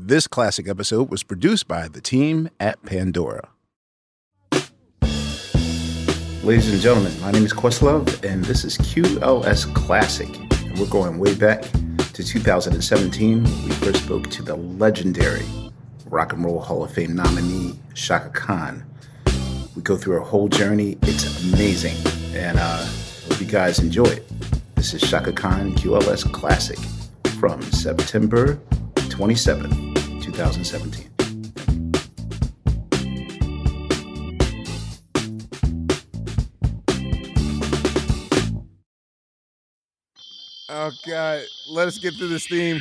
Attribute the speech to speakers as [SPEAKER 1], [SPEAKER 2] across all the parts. [SPEAKER 1] This classic episode was produced by the team at Pandora.
[SPEAKER 2] Ladies and gentlemen, my name is Questlove, and this is QLS Classic. And we're going way back to 2017. when We first spoke to the legendary Rock and Roll Hall of Fame nominee, Shaka Khan. We go through a whole journey. It's amazing, and uh, hope you guys enjoy it. This is Shaka Khan QLS Classic from September 27th, 2017.
[SPEAKER 1] Oh God, let us get through this theme.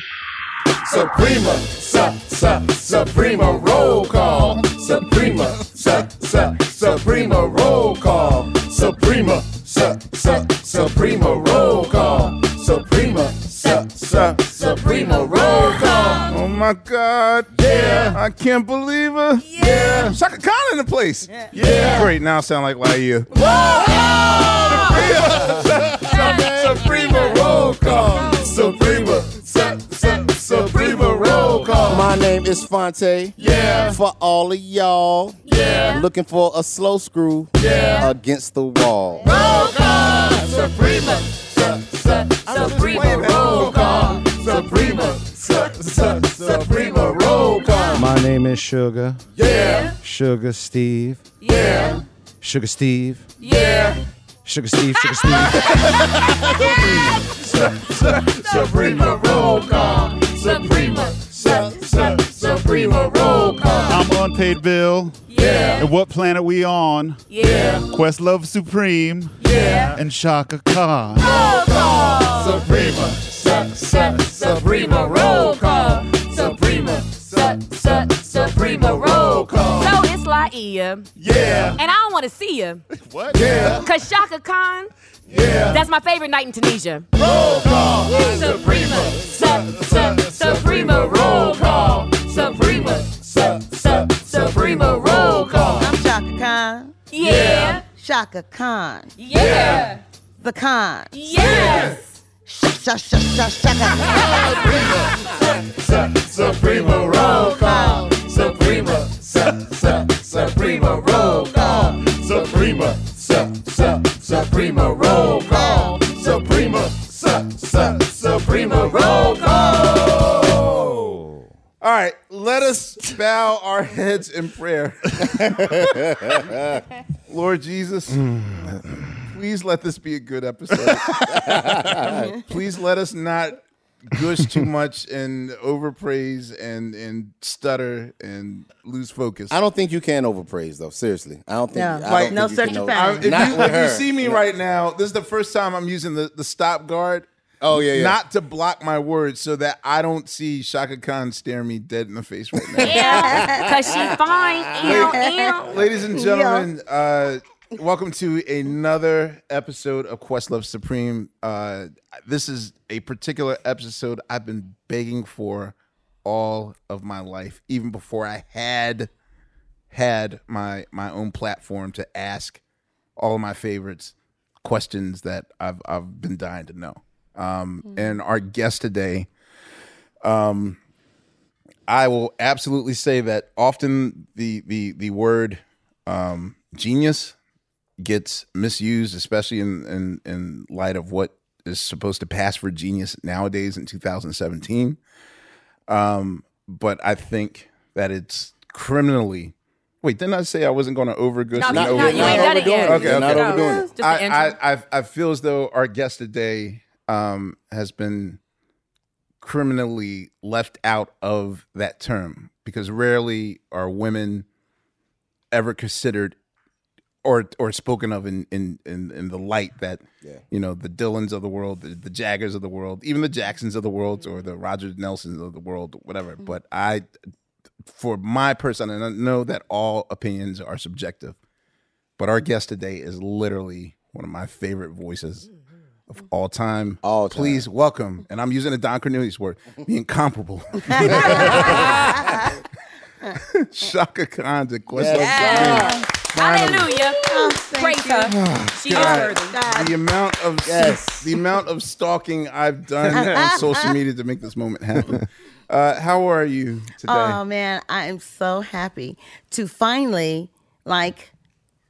[SPEAKER 3] Suprema, su, su, Suprema roll call. Suprema, su, su, Suprema roll call. Suprema, su, su, Suprema roll call. Suprema, su, su, Suprema roll call.
[SPEAKER 1] Oh my God. Yeah. I can't believe her. Yeah. Shaka Khan in the place. Yeah. Great. Now I sound like YU.
[SPEAKER 3] Suprema roll call. Suprema, su, su, Suprema roll call.
[SPEAKER 4] My name is Fonte.
[SPEAKER 3] Yeah.
[SPEAKER 4] For all of y'all.
[SPEAKER 3] Yeah.
[SPEAKER 4] Looking for a slow screw.
[SPEAKER 3] Yeah.
[SPEAKER 4] Against the wall.
[SPEAKER 3] Roll call. Suprema, su, su, Suprema roll call. Suprema, su, su, Suprema roll call.
[SPEAKER 5] My name is Sugar,
[SPEAKER 3] Yeah,
[SPEAKER 5] Sugar Steve,
[SPEAKER 3] yeah,
[SPEAKER 5] Sugar Steve,
[SPEAKER 3] yeah.
[SPEAKER 5] Sugar Steve, Sugar Steve.
[SPEAKER 3] Suprema roll call. Suprema, su, su, Suprema roll call.
[SPEAKER 6] I'm unpaid bill.
[SPEAKER 3] Yeah,
[SPEAKER 6] And what planet we on?
[SPEAKER 3] yeah,
[SPEAKER 6] Questlove Supreme
[SPEAKER 3] yeah.
[SPEAKER 6] and Shaka Khan.
[SPEAKER 3] Suprema, su, su, Suprema roll call. Suprema, su, su, Suprema roll call.
[SPEAKER 7] So it's Laia,
[SPEAKER 3] Yeah,
[SPEAKER 7] and I don't want to see you.
[SPEAKER 3] what? Yeah,
[SPEAKER 7] Cause Shaka Khan,
[SPEAKER 3] yeah.
[SPEAKER 7] that's my favorite night in Tunisia.
[SPEAKER 3] Roll call. Suprema, su, su, Suprema roll call. Suprema, su, su, Suprema roll call.
[SPEAKER 8] I'm Shaka Khan.
[SPEAKER 7] Yeah,
[SPEAKER 8] Shaka Khan.
[SPEAKER 7] yeah,
[SPEAKER 8] The Khan.
[SPEAKER 7] yes.
[SPEAKER 8] Shaka Khan.
[SPEAKER 3] Suprema roll call. Suprema, su, su, Suprema roll call. Suprema, su, su, Suprema roll call. Suprema, su, su, Suprema roll call.
[SPEAKER 1] All right, let us bow our heads in prayer. Lord Jesus, please let this be a good episode. please let us not gush too much and overpraise and and stutter and lose focus.
[SPEAKER 4] I don't think you can overpraise though. Seriously, I don't think.
[SPEAKER 8] No.
[SPEAKER 4] I don't
[SPEAKER 8] Like,
[SPEAKER 4] think
[SPEAKER 8] no
[SPEAKER 4] you can
[SPEAKER 8] such
[SPEAKER 4] over-
[SPEAKER 8] thing.
[SPEAKER 1] I- if you,
[SPEAKER 4] Not with
[SPEAKER 1] if you
[SPEAKER 4] her.
[SPEAKER 1] see me right now, this is the first time I'm using the, the stop guard.
[SPEAKER 4] Oh yeah, yeah.
[SPEAKER 1] Not to block my words so that I don't see Shaka Khan stare me dead in the face right now.
[SPEAKER 7] Yeah, cause she fine. Ew, ew.
[SPEAKER 1] Ladies and gentlemen, uh, welcome to another episode of Questlove Supreme. Uh, this is a particular episode I've been begging for all of my life, even before I had had my my own platform to ask all of my favorites questions that I've I've been dying to know. Um, And our guest today, um, I will absolutely say that often the the the word um, genius gets misused, especially in, in in light of what is supposed to pass for genius nowadays in 2017. Um, but I think that it's criminally. Wait, didn't I say I wasn't going to overgo?
[SPEAKER 9] No, you- no, you ain't done it yet.
[SPEAKER 1] Okay,
[SPEAKER 9] You're
[SPEAKER 1] okay.
[SPEAKER 9] not No, overdoing it. it's just the
[SPEAKER 1] I,
[SPEAKER 9] intro.
[SPEAKER 1] I, I, I feel as though our guest today um, has been criminally left out of that term because rarely are women ever considered or or spoken of in in in, in the light that
[SPEAKER 4] Yeah.
[SPEAKER 1] you know the Dylans of the world, the, the Jaggers of the world, even the Jacksons of the world, or the Roger Nelsons of the world, whatever. But I, for my person, and I know that all opinions are subjective, but our guest today is literally one of my favorite voices of all time.
[SPEAKER 4] All time.
[SPEAKER 1] please welcome, and I'm using a Don Cornelius word, the incomparable. Shaka Khan to Quest
[SPEAKER 9] Yeah. Hallelujah.
[SPEAKER 3] Oh,
[SPEAKER 9] Praise her.
[SPEAKER 1] Ah,
[SPEAKER 9] Oh, She is worthy.
[SPEAKER 1] the amount of
[SPEAKER 4] Yes.
[SPEAKER 1] the amount of stalking I've done on social media to make this moment happen. Uh, how are you today?
[SPEAKER 8] Oh man, I am so happy to finally like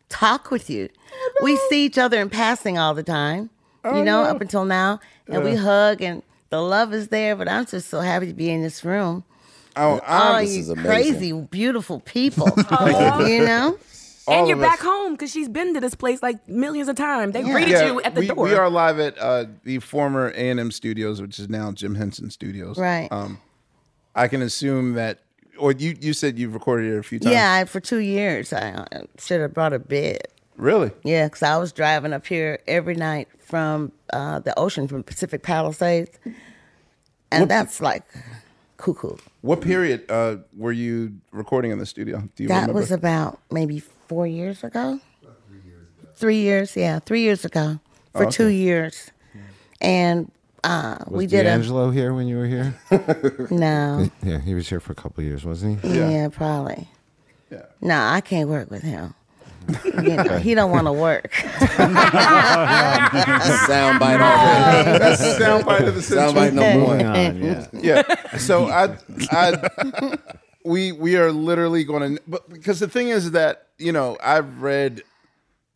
[SPEAKER 8] talk with you.
[SPEAKER 7] Oh,
[SPEAKER 8] We see each other in passing all the time, you know, up until now, and we hug and the love is there. But I'm just so happy to be in this room.
[SPEAKER 1] oh,
[SPEAKER 8] Oh,
[SPEAKER 1] I'm,
[SPEAKER 4] this
[SPEAKER 8] you
[SPEAKER 4] is amazing.
[SPEAKER 8] crazy, beautiful people, you know.
[SPEAKER 1] all
[SPEAKER 9] And you're
[SPEAKER 1] of
[SPEAKER 9] back
[SPEAKER 1] us-
[SPEAKER 9] home because she's been to this place like millions of times. They greeted
[SPEAKER 1] yeah,
[SPEAKER 9] you at the
[SPEAKER 1] we,
[SPEAKER 9] door.
[SPEAKER 1] we are live at uh, the former A and M Studios, which is now Jim Henson Studios.
[SPEAKER 8] Right.
[SPEAKER 1] Um, I can assume that, or you you said you've recorded it a few times.
[SPEAKER 8] Yeah, I, for two years I uh, should have brought a bed.
[SPEAKER 1] Really?
[SPEAKER 8] Yeah, because I was driving up here every night from uh, the ocean from Pacific Palisades, and that's like cuckoo.
[SPEAKER 1] What period uh, were you recording in the studio? Do you
[SPEAKER 8] That
[SPEAKER 1] remember?
[SPEAKER 8] was about maybe four years ago. Three years, yeah, three years ago for
[SPEAKER 1] Oh,
[SPEAKER 8] two years, and uh, we
[SPEAKER 5] Was
[SPEAKER 8] did
[SPEAKER 5] D'Angelo here when you were here?
[SPEAKER 8] a no,
[SPEAKER 5] yeah, he was here for a couple of years, wasn't he?
[SPEAKER 8] yeah, probably. No, I can't work with him. You know, he don't want to work.
[SPEAKER 4] Soundbite all day.
[SPEAKER 1] That's the soundbite of the century.
[SPEAKER 4] Soundbite number one.
[SPEAKER 5] on, yeah.
[SPEAKER 1] yeah. So I, I, we we are literally going to, but because the thing is that you know I've read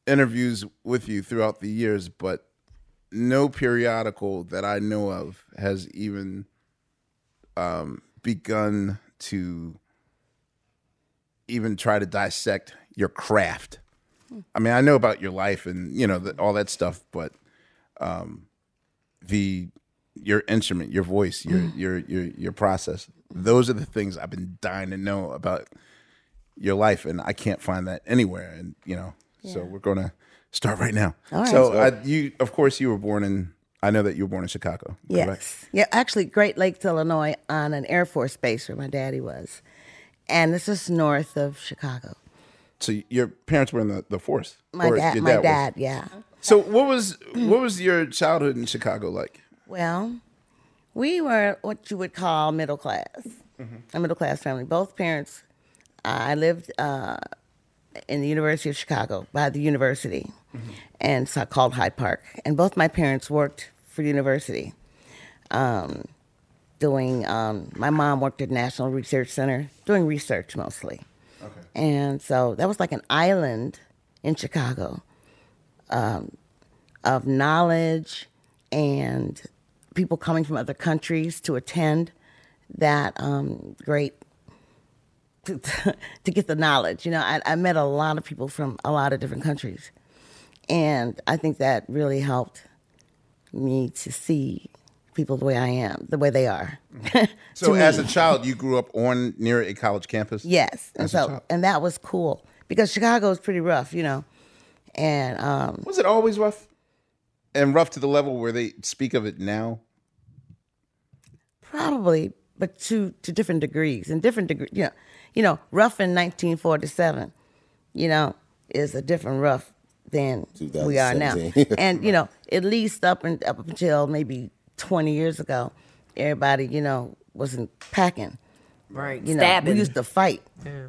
[SPEAKER 1] interviews with you throughout the years, but no periodical that I know of has even um, begun to even try to dissect your craft. I mean, I know about your life and you know the, all that stuff, but um, the your instrument, your voice, your
[SPEAKER 8] Mm.
[SPEAKER 1] your your your process. Those are the things I've been dying to know about your life, and I can't find that anywhere. And you know, so we're gonna start right now.
[SPEAKER 8] right.
[SPEAKER 1] So I, you, of course, you were born in. I know that you were born in Chicago.
[SPEAKER 8] Yes.
[SPEAKER 1] correct?
[SPEAKER 8] Yeah, actually, Great Lakes, Illinois, on an Air Force base where my daddy was. And this is north of Chicago.
[SPEAKER 1] So your parents were in the the force.
[SPEAKER 8] My
[SPEAKER 1] or
[SPEAKER 8] dad,
[SPEAKER 1] your
[SPEAKER 8] my
[SPEAKER 1] was.
[SPEAKER 8] dad, yeah.
[SPEAKER 1] So what was what was your childhood in Chicago like?
[SPEAKER 8] Well, we were what you would call middle class, a middle class family. Both parents, I lived uh, in the University of Chicago by the university, and so called Hyde Park. And both my parents worked for the university, um, doing. Um, my mom worked at National Research Center, doing research mostly. Okay. And so that was like an island in Chicago um, of knowledge and people coming from other countries to attend that um, great to, to get the knowledge. You know, I, I met a lot of people from a lot of different countries, and I think that really helped me to see people the way I am, the way they are.
[SPEAKER 1] Mm-hmm. So as a child, you grew up on near a college campus.
[SPEAKER 8] yes, and
[SPEAKER 1] As a
[SPEAKER 8] so
[SPEAKER 1] child.
[SPEAKER 8] and that was cool because Chicago is pretty rough, you know, and um,
[SPEAKER 1] Was it always rough? And rough to the level where they speak of it now.
[SPEAKER 8] Probably, but to to different degrees and different degrees. You know, you know, rough in 1947, you know, is a different rough than we are now.
[SPEAKER 4] 2017.
[SPEAKER 8] and you know, at least up and up until maybe 20 years ago, everybody you know wasn't packing.
[SPEAKER 9] Right.
[SPEAKER 8] You know,
[SPEAKER 9] Stabbing.
[SPEAKER 8] we used to fight.
[SPEAKER 9] Yeah.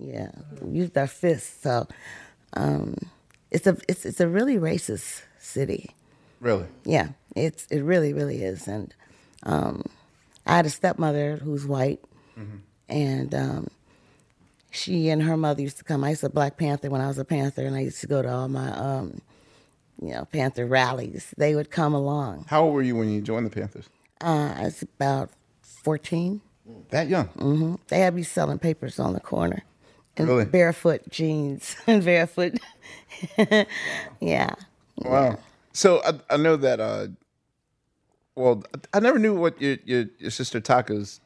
[SPEAKER 8] Yeah, we used our fists. So um, it's a it's it's a really racist city.
[SPEAKER 1] Really?
[SPEAKER 8] Yeah, it's it really really is. And um, I had a stepmother who's white,
[SPEAKER 1] Mm-hmm.
[SPEAKER 8] and um, she and her mother used to come. I used to Black Panther when I was a Panther, and I used to go to all my um, you know Panther rallies. They would come along.
[SPEAKER 1] How old were you when you joined the Panthers?
[SPEAKER 8] Uh, I was about fourteen.
[SPEAKER 1] That young?
[SPEAKER 8] hmm They had me selling papers on the corner in
[SPEAKER 1] Really?
[SPEAKER 8] barefoot jeans and barefoot. yeah.
[SPEAKER 1] Wow. So I, I know that. Uh, well, I never knew what your your, your sister Taka's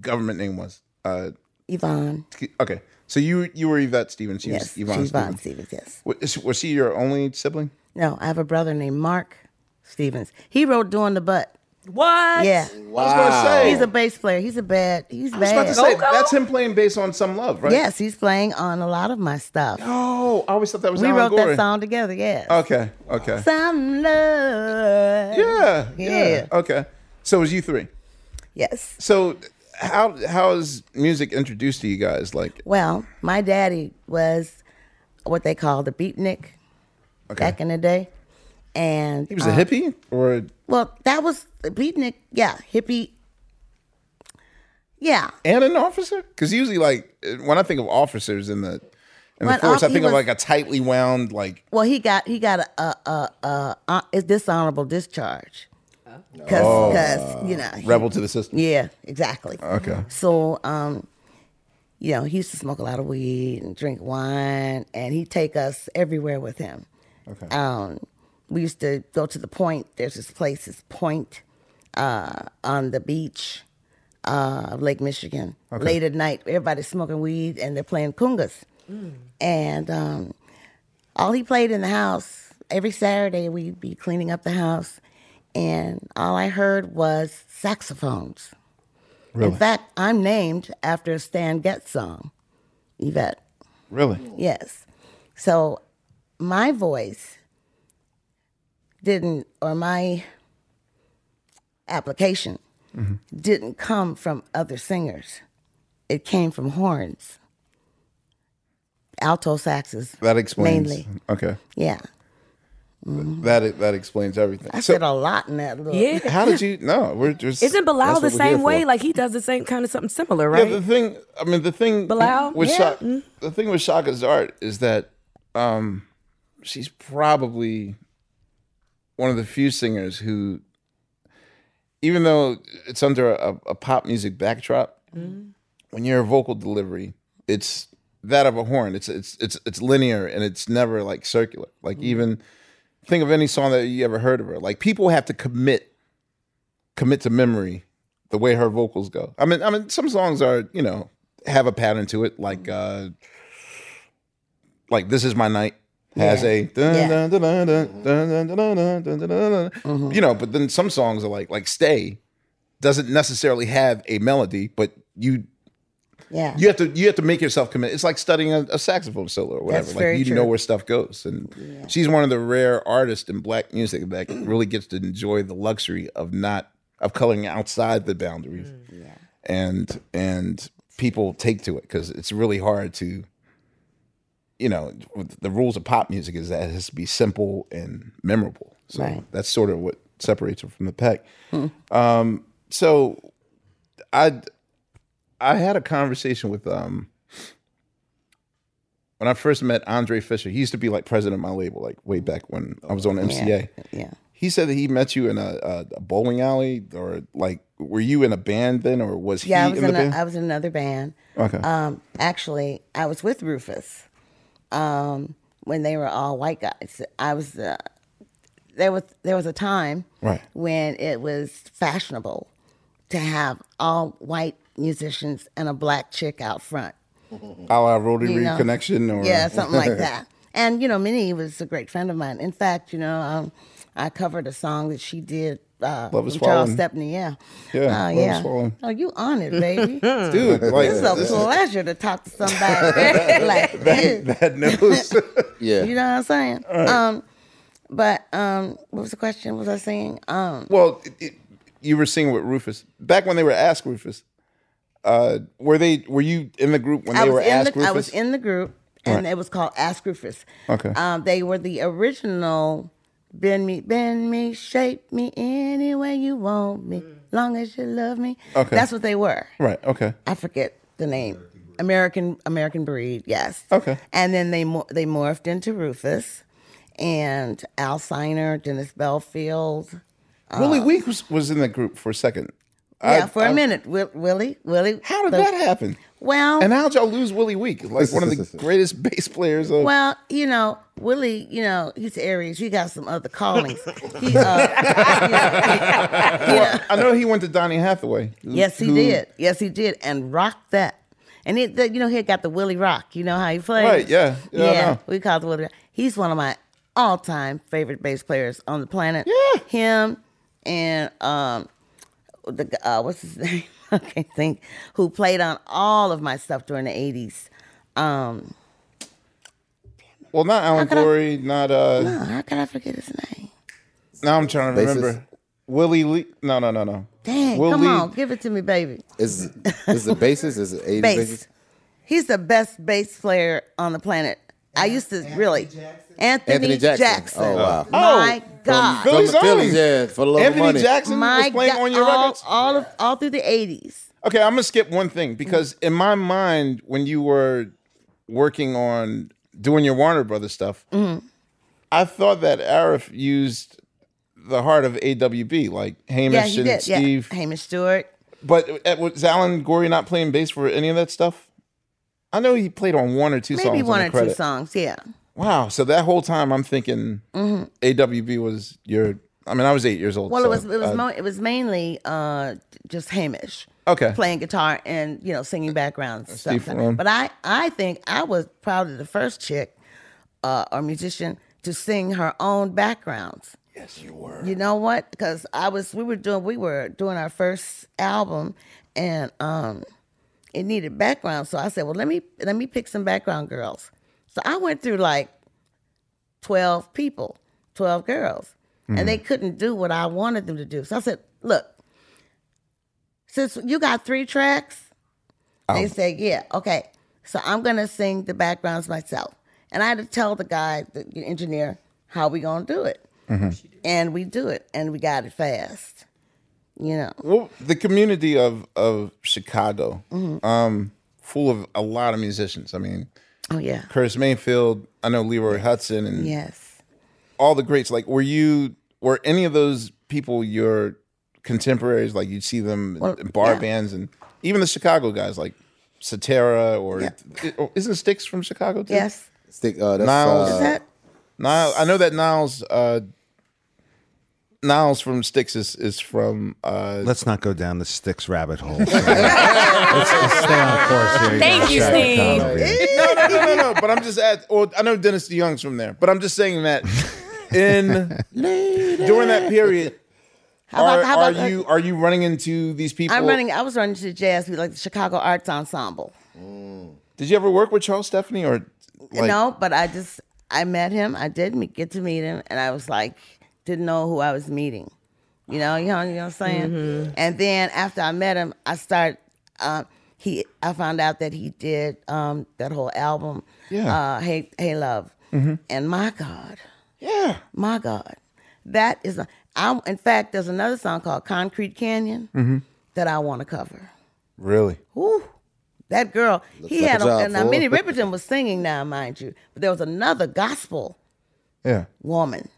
[SPEAKER 1] government name was. Uh,
[SPEAKER 8] Yvonne.
[SPEAKER 1] Okay, so you you were Yvette Stevens. She
[SPEAKER 8] Yes.
[SPEAKER 1] was Yvonne,
[SPEAKER 8] she's Von
[SPEAKER 1] Stevens.
[SPEAKER 8] Stevens, yes.
[SPEAKER 1] Wa- is- Was she your only sibling?
[SPEAKER 8] No, I have a brother named Mark Stevens. He wrote Doing the Butt.
[SPEAKER 9] What?
[SPEAKER 8] Yeah.
[SPEAKER 1] Wow. say.
[SPEAKER 8] He's a bass player. He's a bad. He's
[SPEAKER 1] I was about
[SPEAKER 8] bad.
[SPEAKER 1] to say that's him playing bass on Some Love, right?
[SPEAKER 8] Yes, he's playing on a lot of my stuff.
[SPEAKER 1] Oh, I always thought that was
[SPEAKER 8] We
[SPEAKER 1] Alan
[SPEAKER 8] wrote
[SPEAKER 1] Gore.
[SPEAKER 8] that song together, yes.
[SPEAKER 1] Okay. Okay.
[SPEAKER 8] Some love.
[SPEAKER 1] Yeah, yeah.
[SPEAKER 8] Yeah.
[SPEAKER 1] Okay. So it was you three.
[SPEAKER 8] Yes.
[SPEAKER 1] So how how is music introduced to you guys? Like
[SPEAKER 8] Well, my daddy was what they called a beatnik back in the day, and um,
[SPEAKER 1] he was a hippie or
[SPEAKER 8] Well, that was the beatnik. Yeah, hippie. Yeah,
[SPEAKER 1] and an officer? Because usually, like when I think of officers in the in the
[SPEAKER 8] Well,
[SPEAKER 1] force,
[SPEAKER 8] uh,
[SPEAKER 1] I think
[SPEAKER 8] he
[SPEAKER 1] of
[SPEAKER 8] was-
[SPEAKER 1] like a tightly wound like.
[SPEAKER 8] Well, he got he got a a a, a, a is dishonorable discharge. Because,
[SPEAKER 1] Oh.
[SPEAKER 8] you know, he-
[SPEAKER 1] Rebel to the system.
[SPEAKER 8] Yeah, exactly.
[SPEAKER 1] Okay.
[SPEAKER 8] So, um, you know, he used to smoke a lot of weed and drink wine, and he'd take us everywhere with him.
[SPEAKER 1] Okay.
[SPEAKER 8] Um, we used to go to the point. There's this place, this point, uh, on the beach uh, of Lake Michigan. Late at night, everybody's smoking weed and they're playing kungas. And um, all he played in the house every Saturday, we'd be cleaning up the house, and all I heard was saxophones.
[SPEAKER 1] Really?
[SPEAKER 8] In fact, I'm named after a Stan Getz song, Yvette.
[SPEAKER 1] Really?
[SPEAKER 8] Yes. So my voice didn't, or my application
[SPEAKER 1] Mm-hmm.
[SPEAKER 8] didn't come from other singers. It came from horns, alto saxes.
[SPEAKER 1] That explains.
[SPEAKER 8] Mainly.
[SPEAKER 1] Okay.
[SPEAKER 8] Yeah.
[SPEAKER 1] That that explains everything.
[SPEAKER 8] I
[SPEAKER 1] So
[SPEAKER 8] said a lot in that little.
[SPEAKER 9] Yeah.
[SPEAKER 1] how did you? No, we're just.
[SPEAKER 9] "Oh, Isn't Bilal
[SPEAKER 1] that's
[SPEAKER 9] the
[SPEAKER 1] what we're here
[SPEAKER 9] same way?
[SPEAKER 1] for.
[SPEAKER 9] Like he does the same kind of something similar,
[SPEAKER 1] Yeah,
[SPEAKER 9] right?
[SPEAKER 1] the thing. I mean, the thing
[SPEAKER 9] Bilal?
[SPEAKER 1] with
[SPEAKER 9] Yeah.
[SPEAKER 1] Sha- the thing with Shaka's art is that um, she's probably one of the few singers who, even though it's under a, a pop music backdrop, when your vocal delivery, it's that of a horn. It's it's it's it's linear and it's never like circular. Like
[SPEAKER 8] Mm.
[SPEAKER 1] even think of any song that you ever heard of her. Like people have to commit commit to memory the way her vocals go. I mean, I mean, some songs are you know have a pattern to it, like
[SPEAKER 8] Mm.
[SPEAKER 1] uh like "This Is My Night" has a dun,
[SPEAKER 8] Yeah. Mm-hmm.
[SPEAKER 1] dun, dun, dun, dun, dun, dun, dun, dun, dun, dun, dun, dun. you know, but then some songs are like like "Stay" doesn't necessarily have a melody, but you
[SPEAKER 8] Yeah.
[SPEAKER 1] you have to you have to make yourself commit. It's like studying a, a saxophone solo or whatever.
[SPEAKER 8] That's
[SPEAKER 1] like
[SPEAKER 8] very
[SPEAKER 1] you
[SPEAKER 8] true.
[SPEAKER 1] know where stuff goes, and she's one of the rare artists in black music that really gets to enjoy the luxury of not of coloring outside the boundaries.
[SPEAKER 8] Mm. Yeah.
[SPEAKER 1] And and people take to it because it's really hard to, you know, with the rules of pop music is that it has to be simple and memorable. So
[SPEAKER 8] Right. Hmm.
[SPEAKER 1] that's sort of what separates her from the pack. Um, so I I had a conversation with um when I first met Andre Fisher. He used to be like president of my label, like way back when I was on MCA.
[SPEAKER 8] Yeah.
[SPEAKER 1] He said that he met you in a, a, a bowling alley, or like, were you in a band then, or was
[SPEAKER 8] Yeah, I
[SPEAKER 1] he
[SPEAKER 8] was
[SPEAKER 1] in the
[SPEAKER 8] in,
[SPEAKER 1] band?
[SPEAKER 8] a, I was in another band.
[SPEAKER 1] okay,
[SPEAKER 8] Um, actually, I was with Rufus um, when they were all white guys. I was uh, there was there was a time
[SPEAKER 1] Right.
[SPEAKER 8] when it was fashionable to have all white musicians and a black chick out front.
[SPEAKER 1] a la Rotary
[SPEAKER 8] you know.
[SPEAKER 1] Connection, or
[SPEAKER 8] Yeah, something like that. And you know, Minnie was a great friend of mine. In fact, you know, um, I covered a song that she did. Uh,
[SPEAKER 1] Love is
[SPEAKER 8] with Charles
[SPEAKER 1] Falling.
[SPEAKER 8] Stepney. Yeah.
[SPEAKER 1] Yeah,
[SPEAKER 8] Uh,
[SPEAKER 1] Love is
[SPEAKER 8] yeah.
[SPEAKER 1] Falling.
[SPEAKER 8] Oh, you on it, baby.
[SPEAKER 1] dude, like
[SPEAKER 8] It's a
[SPEAKER 1] this-
[SPEAKER 8] pleasure to talk to somebody like you.
[SPEAKER 1] that knows.
[SPEAKER 4] Yeah.
[SPEAKER 8] You know what I'm saying? Um, but um, what was the question? What was I saying? Um,
[SPEAKER 1] well, it, it- you were singing with Rufus back when they were Ask Rufus. Uh, were they? Were you in the group when
[SPEAKER 8] I
[SPEAKER 1] they
[SPEAKER 8] was
[SPEAKER 1] were
[SPEAKER 8] in
[SPEAKER 1] asked?
[SPEAKER 8] the, I was
[SPEAKER 1] Rufus?
[SPEAKER 8] in the group,
[SPEAKER 1] All
[SPEAKER 8] and
[SPEAKER 1] right.
[SPEAKER 8] it was called Ask Rufus.
[SPEAKER 1] Okay.
[SPEAKER 8] Um, they were the original bend me, bend me, shape me any way you want me, long as you love me.
[SPEAKER 1] Okay.
[SPEAKER 8] That's what they were.
[SPEAKER 1] Right. Okay.
[SPEAKER 8] I forget the name. American American breed, yes.
[SPEAKER 1] Okay.
[SPEAKER 8] And then they mor- they morphed into Rufus, and Al Siner, Dennis Belfield.
[SPEAKER 1] Willie Week was, was in the group for a second.
[SPEAKER 8] Yeah,
[SPEAKER 1] I-
[SPEAKER 8] for a
[SPEAKER 1] I-
[SPEAKER 8] minute, Will, Willie, Willie.
[SPEAKER 1] How did
[SPEAKER 8] the-
[SPEAKER 1] that happen?
[SPEAKER 8] Well,
[SPEAKER 1] And how'd y'all lose Willie Week? Like one of the greatest bass players of.
[SPEAKER 8] Well, you know, Willie, you know, he's Aries. He got some other callings. He, uh, you know, you know,
[SPEAKER 1] I know he went to Donny Hathaway. who-
[SPEAKER 8] yes, he
[SPEAKER 1] who-
[SPEAKER 8] did. Yes, he did. And rocked that. And it, the, you know, he had got the Willie Rock. You know how he plays?
[SPEAKER 1] Right, yeah. Yeah, I
[SPEAKER 8] Yeah.
[SPEAKER 1] know.
[SPEAKER 8] we call it the Willie Rock. He's one of my all time favorite bass players on the planet. Yeah. Him and um, the g- uh, what's his name? I can't think. Who played on all of my stuff during the 80s. Um,
[SPEAKER 1] Well, not Alan
[SPEAKER 8] could I-
[SPEAKER 1] Glory, not uh.
[SPEAKER 8] oh, how could I forget his name?
[SPEAKER 1] Now I'm trying to
[SPEAKER 4] Bassist?
[SPEAKER 1] remember. Willie Lee? No, no, no, no.
[SPEAKER 8] Dang,
[SPEAKER 1] Willie-
[SPEAKER 8] come on, give it to me, baby.
[SPEAKER 4] Is is the basis? Is it eighty
[SPEAKER 8] Bass. He's the best bass player on the planet. I used to really Anthony,
[SPEAKER 4] Anthony Jackson. Oh, wow.
[SPEAKER 8] My God.
[SPEAKER 1] Philly- Philly's
[SPEAKER 4] From Philly's,
[SPEAKER 1] own.
[SPEAKER 4] yeah, for the little
[SPEAKER 1] Anthony
[SPEAKER 4] money.
[SPEAKER 1] Jackson
[SPEAKER 8] my
[SPEAKER 1] was playing
[SPEAKER 8] God.
[SPEAKER 1] on your
[SPEAKER 8] all,
[SPEAKER 1] records.
[SPEAKER 8] all of all through the eighties.
[SPEAKER 1] Okay, I'm gonna skip one thing because
[SPEAKER 8] Mm.
[SPEAKER 1] in my mind, when you were working on doing your Warner Brothers stuff,
[SPEAKER 8] Mm.
[SPEAKER 1] I thought that Arif used the heart of AWB, like
[SPEAKER 8] Yeah,
[SPEAKER 1] Hamish
[SPEAKER 8] he
[SPEAKER 1] and
[SPEAKER 8] did.
[SPEAKER 1] Steve.
[SPEAKER 8] Yeah. Hamish Stewart.
[SPEAKER 1] But uh, was Alan Gorey not playing bass for any of that stuff? I know he played on one or two songs.
[SPEAKER 8] Maybe
[SPEAKER 1] on
[SPEAKER 8] one
[SPEAKER 1] the
[SPEAKER 8] or two
[SPEAKER 1] credit.
[SPEAKER 8] songs, yeah.
[SPEAKER 1] Wow. So that whole time, I'm thinking AWB was your. I mean, I was eight years old.
[SPEAKER 8] Mm-hmm. Well
[SPEAKER 1] so,
[SPEAKER 8] it was it was
[SPEAKER 1] uh,
[SPEAKER 8] mo- it was mainly uh, just Hamish.
[SPEAKER 1] Okay.
[SPEAKER 8] Playing guitar and you know singing background and stuff.
[SPEAKER 1] Steve Rum.
[SPEAKER 8] But I I think I was probably the first chick uh, or musician to sing her own backgrounds.
[SPEAKER 1] yes, you were.
[SPEAKER 8] You know what? Because I was, we were doing, we were doing our first album, and um, it needed background. So I said, well, let me let me pick some background girls. So I went through like twelve people, twelve girls, and they couldn't do what I wanted them to do. So I said, look, since you got three tracks, they said, yeah, okay. So I'm gonna sing the backgrounds myself, and I had to tell the guy, the the engineer, how we gonna do it and we do it and we got it fast you know
[SPEAKER 1] Well, the community of of Chicago,
[SPEAKER 8] Mm-hmm.
[SPEAKER 1] um, full of a lot of musicians. I mean,
[SPEAKER 8] oh yeah
[SPEAKER 1] Curtis Mayfield. I know Leroy Hudson and
[SPEAKER 8] yes
[SPEAKER 1] all the greats. Like, were you? Were any of those people your contemporaries? Like, you'd see them
[SPEAKER 8] Well,
[SPEAKER 1] in bar
[SPEAKER 8] yeah.
[SPEAKER 1] bands and even the Chicago guys, like Satara or oh, isn't Sticks from Chicago too?
[SPEAKER 8] yes
[SPEAKER 4] Stick. Uh, that's,
[SPEAKER 1] Niles.
[SPEAKER 4] uh,
[SPEAKER 8] is that
[SPEAKER 1] Niles, I know that Niles uh Niles from Styx is, is from uh
[SPEAKER 5] Let's not go down the sticks rabbit hole. let's, let's stay on course here.
[SPEAKER 9] Thank you, Steve.
[SPEAKER 5] Steve.
[SPEAKER 1] Eh, no, no, no, no, no. But I'm just at well, I know Dennis DeYoung's from there, but I'm just saying that in during that period
[SPEAKER 8] How about-
[SPEAKER 1] are,
[SPEAKER 8] how about-
[SPEAKER 1] are you are you running into these people?
[SPEAKER 8] i'm running i was running to the jazz with like the chicago arts ensemble
[SPEAKER 1] Did you ever work with Charles Stephanie or
[SPEAKER 8] you
[SPEAKER 1] like-
[SPEAKER 8] know but i just i met him i did meet, get to meet him and i was like didn't know who i was meeting you know you know, you know what i'm saying
[SPEAKER 1] Mm-hmm.
[SPEAKER 8] and then after i met him i started um he i found out that he did um that whole album
[SPEAKER 1] Yeah.
[SPEAKER 8] uh hey hey love
[SPEAKER 1] Mm-hmm.
[SPEAKER 8] and my god
[SPEAKER 1] Yeah.
[SPEAKER 8] My God, that is. A, I, in fact, there's another song called "Concrete Canyon" that I want to cover.
[SPEAKER 1] Mm-hmm. Really?
[SPEAKER 8] Woo, that girl. he
[SPEAKER 4] like
[SPEAKER 8] had
[SPEAKER 4] a
[SPEAKER 8] on,
[SPEAKER 4] job,
[SPEAKER 8] and now
[SPEAKER 4] fool.
[SPEAKER 8] Minnie Riperton was singing now, mind you, but there was another gospel
[SPEAKER 1] Yeah.
[SPEAKER 8] woman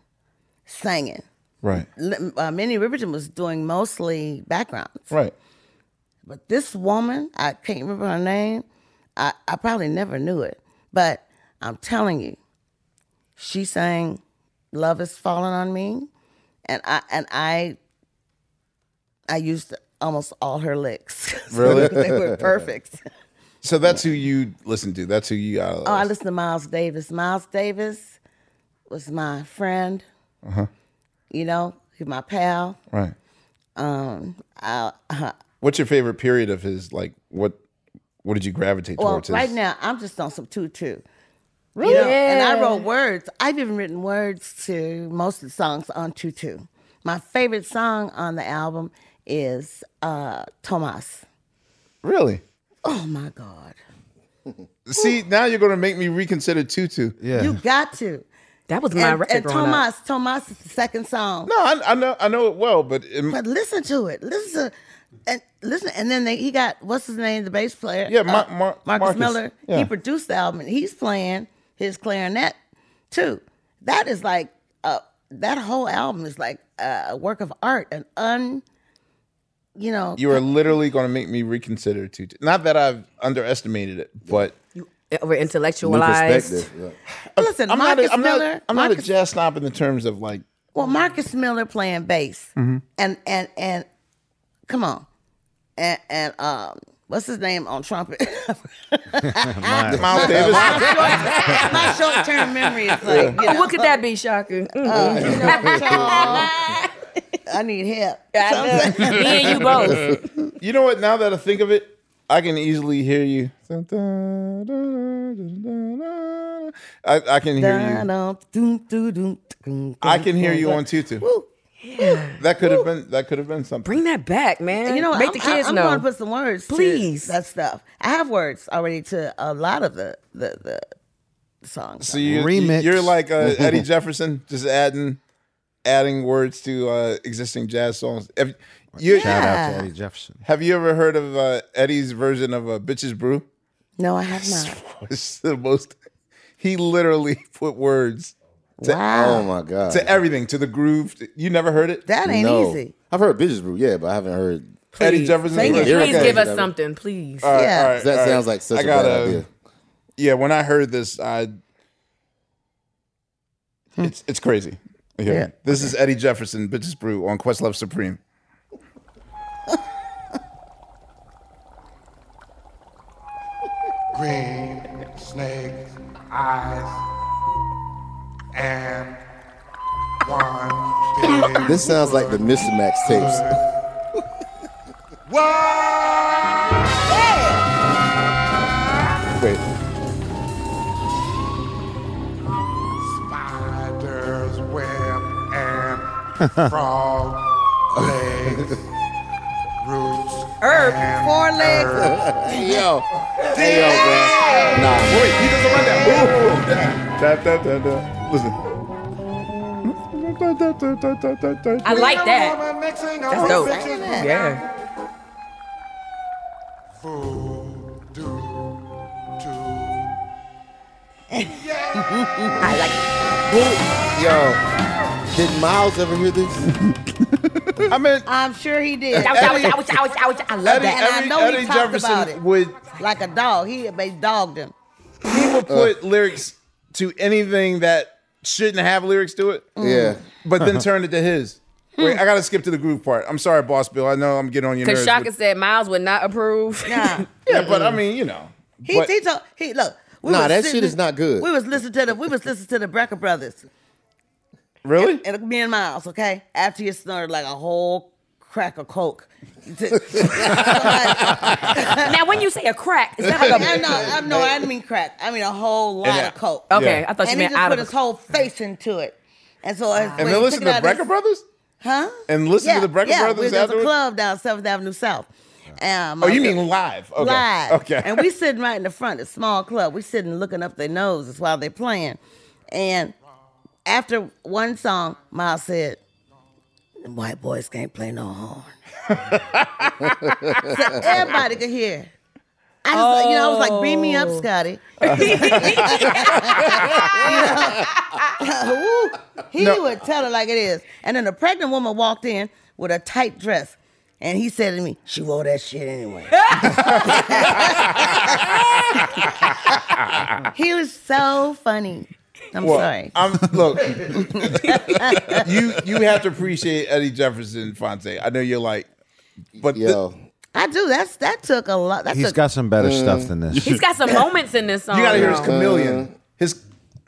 [SPEAKER 8] singing.
[SPEAKER 1] Right.
[SPEAKER 8] L- Uh, Minnie Riperton was doing mostly backgrounds,
[SPEAKER 1] Right.
[SPEAKER 8] but this woman, I can't remember her name. I, I probably never knew it, but I'm telling you, she sang "Love Is Falling on Me," and I and I I used almost all her licks.
[SPEAKER 1] Really?
[SPEAKER 8] they were perfect.
[SPEAKER 1] So that's who you listen to. That's who you uh, got.
[SPEAKER 8] Oh, I listened to Miles Davis. Miles Davis was my friend. You know, he's my pal.
[SPEAKER 1] uh-huh, right.
[SPEAKER 8] Um, I,
[SPEAKER 1] What's your favorite period of his? Like, what what did you gravitate
[SPEAKER 8] well,
[SPEAKER 1] towards?
[SPEAKER 8] right
[SPEAKER 1] his-
[SPEAKER 8] now I'm just on some tutu. Really? And I wrote words. I've even written words to most of the songs on Tutu. My favorite song on the album is uh, Tomas.
[SPEAKER 1] Really?
[SPEAKER 8] Oh my God.
[SPEAKER 1] See, now you're going to make me reconsider Tutu. Yeah.
[SPEAKER 8] You got to.
[SPEAKER 10] That was
[SPEAKER 8] and, and Tomas, Tomas is the second song.
[SPEAKER 1] no, I, I know I know it well, but it-
[SPEAKER 8] But listen to it. Listen to and listen and then they, he got what's his name, the bass player. Uh,
[SPEAKER 1] Yeah, Mar- Mar-
[SPEAKER 8] Marcus,
[SPEAKER 1] Marcus.
[SPEAKER 8] Miller. He
[SPEAKER 1] Yeah.
[SPEAKER 8] produced the album and he's playing his clarinet too. That is like uh that whole album is like uh, a work of art, an un you know uh,
[SPEAKER 1] you are literally going to make me reconsider Tutu. Not that I've underestimated it, but
[SPEAKER 9] Over
[SPEAKER 4] New
[SPEAKER 9] intellectualized.
[SPEAKER 4] perspective. yeah.
[SPEAKER 8] listen,
[SPEAKER 1] I'm not
[SPEAKER 8] Marcus
[SPEAKER 1] a, I'm
[SPEAKER 8] Miller.
[SPEAKER 1] not I'm not a jazz snob in the terms of like
[SPEAKER 8] Well, Marcus Miller playing bass,
[SPEAKER 1] Mm-hmm.
[SPEAKER 4] Mm-hmm.
[SPEAKER 8] and and and come on, and and um, what's his name on trumpet?
[SPEAKER 1] Miles Davis.
[SPEAKER 8] My short term memory is like, you know,
[SPEAKER 9] Oh, What could that be, Shaka?
[SPEAKER 8] uh, you know what, y'all? I need help.
[SPEAKER 9] Me and you both.
[SPEAKER 1] You know what? Now that I think of it, I can easily hear you. I, I can hear you. I can hear you on Tutu. That could have been that could have been something.
[SPEAKER 10] Bring that back, man.
[SPEAKER 8] You know,
[SPEAKER 10] make
[SPEAKER 8] I'm,
[SPEAKER 10] the kids
[SPEAKER 8] I'm
[SPEAKER 10] know.
[SPEAKER 8] going to put some words, to
[SPEAKER 10] Please.
[SPEAKER 8] that stuff. I have words already to a lot of the the the songs.
[SPEAKER 1] So you,
[SPEAKER 5] Remix.
[SPEAKER 1] you're like uh, Eddie Jefferson, just adding adding words to uh, existing jazz songs. Have you,
[SPEAKER 5] Shout out to Eddie Jefferson.
[SPEAKER 1] have you ever heard of uh, Eddie's version of uh, "Bitches Brew"?
[SPEAKER 8] no, I have not.
[SPEAKER 1] It's the most. He literally put words to,
[SPEAKER 4] Oh my god.
[SPEAKER 1] to everything, to the groove. You never heard it?
[SPEAKER 8] That ain't
[SPEAKER 4] No.
[SPEAKER 8] easy.
[SPEAKER 4] I've heard bitches brew, yeah, but I haven't heard.
[SPEAKER 1] Eddie Jefferson's
[SPEAKER 8] Sing it.
[SPEAKER 1] version.
[SPEAKER 9] Please
[SPEAKER 4] Okay.
[SPEAKER 9] give us something, please.
[SPEAKER 1] All right,
[SPEAKER 8] Yeah.
[SPEAKER 1] all right,
[SPEAKER 4] That
[SPEAKER 1] all right.
[SPEAKER 4] sounds like such
[SPEAKER 1] I
[SPEAKER 4] a
[SPEAKER 1] gotta-
[SPEAKER 4] bad idea.
[SPEAKER 1] Yeah, when I heard this, I it's it's crazy. Yeah.
[SPEAKER 8] Yeah.
[SPEAKER 1] This is Eddie Jefferson, Bitches Brew on Questlove Supreme.
[SPEAKER 11] green snake's eyes and one big
[SPEAKER 4] This sounds like the Mr. Max tapes.
[SPEAKER 11] Whoa!
[SPEAKER 4] Wait,
[SPEAKER 11] Spider's web and frog legs, roots,
[SPEAKER 8] Herb,
[SPEAKER 11] and
[SPEAKER 8] four legs.
[SPEAKER 4] hey, yo, hey, yo, bro. Nah,
[SPEAKER 1] Wait, he doesn't run that. Ooh. Da, da, da, da. Listen.
[SPEAKER 9] I like that.
[SPEAKER 11] That's
[SPEAKER 9] That's dope.
[SPEAKER 8] Yeah.
[SPEAKER 10] yeah.
[SPEAKER 11] Voodoo to
[SPEAKER 4] yo. Did Miles ever hear this?
[SPEAKER 1] I mean,
[SPEAKER 8] I'm sure he did.
[SPEAKER 9] Ouch, ouch, ouch, ouch, ouch. I love
[SPEAKER 8] And
[SPEAKER 1] Eddie,
[SPEAKER 9] that.
[SPEAKER 8] I
[SPEAKER 1] Eddie,
[SPEAKER 8] know he
[SPEAKER 1] Eddie
[SPEAKER 8] talked
[SPEAKER 1] Jefferson
[SPEAKER 8] about it.
[SPEAKER 1] would
[SPEAKER 8] like a dog. He they dogged him.
[SPEAKER 1] he would put lyrics to anything that shouldn't have lyrics to it.
[SPEAKER 4] Yeah.
[SPEAKER 1] but then turned it to his. Wait, I gotta skip to the groove part. I'm sorry, Boss Bill. I know I'm getting on your nerves.
[SPEAKER 9] Because Shaka
[SPEAKER 1] but-
[SPEAKER 9] said Miles would not approve.
[SPEAKER 8] Yeah.
[SPEAKER 1] yeah,
[SPEAKER 9] Mm.
[SPEAKER 1] but I mean, you know.
[SPEAKER 8] He
[SPEAKER 1] but-
[SPEAKER 8] he, told, he look. We
[SPEAKER 4] Nah,
[SPEAKER 8] was
[SPEAKER 4] that
[SPEAKER 8] sitting-
[SPEAKER 4] shit is not good.
[SPEAKER 8] We was listening to the we was listening to the Brecker Brothers
[SPEAKER 1] really?
[SPEAKER 8] and me and Miles. Okay, after you snorted like a whole crack of coke. I
[SPEAKER 9] Now, when you say a crack, is that like a.
[SPEAKER 8] know, I know, I didn't mean crack. I mean a whole lot
[SPEAKER 1] Yeah.
[SPEAKER 8] of coke.
[SPEAKER 9] Okay,
[SPEAKER 1] Yeah.
[SPEAKER 9] I thought you
[SPEAKER 8] and he
[SPEAKER 9] meant
[SPEAKER 8] just
[SPEAKER 9] out
[SPEAKER 8] put
[SPEAKER 9] of.
[SPEAKER 8] his whole face into it, and so and
[SPEAKER 1] And then listen to Brecker Brothers?
[SPEAKER 8] huh?
[SPEAKER 1] And listen to the Brecker
[SPEAKER 8] yeah,
[SPEAKER 1] Brothers
[SPEAKER 8] we- There's a
[SPEAKER 1] afterwards?
[SPEAKER 8] club down Seventh Avenue South. Um,
[SPEAKER 1] Oh, you mean live? Okay.
[SPEAKER 8] live.
[SPEAKER 1] Okay.
[SPEAKER 8] And we sitting right in the front, a small club. We sitting looking up their noses while they're playing. And after one song, Miles said, "Them white boys can't play no horn. so everybody could hear. I just, you know, I was like, bring me
[SPEAKER 3] Oh.
[SPEAKER 9] Oh.
[SPEAKER 8] up, Scotty. Ooh, he would tell it like it is. And then a pregnant woman walked in with a tight dress. And he said to me, she wore that shit anyway. he was so funny. I'm
[SPEAKER 1] Well,
[SPEAKER 8] sorry.
[SPEAKER 1] I'm look. you you have to appreciate Eddie Jefferson Fonte. I know you're like, but the-
[SPEAKER 4] Yo,
[SPEAKER 8] I do. That's that took a lot. That
[SPEAKER 5] He's
[SPEAKER 8] took
[SPEAKER 5] got some better
[SPEAKER 1] Mm.
[SPEAKER 5] stuff than this.
[SPEAKER 9] He's got some moments in this song.
[SPEAKER 4] Uh,
[SPEAKER 1] you gotta hear his
[SPEAKER 9] y'all.
[SPEAKER 1] chameleon. His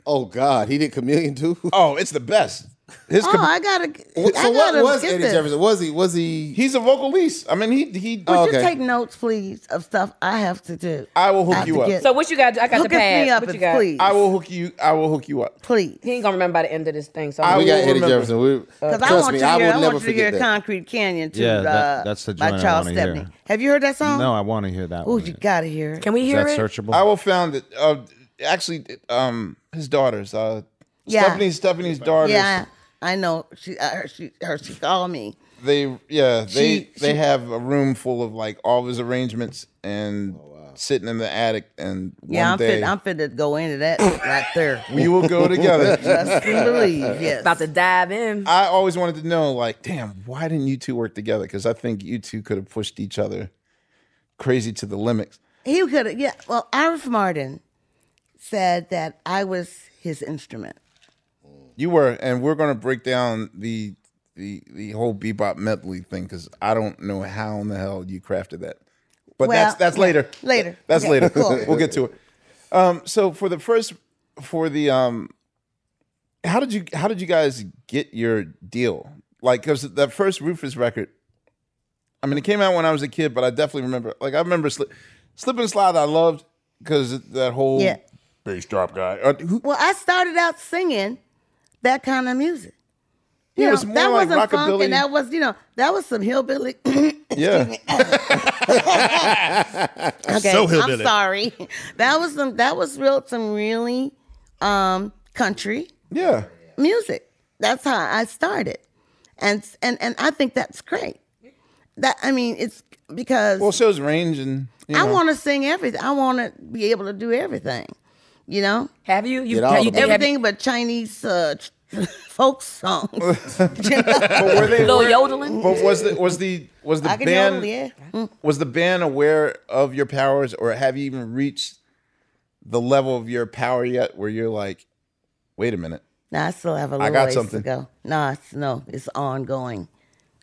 [SPEAKER 4] oh God, he did Chameleon too.
[SPEAKER 1] oh, it's the best.
[SPEAKER 8] oh, I gotta.
[SPEAKER 4] Well,
[SPEAKER 8] I
[SPEAKER 4] so
[SPEAKER 8] gotta
[SPEAKER 4] what was
[SPEAKER 8] get
[SPEAKER 4] Eddie
[SPEAKER 8] this.
[SPEAKER 4] Jefferson? Was he? Was he?
[SPEAKER 1] He's a vocalist. I mean, he he.
[SPEAKER 8] Would
[SPEAKER 4] Oh,
[SPEAKER 8] you
[SPEAKER 4] okay.
[SPEAKER 8] take notes, please, of stuff I have to do?
[SPEAKER 1] I will hook
[SPEAKER 8] have
[SPEAKER 1] you
[SPEAKER 8] to
[SPEAKER 1] up.
[SPEAKER 8] get-
[SPEAKER 9] So what you got? I got
[SPEAKER 8] Hook
[SPEAKER 9] the
[SPEAKER 8] us
[SPEAKER 9] pad.
[SPEAKER 8] me up
[SPEAKER 9] what you
[SPEAKER 8] and
[SPEAKER 9] got?
[SPEAKER 8] please,
[SPEAKER 1] I will hook you. I will hook you up.
[SPEAKER 8] please.
[SPEAKER 9] He ain't gonna remember by the end of this thing. So
[SPEAKER 1] I
[SPEAKER 4] we
[SPEAKER 9] I'm
[SPEAKER 4] got
[SPEAKER 1] will
[SPEAKER 4] Eddie
[SPEAKER 1] remember.
[SPEAKER 4] Jefferson. We,
[SPEAKER 9] Uh,
[SPEAKER 8] Because I
[SPEAKER 4] Uh, trust
[SPEAKER 8] want
[SPEAKER 4] me,
[SPEAKER 8] you to
[SPEAKER 4] I
[SPEAKER 8] hear,
[SPEAKER 4] will
[SPEAKER 8] I
[SPEAKER 4] never
[SPEAKER 8] want you to hear
[SPEAKER 4] forget that.
[SPEAKER 8] Concrete Canyon to,
[SPEAKER 5] Yeah, that-
[SPEAKER 8] uh,
[SPEAKER 5] that's the
[SPEAKER 8] by
[SPEAKER 5] joint I
[SPEAKER 8] Charles
[SPEAKER 5] wanna hear.
[SPEAKER 8] Stepney. Have you heard that song?
[SPEAKER 5] No, I want to hear that
[SPEAKER 8] Oh,
[SPEAKER 5] one.
[SPEAKER 8] you gotta hear it.
[SPEAKER 10] Can we
[SPEAKER 5] Is
[SPEAKER 10] hear
[SPEAKER 5] that
[SPEAKER 10] it?
[SPEAKER 5] searchable?
[SPEAKER 1] I will found it. Uh, actually, um, his daughters. Uh,
[SPEAKER 8] Yeah.
[SPEAKER 1] Stephanie, Stephanie's daughters.
[SPEAKER 8] yeah, I know. She, I heard she, her, she called me.
[SPEAKER 1] They yeah they
[SPEAKER 8] She-
[SPEAKER 1] they
[SPEAKER 8] she-
[SPEAKER 1] have a room full of like all of his arrangements and sitting in the attic and
[SPEAKER 8] Oh, Yeah,
[SPEAKER 1] one
[SPEAKER 8] I'm
[SPEAKER 1] day
[SPEAKER 8] fit. I'm fit to go into that right there.
[SPEAKER 1] we will go together.
[SPEAKER 8] Trust and believe. Yes.
[SPEAKER 10] About to dive in.
[SPEAKER 1] I always wanted to know like damn why didn't you two work together because I think you two could have pushed each other crazy to the limits.
[SPEAKER 8] He could have, yeah. Well, Arif Martin said that I was his instrument.
[SPEAKER 1] You were, and we're gonna break down the the the whole bebop medley thing because I don't know how in the hell you crafted that. But
[SPEAKER 8] Well,
[SPEAKER 1] that's that's
[SPEAKER 8] yeah,
[SPEAKER 1] later.
[SPEAKER 8] later.
[SPEAKER 1] That's
[SPEAKER 8] Okay,
[SPEAKER 1] later.
[SPEAKER 8] cool.
[SPEAKER 1] we'll get to it. Um, so for the first for the um, how did you how did you guys get your deal? Like, because that first Rufus record, I mean, it came out when I was a kid, but I definitely remember. Like, I remember Slip, Slip and Slide. I loved because that whole
[SPEAKER 8] Yeah.
[SPEAKER 1] bass drop guy. Uh, who,
[SPEAKER 8] Well, I started out singing that kind of music. You
[SPEAKER 1] Yeah,
[SPEAKER 8] know,
[SPEAKER 1] it was more
[SPEAKER 8] that
[SPEAKER 1] like
[SPEAKER 8] wasn't funk,
[SPEAKER 1] rockabilly.
[SPEAKER 8] and that was you know that was some hillbilly.
[SPEAKER 1] yeah,
[SPEAKER 8] okay,
[SPEAKER 5] So hillbilly.
[SPEAKER 8] I'm sorry. That was some that was real some really um country
[SPEAKER 1] yeah.
[SPEAKER 8] music. That's how I started. And and and I think that's great. That I mean it's because
[SPEAKER 1] Well, it shows range and you
[SPEAKER 8] I
[SPEAKER 1] know.
[SPEAKER 8] want to sing everything. I want to be able to do everything. You know?
[SPEAKER 10] Have you? You,
[SPEAKER 4] Get all
[SPEAKER 10] you
[SPEAKER 4] of them.
[SPEAKER 10] have-
[SPEAKER 8] Everything but Chinese uh, folk songs.
[SPEAKER 1] But were they?
[SPEAKER 10] Little
[SPEAKER 1] aware-
[SPEAKER 10] yodeling?
[SPEAKER 1] But was the was the was the
[SPEAKER 8] I can
[SPEAKER 1] band
[SPEAKER 8] yodel, yeah. Mm.
[SPEAKER 1] was the band aware of your powers, or have you even reached the level of your power yet, where you're like, wait a minute,
[SPEAKER 8] No, I still have a little
[SPEAKER 1] got
[SPEAKER 8] ways
[SPEAKER 1] something.
[SPEAKER 8] to go. No, it's, no, it's ongoing.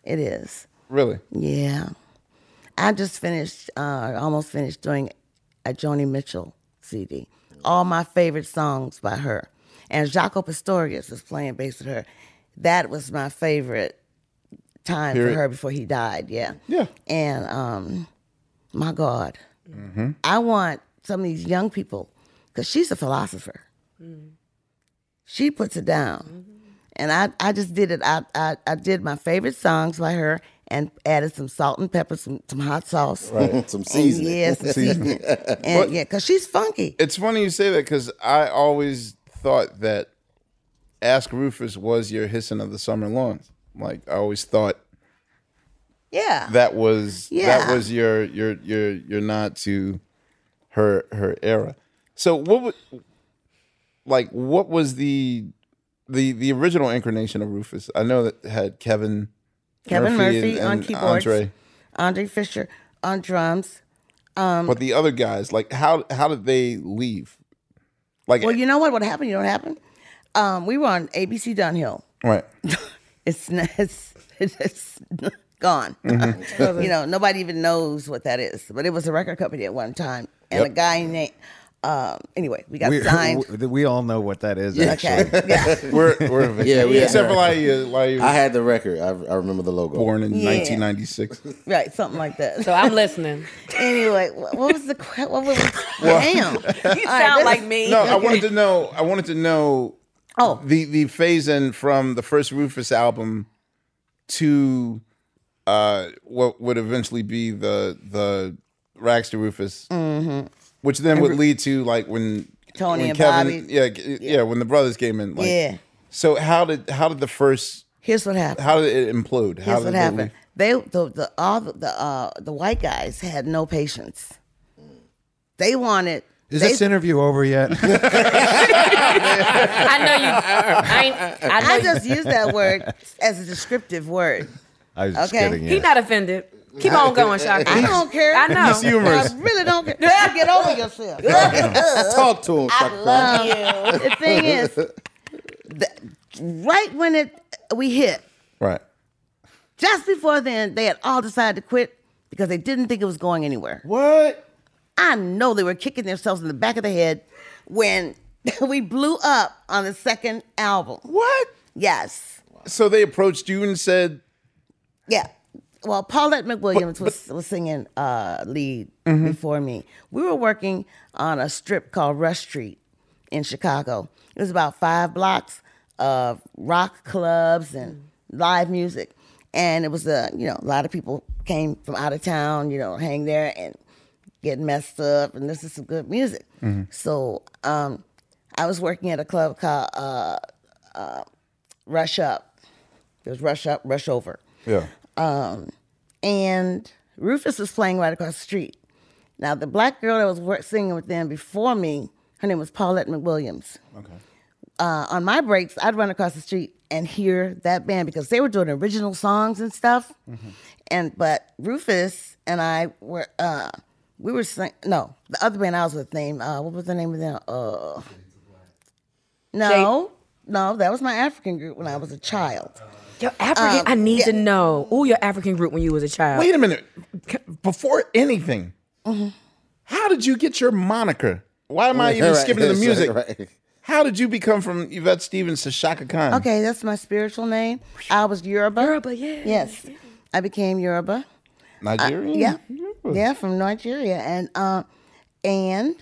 [SPEAKER 8] It is.
[SPEAKER 1] really?
[SPEAKER 8] Yeah. I just finished, uh, almost finished doing a Joni Mitchell CD. All my favorite songs by her. And Jaco Pastorius is playing bass with her. That was my favorite time
[SPEAKER 1] Period.
[SPEAKER 8] for her before he died. Yeah.
[SPEAKER 1] Yeah.
[SPEAKER 8] And um, my God, I want some of these young people, because she's a philosopher.
[SPEAKER 1] Mm-hmm.
[SPEAKER 8] She puts it down. And I, I just did it. I, I, I did my favorite songs by her and added some salt and pepper, some, some hot sauce.
[SPEAKER 4] Some
[SPEAKER 8] And
[SPEAKER 4] seasoning.
[SPEAKER 8] Oh, yes, some seasoning. and yeah, because she's funky.
[SPEAKER 1] It's funny you say that because I always thought that Ask Rufus was your hissing of the summer lawns. Like I always thought
[SPEAKER 8] Yeah.
[SPEAKER 1] that was that
[SPEAKER 8] Yeah.
[SPEAKER 1] was your your your your nod to her her era. So what was like what was the the the original incarnation of Rufus? I know that had Kevin
[SPEAKER 8] Kevin Murphy,
[SPEAKER 1] and-
[SPEAKER 8] on
[SPEAKER 1] and
[SPEAKER 8] keyboards,
[SPEAKER 1] Andre,
[SPEAKER 8] Andre Fisher on drums. Um,
[SPEAKER 1] but the other guys like how how did they leave? Like
[SPEAKER 8] Well, you know what? What happened? You know what happened? Um, we were on ABC Dunhill.
[SPEAKER 1] right.
[SPEAKER 8] It's n- it's it's gone. you know, nobody even knows what that is. But it was a record company at one time, and a guy named. Um, anyway, we got
[SPEAKER 5] We,
[SPEAKER 8] signed.
[SPEAKER 5] we, we all know what that is.
[SPEAKER 8] okay,
[SPEAKER 5] Actually,
[SPEAKER 8] yeah,
[SPEAKER 1] We're, we're
[SPEAKER 4] Yeah, we-
[SPEAKER 1] except for like uh, like
[SPEAKER 4] I had the record. I, I remember the logo.
[SPEAKER 1] born in
[SPEAKER 8] Yeah.
[SPEAKER 1] 1996.
[SPEAKER 8] right, something like that.
[SPEAKER 9] so I'm listening.
[SPEAKER 8] anyway, wh- what was the que- what was damn?
[SPEAKER 10] you
[SPEAKER 8] All right,
[SPEAKER 10] sound
[SPEAKER 8] this-
[SPEAKER 10] like me.
[SPEAKER 1] No, I wanted to know. I wanted to know
[SPEAKER 8] Oh,
[SPEAKER 1] the the phase in from the first Rufus album to uh what would eventually be the the Rags to Rufus, which then would lead to like when
[SPEAKER 8] Mm-hmm. Tony
[SPEAKER 1] when
[SPEAKER 8] and Bobby.
[SPEAKER 1] yeah, g- yeah, when the brothers came in, like,
[SPEAKER 8] Yeah.
[SPEAKER 1] So how did how did the first
[SPEAKER 8] here's what happened.
[SPEAKER 1] how did it implode? How
[SPEAKER 8] Here's
[SPEAKER 1] did
[SPEAKER 8] what
[SPEAKER 1] it
[SPEAKER 8] happened.
[SPEAKER 1] leave?
[SPEAKER 8] They the, the all the the, uh, the white guys had no patience. They wanted.
[SPEAKER 5] is
[SPEAKER 8] they,
[SPEAKER 5] this interview over yet?
[SPEAKER 9] I know you. I, ain't, I know
[SPEAKER 8] I
[SPEAKER 9] you.
[SPEAKER 8] just use that word as a descriptive word.
[SPEAKER 5] I was just
[SPEAKER 8] Okay.
[SPEAKER 5] kidding.
[SPEAKER 9] He
[SPEAKER 5] Yeah.
[SPEAKER 9] not offended. Keep on going, Shaka.
[SPEAKER 8] I don't care.
[SPEAKER 9] I know. It's
[SPEAKER 1] humorous.
[SPEAKER 8] I really don't care. Um, Get over yourself.
[SPEAKER 4] Talk to him.
[SPEAKER 8] I
[SPEAKER 4] Shaka Khan.
[SPEAKER 8] love you. The thing is, the, right when it we hit,
[SPEAKER 1] Right.
[SPEAKER 8] just before then, they had all decided to quit because they didn't think it was going anywhere.
[SPEAKER 1] What?
[SPEAKER 8] I know they were kicking themselves in the back of the head when we blew up on the second album.
[SPEAKER 1] What?
[SPEAKER 8] Yes.
[SPEAKER 1] So they approached you and said,
[SPEAKER 8] Yeah. Well, Paulette McWilliams was, was singing uh, lead
[SPEAKER 1] Mhm.
[SPEAKER 8] before me. We were working on a strip called Rush Street in Chicago. It was about five blocks of rock clubs and live music. And it was a, you know, a lot of people came from out of town, you know, hang there and get messed up. And this is some good music.
[SPEAKER 1] Mm-hmm.
[SPEAKER 8] So um, I was working at a club called uh, uh, Rush Up. It was Rush Up, Rush Over.
[SPEAKER 4] Yeah.
[SPEAKER 8] Um, and Rufus was playing right across the street. Now, the black girl that was wor- singing with them before me, her name was Paulette McWilliams.
[SPEAKER 1] Okay.
[SPEAKER 8] Uh, on my breaks, I'd run across the street and hear that band because they were doing original songs and stuff.
[SPEAKER 1] Mm-hmm.
[SPEAKER 8] And but Rufus and I were uh, we were sing- no the other band I was with named uh, what was the name of them? Uh, no, no, that was my African group when I was a child. Um,
[SPEAKER 9] Your African, I need to know. Ooh, your African group when you was a child.
[SPEAKER 1] Wait a minute. C- Before anything, how did you get your moniker? Why am I even
[SPEAKER 8] Right,
[SPEAKER 1] skipping to the
[SPEAKER 8] right,
[SPEAKER 1] music?
[SPEAKER 8] right.
[SPEAKER 1] How did you become from Yvette Stevens to Shaka Khan?
[SPEAKER 8] Okay, that's my spiritual name. I was Yoruba. Yoruba, yeah. Yes, I became Yoruba.
[SPEAKER 1] Nigerian?
[SPEAKER 8] Yeah, yeah, from Nigeria, and uh, and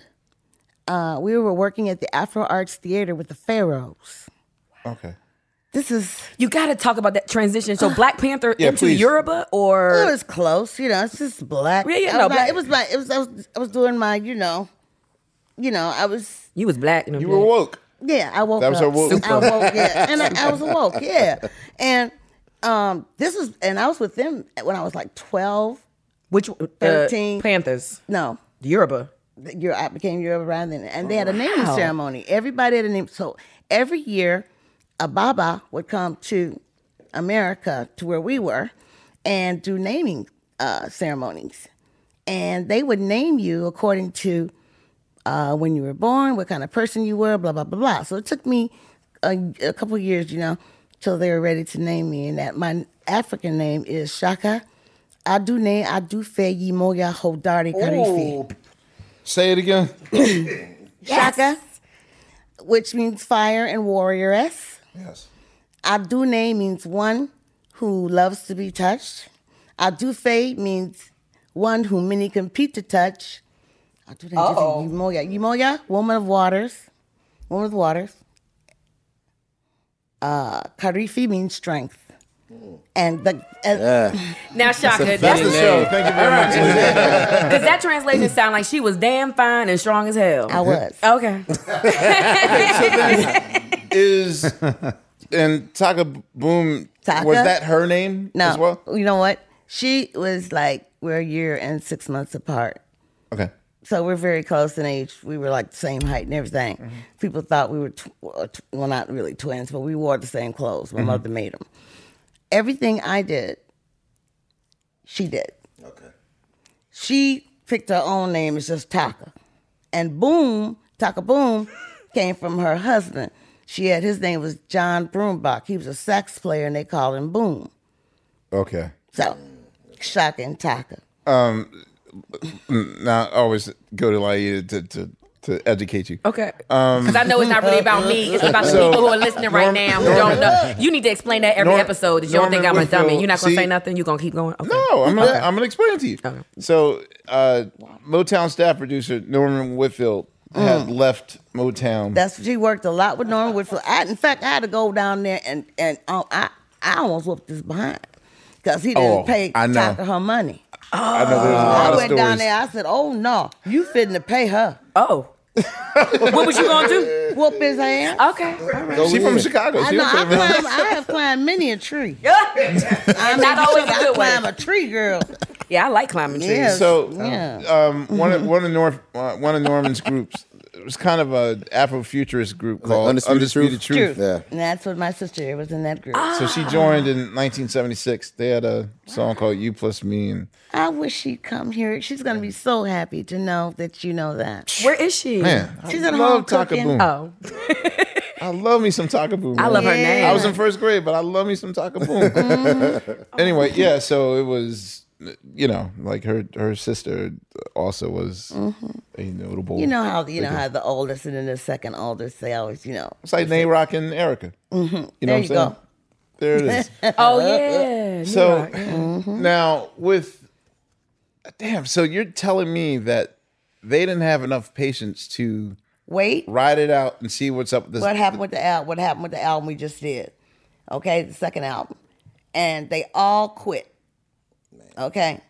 [SPEAKER 8] uh, we were working at the Afro Arts Theater with the Pharaohs.
[SPEAKER 1] Okay.
[SPEAKER 8] This is
[SPEAKER 9] you got to talk about that transition. So Black Panther
[SPEAKER 8] Yeah,
[SPEAKER 9] into
[SPEAKER 8] please.
[SPEAKER 9] Yoruba or
[SPEAKER 8] It was close, you know. It's just black.
[SPEAKER 9] Yeah, yeah,
[SPEAKER 8] I was
[SPEAKER 9] no,
[SPEAKER 8] like-
[SPEAKER 9] black.
[SPEAKER 8] It was like it was. I was. I was doing my, you know, you know. I was.
[SPEAKER 9] You was black. And
[SPEAKER 1] You were woke.
[SPEAKER 8] Yeah, I woke
[SPEAKER 1] That was
[SPEAKER 8] up.
[SPEAKER 1] her woke.
[SPEAKER 8] I woke. Yeah, and I, I was awoke. Yeah, and um, this was, and I was with them when I was like twelve.
[SPEAKER 9] Which uh,
[SPEAKER 8] 13.
[SPEAKER 9] Panthers?
[SPEAKER 8] No,
[SPEAKER 9] Yoruba.
[SPEAKER 8] Your I became Yoruba around then, and they had a naming
[SPEAKER 9] Wow.
[SPEAKER 8] ceremony. Everybody had a name. So every year, a Baba would come to America to where we were, and do naming uh, ceremonies, and they would name you according to uh, when you were born, what kind of person you were, blah blah blah blah. So it took me a, a couple of years, you know, till they were ready to name me, and that my African name is Shaka. Adune Adufe Yimoya Hodari Karifi.
[SPEAKER 1] Oh. Say it again.
[SPEAKER 8] Shaka, which means fire and warrioress.
[SPEAKER 1] Yes.
[SPEAKER 8] Adune means one who loves to be touched. Adufe means one whom many compete to touch. Adune
[SPEAKER 9] Uh-oh.
[SPEAKER 8] Yumoya. Yumoya, woman of waters. Woman of waters. Uh, Karifi means strength. And the. and-
[SPEAKER 9] Now, Shaka, Mm. that's, the show. Thank you very much. Because that translation sound like she was damn fine and strong as hell. I
[SPEAKER 8] was.
[SPEAKER 9] Okay.
[SPEAKER 1] Is and Taka Boom
[SPEAKER 8] Taka?
[SPEAKER 1] was that her name
[SPEAKER 8] No.
[SPEAKER 1] as well?
[SPEAKER 8] You know what? She was like, we're a year and six months apart.
[SPEAKER 1] Okay.
[SPEAKER 8] So we're very close in age. We were like the same height and everything.
[SPEAKER 1] Mm-hmm.
[SPEAKER 8] People thought we were, tw- uh, tw- well, not really twins, but we wore the same clothes. My
[SPEAKER 1] Mm-hmm.
[SPEAKER 12] Mhm.
[SPEAKER 8] mother made them. Everything I did, she did. Okay. She picked her own name. It's just Taka. And Boom, Taka Boom, came from her husband. She had his name was John Broombach. He was a sax player, and they called him Boom.
[SPEAKER 1] Okay.
[SPEAKER 8] So, Shaka and Taka.
[SPEAKER 1] Um now I always go to Laia to, to to educate you.
[SPEAKER 9] Okay.
[SPEAKER 1] Um
[SPEAKER 9] Because I know it's not really about me. It's about
[SPEAKER 1] So-
[SPEAKER 9] the people who are listening right
[SPEAKER 1] Norm-
[SPEAKER 9] now who don't
[SPEAKER 1] Norman-
[SPEAKER 9] know. You need to explain that every
[SPEAKER 1] Norm-
[SPEAKER 9] episode that you don't think I'm
[SPEAKER 1] Norman
[SPEAKER 9] a dummy.
[SPEAKER 1] Whitfield-
[SPEAKER 9] You're not going
[SPEAKER 1] see-
[SPEAKER 9] to say nothing. You're going to keep going. Okay.
[SPEAKER 1] No, Oh, I'm gonna I'm gonna explain it to you. So, uh, Motown staff producer Norman Whitfield had left Motown.
[SPEAKER 8] Mm. That's she worked a lot with Norman Whitfield. I, in fact, I had to go down there and and um, I I almost whooped his behind because he didn't
[SPEAKER 1] Oh,
[SPEAKER 8] pay
[SPEAKER 1] I know.
[SPEAKER 8] Taka her money.
[SPEAKER 1] I know there's a
[SPEAKER 8] I
[SPEAKER 1] lot
[SPEAKER 8] went
[SPEAKER 1] of
[SPEAKER 8] down
[SPEAKER 1] stories.
[SPEAKER 8] there. I said, "Oh no, you fitting to pay her."
[SPEAKER 9] Oh. what was you gonna do?
[SPEAKER 8] Whoop his ass.
[SPEAKER 9] Okay.
[SPEAKER 1] Go She from in. Chicago.
[SPEAKER 8] I
[SPEAKER 1] She
[SPEAKER 8] know.
[SPEAKER 1] don't
[SPEAKER 8] I,
[SPEAKER 1] care about-
[SPEAKER 8] climb, I have climbed many a tree.
[SPEAKER 9] I'm
[SPEAKER 8] not
[SPEAKER 9] always a
[SPEAKER 8] I
[SPEAKER 9] good one.
[SPEAKER 8] climb a tree, girl.
[SPEAKER 9] Yeah, I like climbing trees.
[SPEAKER 1] so, um, one
[SPEAKER 8] Mm-hmm.
[SPEAKER 1] of one of North uh, one of Norman's groups it was kind of a Afrofuturist group called
[SPEAKER 5] Undisputed Truth?
[SPEAKER 1] Truth.
[SPEAKER 8] And that's what my sister was in that group.
[SPEAKER 9] Ah.
[SPEAKER 1] So she joined in 1976. They had a song called "You Plus Me," and
[SPEAKER 8] I wish she'd come here. She's gonna be so happy to know that you know that.
[SPEAKER 9] Where is she?
[SPEAKER 1] Man, I
[SPEAKER 8] she's at
[SPEAKER 1] love
[SPEAKER 8] home
[SPEAKER 1] Taka
[SPEAKER 8] cooking.
[SPEAKER 1] Boom. Oh. I love me some Taka Boom.
[SPEAKER 9] I love her Yeah. name.
[SPEAKER 8] Oh.
[SPEAKER 1] I was in first grade, but I love me some Taka Boom. anyway, yeah, so it was you know, like her her sister also was
[SPEAKER 8] Mhm.
[SPEAKER 1] a notable.
[SPEAKER 8] You know how you know
[SPEAKER 1] figure.
[SPEAKER 8] how the oldest and then the second oldest they always you know.
[SPEAKER 1] It's like Nay Rock and Erica.
[SPEAKER 8] Mhm.
[SPEAKER 1] You
[SPEAKER 8] There
[SPEAKER 1] know
[SPEAKER 8] you
[SPEAKER 1] what I'm saying?
[SPEAKER 8] go.
[SPEAKER 1] There it is.
[SPEAKER 9] Oh, yeah,
[SPEAKER 8] Mm-hmm.
[SPEAKER 9] you're
[SPEAKER 1] So
[SPEAKER 9] right, yeah. Mhm.
[SPEAKER 1] now with damn, so you're telling me that they didn't have enough patience to
[SPEAKER 8] wait,
[SPEAKER 1] ride it out, and see what's up. with This
[SPEAKER 8] what happened with the album? What happened with the album we just did? Okay, the second album, and they all quit. Okay,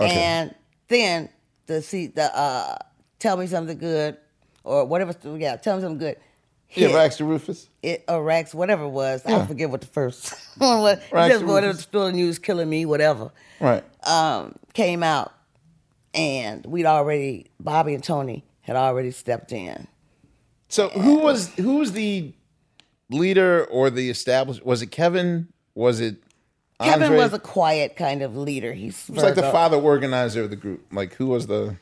[SPEAKER 12] Okay.
[SPEAKER 8] and then the see the uh, tell me something good or whatever. Yeah, tell me something good.
[SPEAKER 1] Yeah,
[SPEAKER 8] hit.
[SPEAKER 1] Rags to Rufus.
[SPEAKER 8] It or Rags, whatever it was. I
[SPEAKER 1] Yeah.
[SPEAKER 8] forget what the first one was. It
[SPEAKER 1] Rags
[SPEAKER 8] Just
[SPEAKER 1] to
[SPEAKER 8] whatever
[SPEAKER 1] Rufus.
[SPEAKER 8] the still news killing me, whatever.
[SPEAKER 1] Right.
[SPEAKER 8] um, came out, and we'd already Bobby and Tony had already stepped in.
[SPEAKER 1] So who was who was the leader or the established? Was it Kevin? Was it
[SPEAKER 8] Kevin
[SPEAKER 1] Andre?
[SPEAKER 8] was a quiet kind of leader. He's
[SPEAKER 1] It was like the
[SPEAKER 8] Virgo.
[SPEAKER 1] father organizer of the group. Like who was the,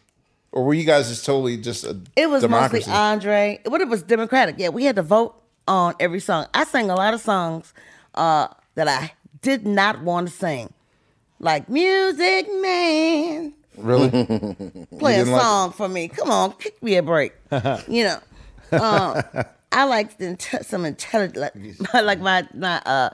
[SPEAKER 1] or were you guys just totally just a
[SPEAKER 8] It was
[SPEAKER 1] democracy?
[SPEAKER 8] mostly Andre. What it was democratic. Yeah, we had to vote on every song. I sang a lot of songs uh, that I did not want to sing, like "Music Man."
[SPEAKER 1] really?
[SPEAKER 8] Play a
[SPEAKER 1] didn't like-
[SPEAKER 8] song for me. Come on, give me a break. you know, um, I like the inte- some intelligent. Like, like my my uh,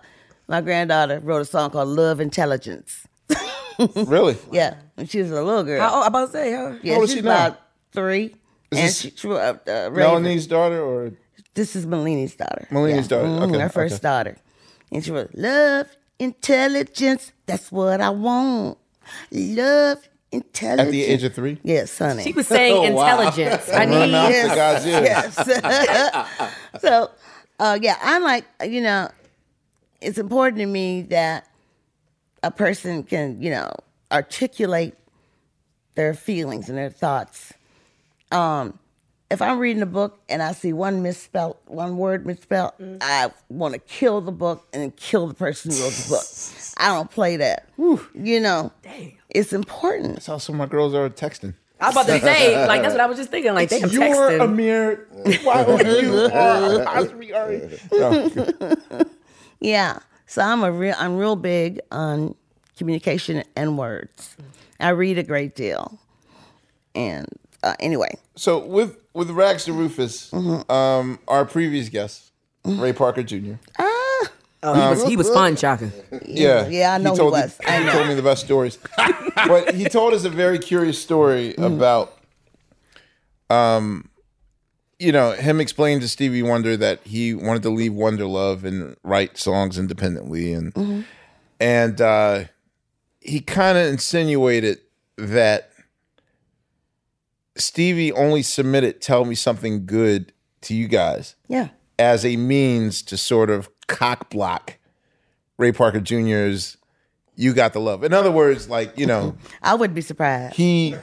[SPEAKER 8] my granddaughter wrote a song called "Love Intelligence."
[SPEAKER 1] really?
[SPEAKER 8] Yeah, when she was a little girl.
[SPEAKER 9] How old, I'm about to say, how,
[SPEAKER 8] Yeah,
[SPEAKER 9] how old is
[SPEAKER 8] she's
[SPEAKER 9] she now?
[SPEAKER 8] about three.
[SPEAKER 9] Is
[SPEAKER 8] and
[SPEAKER 9] this
[SPEAKER 8] she, she, wrote, uh, uh,
[SPEAKER 1] Melanie's daughter, or
[SPEAKER 8] this is Melini's daughter.
[SPEAKER 1] Melini's daughter,
[SPEAKER 8] Mhm,
[SPEAKER 1] okay,
[SPEAKER 8] her first
[SPEAKER 1] okay.
[SPEAKER 8] daughter, and she wrote "Love Intelligence." That's what I want. Love Intelligence.
[SPEAKER 1] at the age of three?
[SPEAKER 8] Yes, honey.
[SPEAKER 9] She was saying
[SPEAKER 8] Oh, wow.
[SPEAKER 9] intelligence. I
[SPEAKER 1] Run
[SPEAKER 9] need
[SPEAKER 1] out for God's ears.
[SPEAKER 8] yes. so, uh, yeah, I'm like, you know, it's important to me that a person can, you know, articulate their feelings and their thoughts. Um, if I'm reading a book and I see one misspelled, one word misspelled,
[SPEAKER 9] Mm.
[SPEAKER 8] I want to kill the book and kill the person who wrote the book. I don't play that. You know, it's important. That's
[SPEAKER 1] also my girls are texting.
[SPEAKER 9] I was about to say, like that's what I was just thinking. Like,
[SPEAKER 1] It's
[SPEAKER 9] damn,
[SPEAKER 1] your
[SPEAKER 9] texting.
[SPEAKER 1] Amir, why are you uh, are Osri
[SPEAKER 8] yeah. So I'm a real I'm real big on communication and words. I read a great deal. And uh, anyway,
[SPEAKER 1] So with with Rags to Rufus,
[SPEAKER 9] Mm-hmm.
[SPEAKER 1] um, our previous guest, Ray Parker Jr.
[SPEAKER 9] Oh, he was- he was fun, Chaka.
[SPEAKER 1] Yeah,
[SPEAKER 9] Yeah, I know he
[SPEAKER 1] told
[SPEAKER 9] was.
[SPEAKER 1] The, he told me the best stories, but he told us a very curious story
[SPEAKER 9] Mm-hmm.
[SPEAKER 1] about, um, you know, him explaining to Stevie Wonder that he wanted to leave Wonder Love and write songs independently, and
[SPEAKER 9] Mm-hmm.
[SPEAKER 1] and uh, he kind of insinuated that Stevie only submitted "Tell Me Something Good" to you guys
[SPEAKER 8] yeah.
[SPEAKER 1] as a means to sort of cock block Ray Parker Jr.'s "You Got the Love." In other words, like you know,
[SPEAKER 8] I would be surprised.
[SPEAKER 1] he it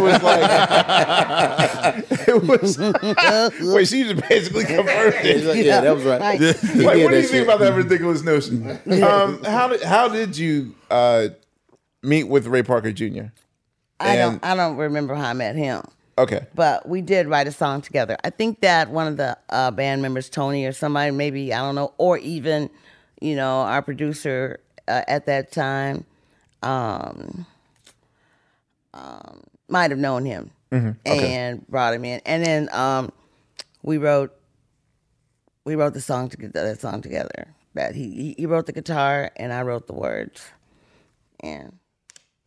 [SPEAKER 1] was like it was wait, she just basically confirmed it.
[SPEAKER 4] He's like, yeah, that was right.
[SPEAKER 1] Like,
[SPEAKER 4] Yeah. He
[SPEAKER 1] what
[SPEAKER 4] did
[SPEAKER 1] do
[SPEAKER 4] that
[SPEAKER 1] you think
[SPEAKER 4] shit.
[SPEAKER 1] about that ridiculous notion? Um, how did how did you uh, meet with Ray Parker Jr.?
[SPEAKER 8] I
[SPEAKER 1] And-
[SPEAKER 8] don't I don't remember how I met him.
[SPEAKER 1] Okay,
[SPEAKER 8] But we did write a song together. I think that one of the uh, band members, Tony or somebody, maybe, I don't know, or even, you know, our producer uh, at that time, um, um, might have known him
[SPEAKER 12] Mhm. Okay.
[SPEAKER 8] and brought him in. And then um, we wrote we wrote the song together that song together. That he he- he wrote the guitar and I wrote the words. And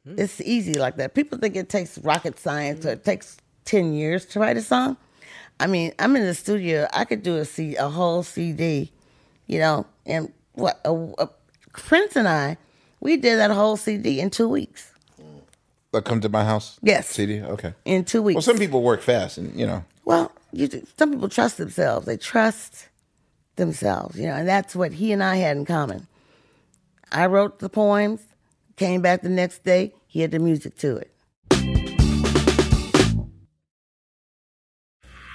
[SPEAKER 9] Mm.
[SPEAKER 8] it's easy like that. People think it takes rocket science or it takes 10 years to write a song. I mean, I'm in the studio. I could do a, C, a whole CD, you know, and what a, a, Prince and I, we did that whole CD in two weeks.
[SPEAKER 1] like come to my house.
[SPEAKER 8] Yes.
[SPEAKER 1] CD. Okay,
[SPEAKER 8] in two weeks.
[SPEAKER 1] Well, some people work fast, and you know,
[SPEAKER 8] Well, you do, some people trust themselves. They trust themselves, you know, and that's what he and I had in common. I wrote the poems, came back the next day, he had the music to it.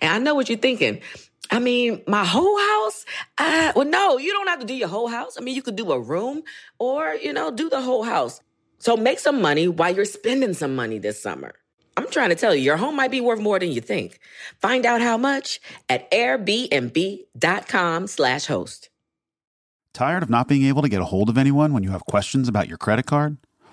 [SPEAKER 9] And I know what you're thinking. I mean, my whole house? Uh, well, no, you don't have to do your whole house. I mean, you could do a room or, you know, do the whole house. So make some money while you're spending some money this summer. I'm trying to tell you, your home might be worth more than you think. Find out how much at airbnb.com slash host.
[SPEAKER 6] Tired of not being able to get a hold of anyone when you have questions about your credit card?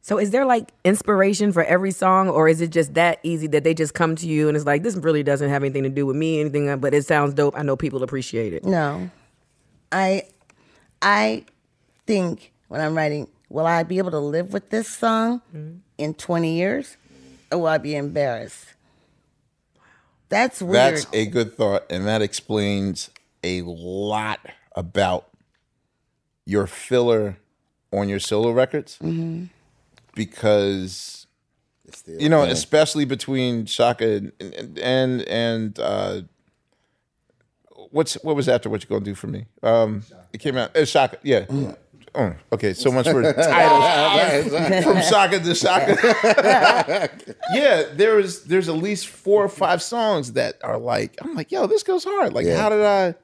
[SPEAKER 13] So is there like inspiration for every song, or is it just that easy that they just come to you and it's like this really doesn't have anything to do with me, anything, uh, but it sounds dope. I know people appreciate it.
[SPEAKER 8] No, I, I think when I'm writing, will I be able to live with this song in 20 years, or will I be embarrassed? That's weird.
[SPEAKER 1] That's a good thought, and that explains a lot about your filler on your solo records
[SPEAKER 8] Mhm.
[SPEAKER 1] because you know, especially between Shaka and and and, uh, what's what was after what you gonna do for me? Um, it came out uh, Shaka, yeah. Oh, okay, so much for titles from Shaka to Shaka. yeah, there is there's at least four or five songs that are like I'm like, yo, this goes hard. Like,
[SPEAKER 14] Yeah.
[SPEAKER 1] how did I?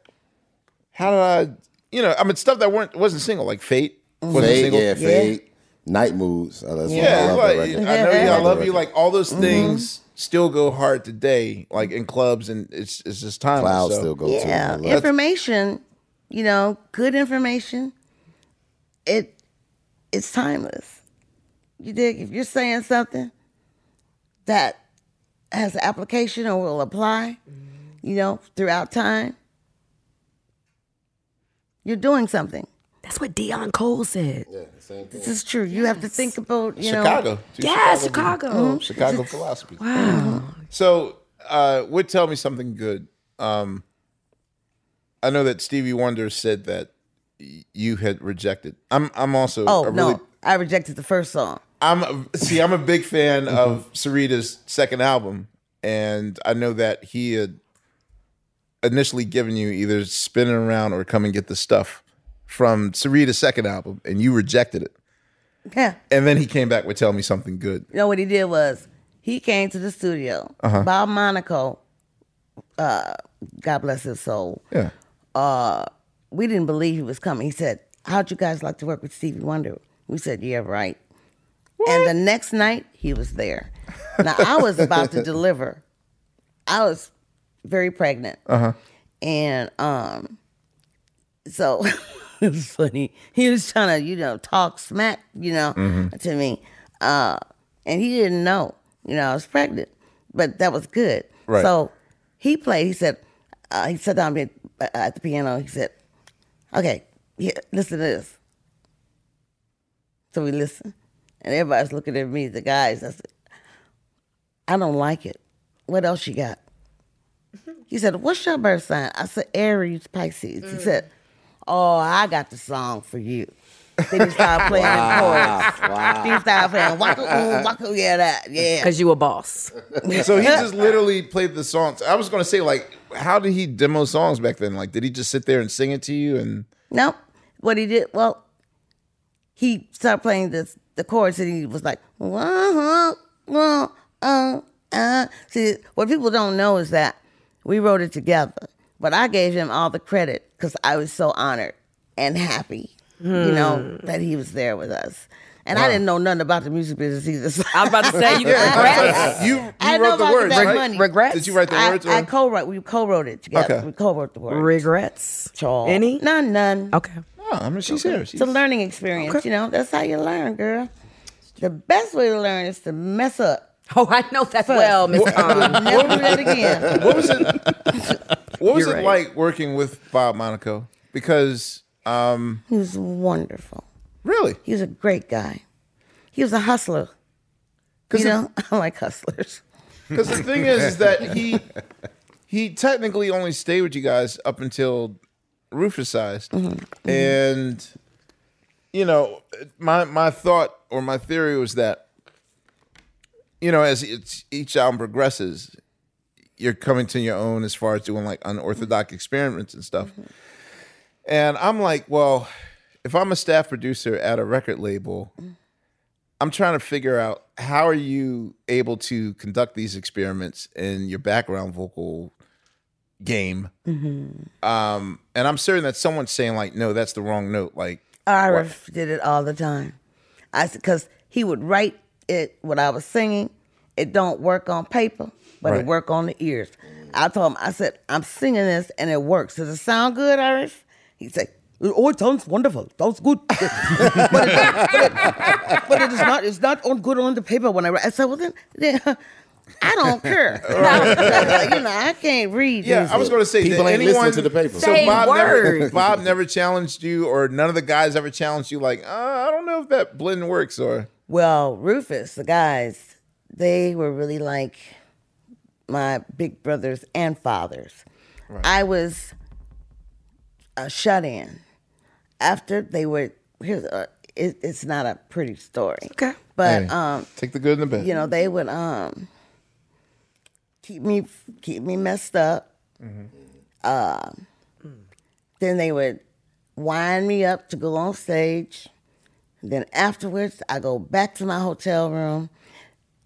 [SPEAKER 1] How did I? You know, I mean, stuff that weren't wasn't single like Fate. Wasn't
[SPEAKER 14] Fade,
[SPEAKER 1] single.
[SPEAKER 14] yeah, fade. Night moods. Oh, that's yeah,
[SPEAKER 1] Yeah,
[SPEAKER 14] I love
[SPEAKER 1] like,
[SPEAKER 14] that
[SPEAKER 1] I
[SPEAKER 14] record.
[SPEAKER 1] know you, I
[SPEAKER 14] that
[SPEAKER 1] love you.
[SPEAKER 14] record.
[SPEAKER 1] Like all those
[SPEAKER 14] Mhm.
[SPEAKER 1] things still go hard today, like in clubs, and it's it's just time.
[SPEAKER 14] Clouds still go, too.
[SPEAKER 8] Yeah,
[SPEAKER 1] That's-
[SPEAKER 8] information, you know, good information. It, it's timeless. You dig? If you're saying something that has application or will apply, you know, throughout time, you're doing something.
[SPEAKER 13] That's what Dion Cole said.
[SPEAKER 14] Yeah, same thing.
[SPEAKER 8] This is true. You have to think about, you
[SPEAKER 1] Chicago.
[SPEAKER 8] know, Mm-hmm.
[SPEAKER 1] too.
[SPEAKER 13] Yeah,
[SPEAKER 1] Mhm.
[SPEAKER 13] Chicago.
[SPEAKER 1] Chicago philosophy. Wow. So, uh, would tell me something good. Um, I know that Stevie Wonder said that y- you had rejected. I'm I'm also
[SPEAKER 8] Oh
[SPEAKER 1] a
[SPEAKER 8] no,
[SPEAKER 1] really
[SPEAKER 8] I rejected the first song.
[SPEAKER 1] I'm a- see. I'm a big fan of Sarita's second album, and I know that he had initially given you either spin it around or come and get the stuff from Sarita's second album, and you rejected it.
[SPEAKER 8] Yeah.
[SPEAKER 1] And then he came back with "Tell Me Something Good."
[SPEAKER 8] You know what he did was he came to the studio.
[SPEAKER 1] Uh-huh.
[SPEAKER 8] Bob Monaco, uh, God bless his soul.
[SPEAKER 1] Yeah.
[SPEAKER 8] Uh, we didn't believe he was coming. He said, "How'd you guys like to work with Stevie Wonder?" We said, "Yeah, right." And the next night he was there. Now I was about to deliver. I was very pregnant.
[SPEAKER 1] Uh huh.
[SPEAKER 8] And um, so it was funny. He was trying to, you know, talk smack, you know,
[SPEAKER 1] Mm-hmm.
[SPEAKER 3] Mhm.
[SPEAKER 8] to me. Uh, and he didn't know, you know, I was pregnant, but that was good.
[SPEAKER 3] Right.
[SPEAKER 8] So he played, he said, uh, he sat down and uh, at the piano. He said, "Okay, yeah, listen to this." So we listened, and everybody's looking at me. The guys, I said, "I don't like it. What else you got?" He said, "What's your birth sign?" I said, "Aries, Pisces." He said, "Oh, I got the song for you." Then he started playing
[SPEAKER 12] Wow,
[SPEAKER 8] the chorus.
[SPEAKER 12] wow.
[SPEAKER 8] Then he started playing waka ooh, waka yeah that yeah.
[SPEAKER 9] 'Cause you a boss.
[SPEAKER 1] so he just literally played the songs. I was going to say, like, how did he demo songs back then? Like, did he just sit there and sing it to you? And
[SPEAKER 8] Nope. What he did, well, he started playing this the chorus and he was like, wah, wah, uh, uh. See, what people don't know is that we wrote it together, but I gave him all the credit because I was so honored and happy, you know,
[SPEAKER 9] Hmm.
[SPEAKER 8] that he was there with us. And
[SPEAKER 9] Wow.
[SPEAKER 8] I didn't know nothing about the music business either. so-
[SPEAKER 9] I was about to say, you Yeah, regrets.
[SPEAKER 1] you-
[SPEAKER 9] you
[SPEAKER 8] I didn't
[SPEAKER 9] wrote
[SPEAKER 8] know
[SPEAKER 9] the
[SPEAKER 8] about
[SPEAKER 9] words,
[SPEAKER 8] that
[SPEAKER 9] right?
[SPEAKER 8] money.
[SPEAKER 9] Regrets? Did you write the
[SPEAKER 8] I-
[SPEAKER 9] words,
[SPEAKER 8] I
[SPEAKER 9] or-
[SPEAKER 8] co-wrote. We co-wrote it together.
[SPEAKER 9] Okay.
[SPEAKER 8] We co-wrote the words.
[SPEAKER 9] Regrets?
[SPEAKER 8] Child.
[SPEAKER 9] Any?
[SPEAKER 8] None. None.
[SPEAKER 9] Okay.
[SPEAKER 1] Oh, I mean, she's here.
[SPEAKER 8] It's a learning experience, you know. That's how you learn, girl. The best way to learn is to mess up.
[SPEAKER 9] Oh, I know that well,
[SPEAKER 8] Miss Never do that again.
[SPEAKER 1] what was it? What was
[SPEAKER 8] You're
[SPEAKER 1] it
[SPEAKER 8] right.
[SPEAKER 1] like working with Bob Monaco? Because um,
[SPEAKER 8] he was wonderful.
[SPEAKER 1] Really?
[SPEAKER 8] He was a great guy. He was a hustler. You know, I like hustlers.
[SPEAKER 1] Because the thing is, is that he he technically only stayed with you guys up until Rufus sized, and you know, my my thought or my theory was that you know, as it's, each album progresses, you're coming to your own as far as doing like unorthodox experiments and stuff. And I'm like, well, if I'm a staff producer at a record label, I'm trying to figure out how are you able to conduct these experiments in your background vocal game.
[SPEAKER 8] Mm-hmm.
[SPEAKER 1] Um, and I'm certain that someone's saying like, no, that's the wrong note. Like,
[SPEAKER 8] Arif did it all the time. I because he would write it what I was singing. It don't work on paper, but
[SPEAKER 12] Right.
[SPEAKER 8] it work on the ears. I told him, I said, I'm singing this and it works. Does it sound good, Arif? He said, Oh, it sounds wonderful. Sounds good. but, it, but it- but it is not. It's not on good on the paper when I write. I said, Well, then, then I don't care. you know, I can't read.
[SPEAKER 1] yeah, I was going to say
[SPEAKER 8] that.
[SPEAKER 1] that anyone, So Bob never, Bob never challenged you, or none of the guys ever challenged you. Like, uh, I don't know if that blend works, or
[SPEAKER 8] Well, Rufus, the guys, they were really like my big brothers and fathers.
[SPEAKER 12] Right.
[SPEAKER 8] I was a shut in. After they were, here's a, it, it's not a pretty story. Okay. But,
[SPEAKER 1] Hey,
[SPEAKER 8] um,
[SPEAKER 1] take the good and the bad.
[SPEAKER 8] you know, they would um, keep me keep me messed up. Mm-hmm. Um, then they would wind me up to go on stage. Then afterwards, I go back to my hotel room.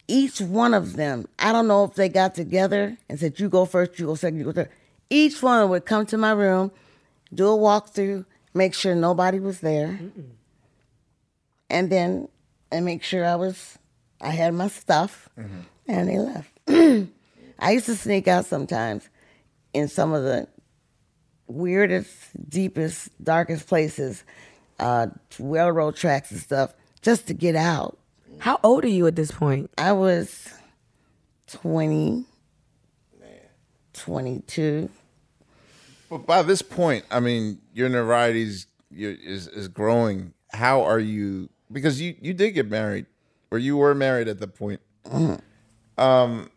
[SPEAKER 8] Each one of them, I don't know if they got together and said, "You go first, you go second, you go third. Each one would come to my room, do a walkthrough, make sure nobody was there, and then and make sure I was, I had my stuff, and they left. I used to sneak out sometimes in some of the weirdest, deepest, darkest places, uh, railroad tracks and stuff, just to get out.
[SPEAKER 9] How old are you at this point?
[SPEAKER 8] I was 20, 22.
[SPEAKER 1] But by this point, I mean your notoriety's your, is is growing. How are you? Because you you did get married, or you were married at the point. Um,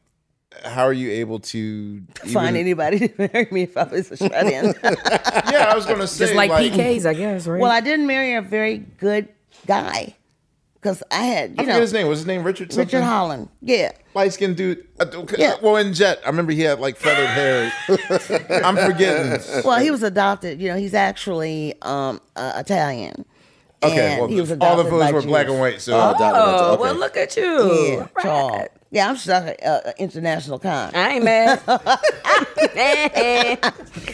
[SPEAKER 1] how are you able to
[SPEAKER 8] Find
[SPEAKER 1] even-
[SPEAKER 8] anybody to marry me if I was a shut in.
[SPEAKER 1] Yeah, I was gonna say
[SPEAKER 9] Just like, PKs, I guess, right?
[SPEAKER 8] Well, I didn't marry a very good guy because I had, you
[SPEAKER 1] I
[SPEAKER 8] know.
[SPEAKER 1] forget his name. Was his name Richard?
[SPEAKER 8] Richard
[SPEAKER 1] something?
[SPEAKER 8] Holland. Yeah.
[SPEAKER 1] Light skinned dude. Uh, okay, Well, in Jet, I remember he had like feathered hair. I'm forgetting.
[SPEAKER 8] Well, he was adopted. You know, he's actually um, uh, Italian.
[SPEAKER 1] Okay,
[SPEAKER 8] And
[SPEAKER 1] well,
[SPEAKER 8] he was
[SPEAKER 1] all the
[SPEAKER 8] adopted
[SPEAKER 1] photos
[SPEAKER 8] by
[SPEAKER 1] were black
[SPEAKER 8] Jews.
[SPEAKER 1] and white, so-
[SPEAKER 9] Oh, well, look at you.
[SPEAKER 8] Yeah, child. yeah I'm stuck at uh, uh, international con.
[SPEAKER 9] I ain't mad.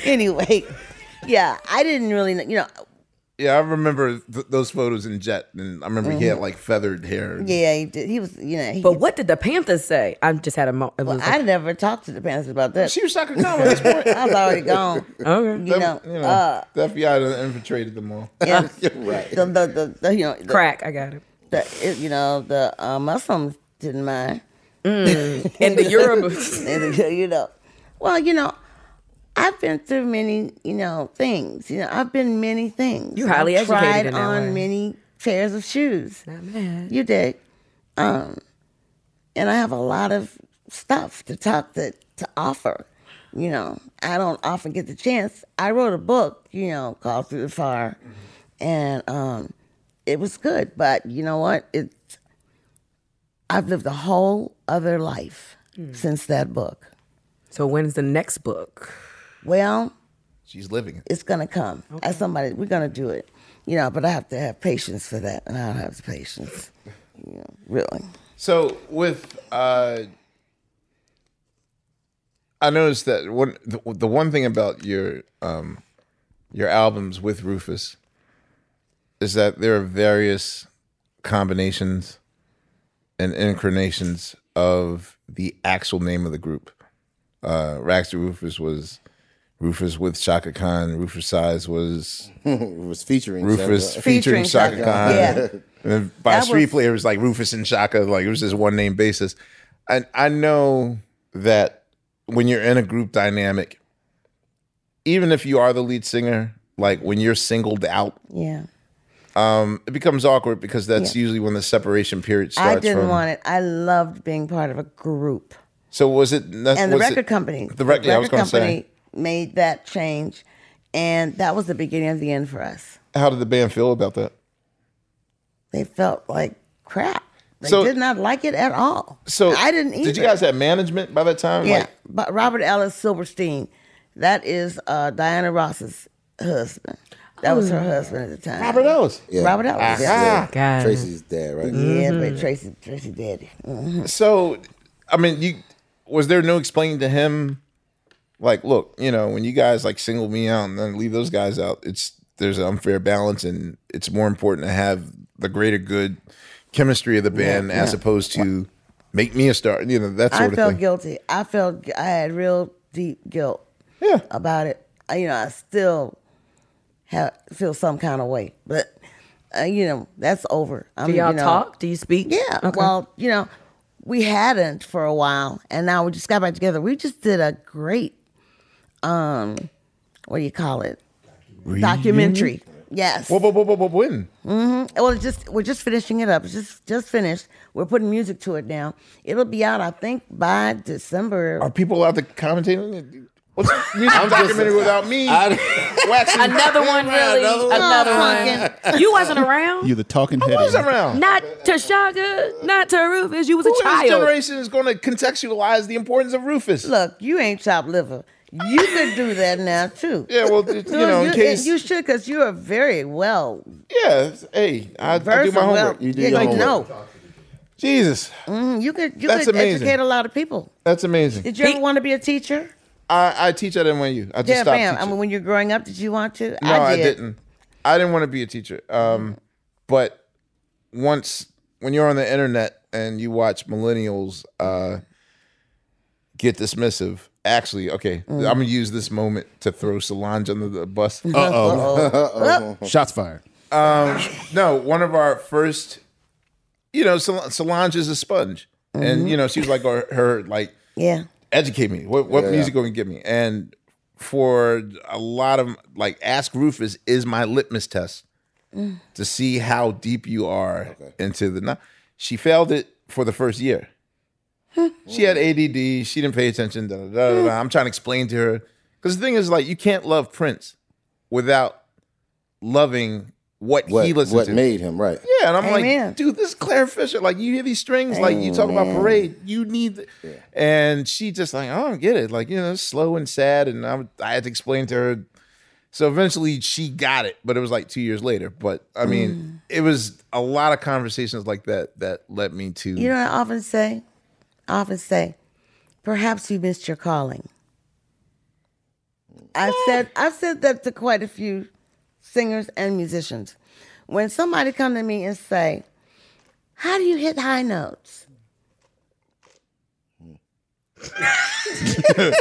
[SPEAKER 8] anyway, yeah, I didn't really, kn- you know,
[SPEAKER 1] Yeah, I remember th- those photos in Jet, and I remember he had
[SPEAKER 8] Mhm.
[SPEAKER 1] like feathered hair.
[SPEAKER 8] yeah, he did. He was, you know. He,
[SPEAKER 9] But what did the Panthers say? I just had a moment.
[SPEAKER 8] well, I never talked to the parents about that.
[SPEAKER 1] She was not gonna come at this point.
[SPEAKER 8] I was already gone.
[SPEAKER 9] Okay.
[SPEAKER 8] You know,
[SPEAKER 1] You know,
[SPEAKER 8] uh,
[SPEAKER 1] the FBI done infiltrated them all.
[SPEAKER 8] Yeah.
[SPEAKER 1] You're right.
[SPEAKER 8] the, the, the, the, you know, the-
[SPEAKER 9] Crack, I got it.
[SPEAKER 8] The, it- you know, the uh, Muslims didn't mind.
[SPEAKER 9] Mm. and the Yoruba.
[SPEAKER 8] And the- you know. Well, you know, I I've been through many, you know, things. You know, I've been many things.
[SPEAKER 9] You're highly
[SPEAKER 8] I've
[SPEAKER 9] educated
[SPEAKER 8] Tried
[SPEAKER 9] in that
[SPEAKER 8] on
[SPEAKER 9] way.
[SPEAKER 8] many pairs of shoes.
[SPEAKER 9] Not bad.
[SPEAKER 8] You dig? Um, and I have a lot of stuff to talk to to offer. You know, I don't often get the chance. I wrote a book, you know, called Through the Fire, and um, it was good. But you know what? It I've lived a whole other life since that book.
[SPEAKER 9] Hmm. So when's the next book?
[SPEAKER 8] Well,
[SPEAKER 1] She's living it.
[SPEAKER 8] it's gonna come. As somebody, we're gonna do it. You know, but I have to have patience for that, and I don't have the patience. You know, really.
[SPEAKER 1] So with uh I noticed that one the, the one thing about your um your albums with Rufus is that there are various combinations and incarnations of the actual name of the group. Uh Raxter Rufus was Rufus with Shaka Khan, Rufus Size was
[SPEAKER 15] was featuring
[SPEAKER 1] Rufus
[SPEAKER 15] Shaka.
[SPEAKER 8] Featuring
[SPEAKER 1] featuring Shaka
[SPEAKER 8] Shaka,
[SPEAKER 1] Khan.
[SPEAKER 8] yeah.
[SPEAKER 1] And then by
[SPEAKER 8] That
[SPEAKER 1] street
[SPEAKER 8] was-
[SPEAKER 1] play, it was like Rufus and Shaka, like it was just one name basis. And I know that when you're in a group dynamic, even if you are the lead singer, like when you're singled out,
[SPEAKER 8] Yeah.
[SPEAKER 1] um, it becomes awkward because that's
[SPEAKER 8] Yeah.
[SPEAKER 1] usually when the separation period starts.
[SPEAKER 8] I didn't
[SPEAKER 1] from-
[SPEAKER 8] want it. I loved being part of a group.
[SPEAKER 1] So was it? And
[SPEAKER 8] and the record company.
[SPEAKER 1] The record. Yeah, I was going to say.
[SPEAKER 8] company made that change, and that was the beginning of the end for us.
[SPEAKER 1] How did the band feel about that?
[SPEAKER 8] They felt like crap. They
[SPEAKER 1] So-
[SPEAKER 8] did not like it at all.
[SPEAKER 1] So
[SPEAKER 8] I didn't either.
[SPEAKER 1] Did you guys have management by that time?
[SPEAKER 8] Yeah,
[SPEAKER 1] Like,
[SPEAKER 8] but Robert Ellis Silverstein, that is uh, Diana Ross's husband. That was her husband at the time.
[SPEAKER 1] Robert Ellis.
[SPEAKER 8] Robert Ellis.
[SPEAKER 1] Aha.
[SPEAKER 8] Yeah,
[SPEAKER 9] God.
[SPEAKER 15] Tracy's dad, right?
[SPEAKER 8] yeah but Tracy, Tracy daddy. Mhm.
[SPEAKER 1] So, I mean, you was there no explaining to him, like, look, you know, when you guys like single me out and then leave those guys out, it's there's an unfair balance, and it's more important to have the greater good chemistry of the band as opposed to make me a star, you know, that
[SPEAKER 8] I
[SPEAKER 1] sort of
[SPEAKER 8] felt
[SPEAKER 1] thing.
[SPEAKER 8] guilty. I felt I had real deep guilt
[SPEAKER 1] Yeah.
[SPEAKER 8] about it. I, you know, I still have, feel some kind of way, but uh, you know, that's over. I
[SPEAKER 9] Do y'all
[SPEAKER 8] you know,
[SPEAKER 9] talk? Do you speak?
[SPEAKER 8] Yeah.
[SPEAKER 9] Okay.
[SPEAKER 8] Well, you know, we hadn't for a while, and now we just got back together. We just did a great, um, what do you call it? Documentary. Yes.
[SPEAKER 1] Whoa, whoa, whoa, whoa, whoa, when?
[SPEAKER 8] Mm-hmm. Well, it's just we're just finishing it up. It's just just finished. We're putting music to it now. It'll be out, I think, by December.
[SPEAKER 1] Are people out there commentating? on it? What's a music documentary without me? Waxing.
[SPEAKER 9] Another one, really.
[SPEAKER 1] Another one.
[SPEAKER 9] Another
[SPEAKER 8] Aw,
[SPEAKER 9] one. You wasn't around.
[SPEAKER 6] You the talking head.
[SPEAKER 1] Who's around?
[SPEAKER 9] Not to Shaka, not to Rufus. You was a
[SPEAKER 1] Who in this
[SPEAKER 9] child.
[SPEAKER 1] generation is going to contextualize the importance of Rufus?
[SPEAKER 8] Look, you ain't chopped liver. You could do that now too.
[SPEAKER 1] Yeah, well, you know, in case
[SPEAKER 8] you should, because you are very well
[SPEAKER 1] Yeah, it's- hey, I, I do
[SPEAKER 8] versed.
[SPEAKER 1] my homework.
[SPEAKER 8] Well, yeah, you know,
[SPEAKER 1] Jesus,
[SPEAKER 8] Mhm, you could you
[SPEAKER 1] That's
[SPEAKER 8] could
[SPEAKER 1] amazing.
[SPEAKER 8] educate a lot of people.
[SPEAKER 1] that's amazing.
[SPEAKER 8] Did you ever want to be a teacher?
[SPEAKER 1] I, I teach at NYU. I just
[SPEAKER 8] Yeah,
[SPEAKER 1] stopped
[SPEAKER 8] bam. I
[SPEAKER 1] teaching.
[SPEAKER 8] mean, when you're growing up, did you want to?
[SPEAKER 1] no, I, didn't. I didn't want to be a teacher. Um, but once when you're on the internet and you watch millennials uh, get dismissive, actually, okay, I'm gonna use this moment to throw Solange under the bus.
[SPEAKER 6] Shots fired.
[SPEAKER 1] Um, No, one of our first, you know, Sol- Solange is a sponge, and you know, she was like our, her like
[SPEAKER 8] Yeah.
[SPEAKER 1] educate me. What what music going to give me? And for a lot of like, Ask Rufus is my litmus test to see how deep you are into the. kno- She failed it for the first year. she had ADD. She didn't pay attention. Da, da, da, da, da. I'm trying to explain to her because the thing is like you can't love Prince without loving what,
[SPEAKER 15] What,
[SPEAKER 1] he listened
[SPEAKER 15] what
[SPEAKER 1] to.
[SPEAKER 15] made him, right?
[SPEAKER 1] Yeah, and I'm
[SPEAKER 8] Amen.
[SPEAKER 1] like, dude, this is Claire Fisher. Like, you hear these strings, like you talk about parade, you need. th- And she just like, I don't get it. Like, you know, it's slow and sad, and I, would- I had to explain to her. So eventually, she got it, but it was like two years later. But I mean,
[SPEAKER 15] Mm.
[SPEAKER 1] it was a lot of conversations like that that led me to.
[SPEAKER 8] You know, what I often say, I often say, perhaps you missed your calling. I've said I've said that to quite a few singers and musicians. When somebody come to me and say, "How do you hit high notes?"
[SPEAKER 1] well,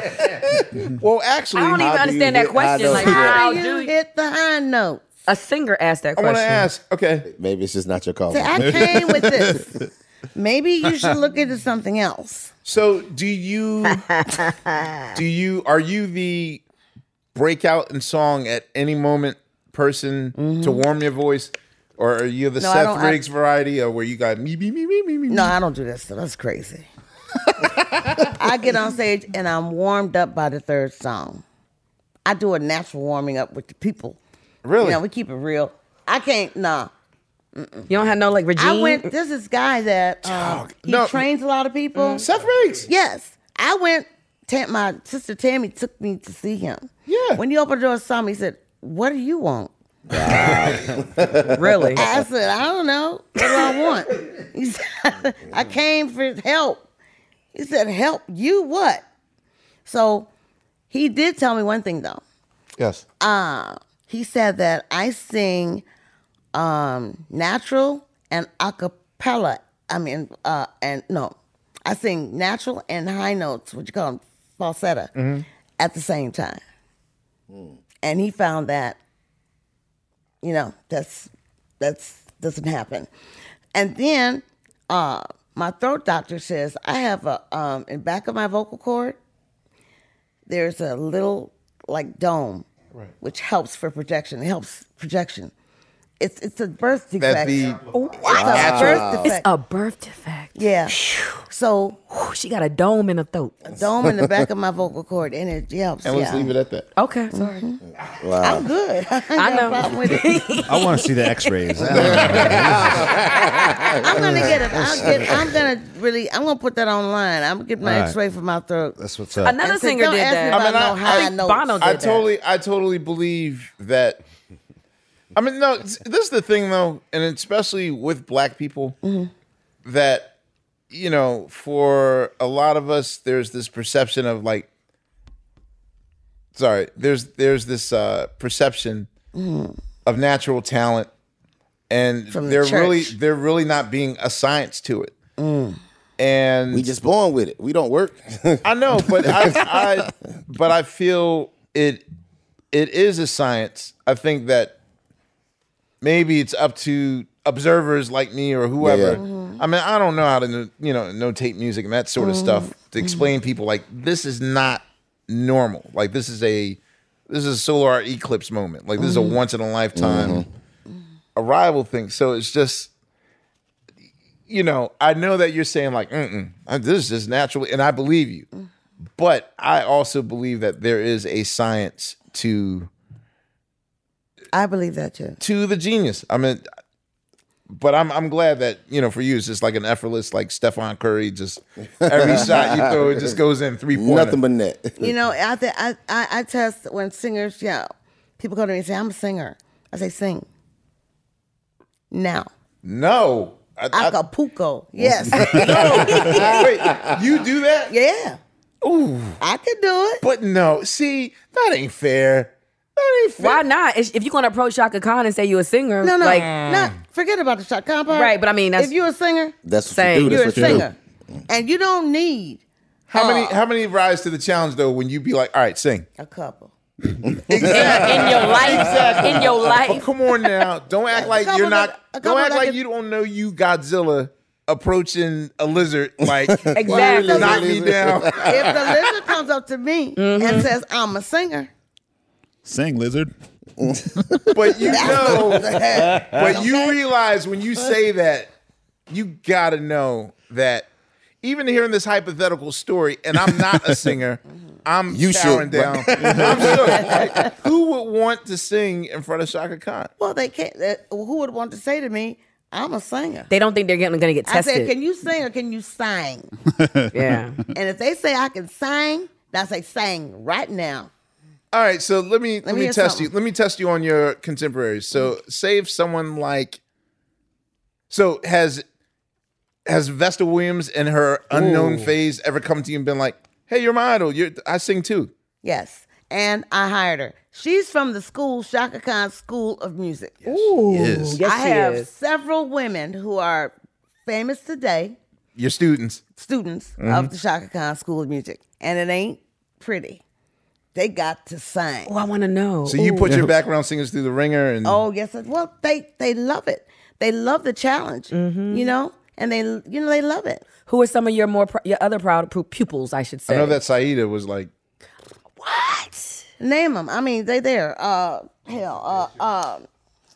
[SPEAKER 1] actually,
[SPEAKER 9] I don't even
[SPEAKER 4] do you
[SPEAKER 9] understand
[SPEAKER 4] get-
[SPEAKER 9] that
[SPEAKER 4] how
[SPEAKER 9] question.
[SPEAKER 4] does
[SPEAKER 9] Like
[SPEAKER 4] it-
[SPEAKER 8] How
[SPEAKER 9] how
[SPEAKER 8] do you
[SPEAKER 9] do you?
[SPEAKER 8] hit the high notes?
[SPEAKER 9] A singer asked that
[SPEAKER 1] I want
[SPEAKER 9] question.
[SPEAKER 1] to ask. Okay,
[SPEAKER 15] Maybe it's just not your call.
[SPEAKER 8] Say, I came with this. Maybe you should look into something else.
[SPEAKER 1] so do you? do you? Are you the break out in song at any moment person to warm your voice? Or are you the
[SPEAKER 8] Mm-hmm. No, I don't-
[SPEAKER 1] Seth
[SPEAKER 8] I-
[SPEAKER 1] Riggs variety or where you got me, me, me, me, me, me?
[SPEAKER 8] No, I don't do that stuff. That's crazy. I get on stage and I'm warmed up by the third song. I do a natural warming up with the people.
[SPEAKER 9] Really?
[SPEAKER 8] You know, we keep it real. I can't, nah.
[SPEAKER 9] You don't have no like Regine.
[SPEAKER 8] I went. This is guy that um, he
[SPEAKER 9] no.
[SPEAKER 8] trains a lot of people.
[SPEAKER 1] Seth Riggs.
[SPEAKER 8] Yes, I went. Tam, my sister Tammy took me to see him. Yeah. When he opened the door, and saw me. He said, "What do you want?"
[SPEAKER 9] really?
[SPEAKER 8] I said, "I don't know. What do I want?" He said, "I came for help." He said, "Help you what?" So he did tell me one thing though.
[SPEAKER 4] Yes.
[SPEAKER 8] Uh, he said that I sing um, natural and a cappella. I mean, uh, and no, I sing natural and high notes, what you call them, falsetto, at the same time. And he found that, you know, that's that's doesn't happen. And then uh, my throat doctor says I have a um, in back of my vocal cord. There's a little like dome,
[SPEAKER 4] Right.
[SPEAKER 8] which helps for projection. It helps projection. It's it's a birth defect. Oh, It's a birth
[SPEAKER 1] That the
[SPEAKER 8] defect.
[SPEAKER 9] It's a birth defect.
[SPEAKER 8] Yeah. So
[SPEAKER 9] she got a dome in her throat.
[SPEAKER 8] A dome in the back of my vocal cord, and it helps.
[SPEAKER 4] And let's
[SPEAKER 8] yeah. Mm-hmm.
[SPEAKER 4] leave it at that.
[SPEAKER 9] Okay, sorry.
[SPEAKER 8] I'm good. I, ain't got a
[SPEAKER 9] know.
[SPEAKER 8] problem with it.
[SPEAKER 5] I want to see the X-rays.
[SPEAKER 8] I'm gonna get it. I'll get, I'm gonna really. I'm gonna put that online. I'm gonna get my
[SPEAKER 5] All right.
[SPEAKER 8] X-ray for my throat.
[SPEAKER 5] That's what's up.
[SPEAKER 9] Another
[SPEAKER 8] And so
[SPEAKER 9] singer
[SPEAKER 8] don't
[SPEAKER 9] did
[SPEAKER 8] ask me
[SPEAKER 9] that.
[SPEAKER 8] about no high notes.
[SPEAKER 9] Bono did
[SPEAKER 1] I
[SPEAKER 9] that.
[SPEAKER 1] totally, I totally believe that. I mean, no, it's- this is the thing though, and especially with black people,
[SPEAKER 8] Mm-hmm.
[SPEAKER 1] that you know, for a lot of us, there's this perception of like, sorry, there's there's this uh, perception of natural talent, and
[SPEAKER 8] Mm-hmm. From the
[SPEAKER 1] they're really
[SPEAKER 8] church. Mm-hmm.
[SPEAKER 1] they're really not being a science to it,
[SPEAKER 4] Mm.
[SPEAKER 1] and
[SPEAKER 4] We just born with it. We don't work.
[SPEAKER 1] I know, but I, I but I feel it it is a science. I think that maybe it's up to observers like me or whoever.
[SPEAKER 4] yeah.
[SPEAKER 1] I mean, I don't know how to no- you know notate music and that sort of stuff
[SPEAKER 4] Mm-hmm.
[SPEAKER 1] to explain people like this is not normal. Like this is a this is a solar eclipse moment. Like this is a
[SPEAKER 4] Mm-hmm.
[SPEAKER 1] once in a lifetime arrival thing. So it's just you know, I know that you're saying like, Mm-mm, I- this is just natural, and I believe you.
[SPEAKER 4] Mm.
[SPEAKER 1] But I also believe that there is a science to
[SPEAKER 8] I believe that too.
[SPEAKER 1] to the genius. I mean, but I'm I'm glad that you know for you it's just like an effortless like Stefan Curry, just every shot you throw it just goes in three pointer.
[SPEAKER 4] Nothing but net.
[SPEAKER 8] You know, I, th- I I I test when singers. Yeah, people come to me and say, "I'm a singer." I say, "Sing." Now,
[SPEAKER 1] no, I, I-
[SPEAKER 8] Acapulco. Yes.
[SPEAKER 1] wait, you do that?
[SPEAKER 8] yeah.
[SPEAKER 1] Ooh,
[SPEAKER 8] I could do it.
[SPEAKER 1] but no, see that ain't fair. That ain't fair.
[SPEAKER 9] Why not? If if you're gonna approach Shaka Khan and say you're a singer,
[SPEAKER 8] No, no,
[SPEAKER 9] like
[SPEAKER 8] not forget about the shot compound.
[SPEAKER 9] Right, but I mean, that's-
[SPEAKER 8] if you're a singer,
[SPEAKER 4] That's what
[SPEAKER 9] Same.
[SPEAKER 4] you do.
[SPEAKER 8] you're a
[SPEAKER 4] That's what you
[SPEAKER 8] singer, and you don't need
[SPEAKER 1] How many how many rise to the challenge though when you be like, all right, sing.
[SPEAKER 8] a couple.
[SPEAKER 9] in your life, in your
[SPEAKER 1] Oh,
[SPEAKER 9] life,
[SPEAKER 1] come on now. Don't act like
[SPEAKER 8] couple
[SPEAKER 1] you're not.
[SPEAKER 8] that- a couple
[SPEAKER 1] Don't act
[SPEAKER 8] that
[SPEAKER 1] like
[SPEAKER 8] could-
[SPEAKER 1] you don't know you Godzilla approaching a lizard like
[SPEAKER 9] Exactly.
[SPEAKER 1] knock me down.
[SPEAKER 8] If the lizard comes up to me
[SPEAKER 9] Mm-hmm.
[SPEAKER 8] and says, "I'm a singer,"
[SPEAKER 6] Sing, lizard.
[SPEAKER 1] But you know, but you realize when you say that, you gotta know that even hearing this hypothetical story, and I'm not a singer, I'm
[SPEAKER 4] You should.
[SPEAKER 1] powering down. I'm shook. Like, who would want to sing in front of Shaka Khan?
[SPEAKER 8] well, they can't. Uh, who would want to say to me, "I'm a singer"?
[SPEAKER 9] they don't think they're getting, gonna get
[SPEAKER 8] I
[SPEAKER 9] tested.
[SPEAKER 8] said, "Can you sing or can you sing?"
[SPEAKER 9] yeah,
[SPEAKER 8] and if they say I can sing, then I say, "Sing right now."
[SPEAKER 1] All right, so let me let,
[SPEAKER 8] me
[SPEAKER 1] me
[SPEAKER 8] hear
[SPEAKER 1] test
[SPEAKER 8] something.
[SPEAKER 1] you.
[SPEAKER 8] Mm-hmm.
[SPEAKER 1] Let me test you on your contemporaries. So, say if someone like so has has Vesta Williams in her unknown phase ever come to you and been like, "Hey, you're my idol. You're I sing too."
[SPEAKER 8] Yes, and I hired her. She's from the school Shaka Khan School of Music.
[SPEAKER 9] Ooh,
[SPEAKER 4] Yes.
[SPEAKER 9] yes,
[SPEAKER 8] I
[SPEAKER 9] she
[SPEAKER 8] have
[SPEAKER 9] is.
[SPEAKER 8] several women who are famous today,
[SPEAKER 1] Your students.
[SPEAKER 8] students of the Shaka Khan School of Music, and it ain't pretty. They got to sing.
[SPEAKER 9] Oh, I want to know.
[SPEAKER 1] So you put your background singers through the ringer and
[SPEAKER 8] Oh yes, well they they love it. They love the challenge, you know, and they you know they love it.
[SPEAKER 9] Mm-hmm. Who are some of your more pr- your other proud pu- pupils? I should say.
[SPEAKER 1] I know that Saida was like,
[SPEAKER 9] What?
[SPEAKER 8] Name them. I mean, they there. Uh, hell, uh, uh,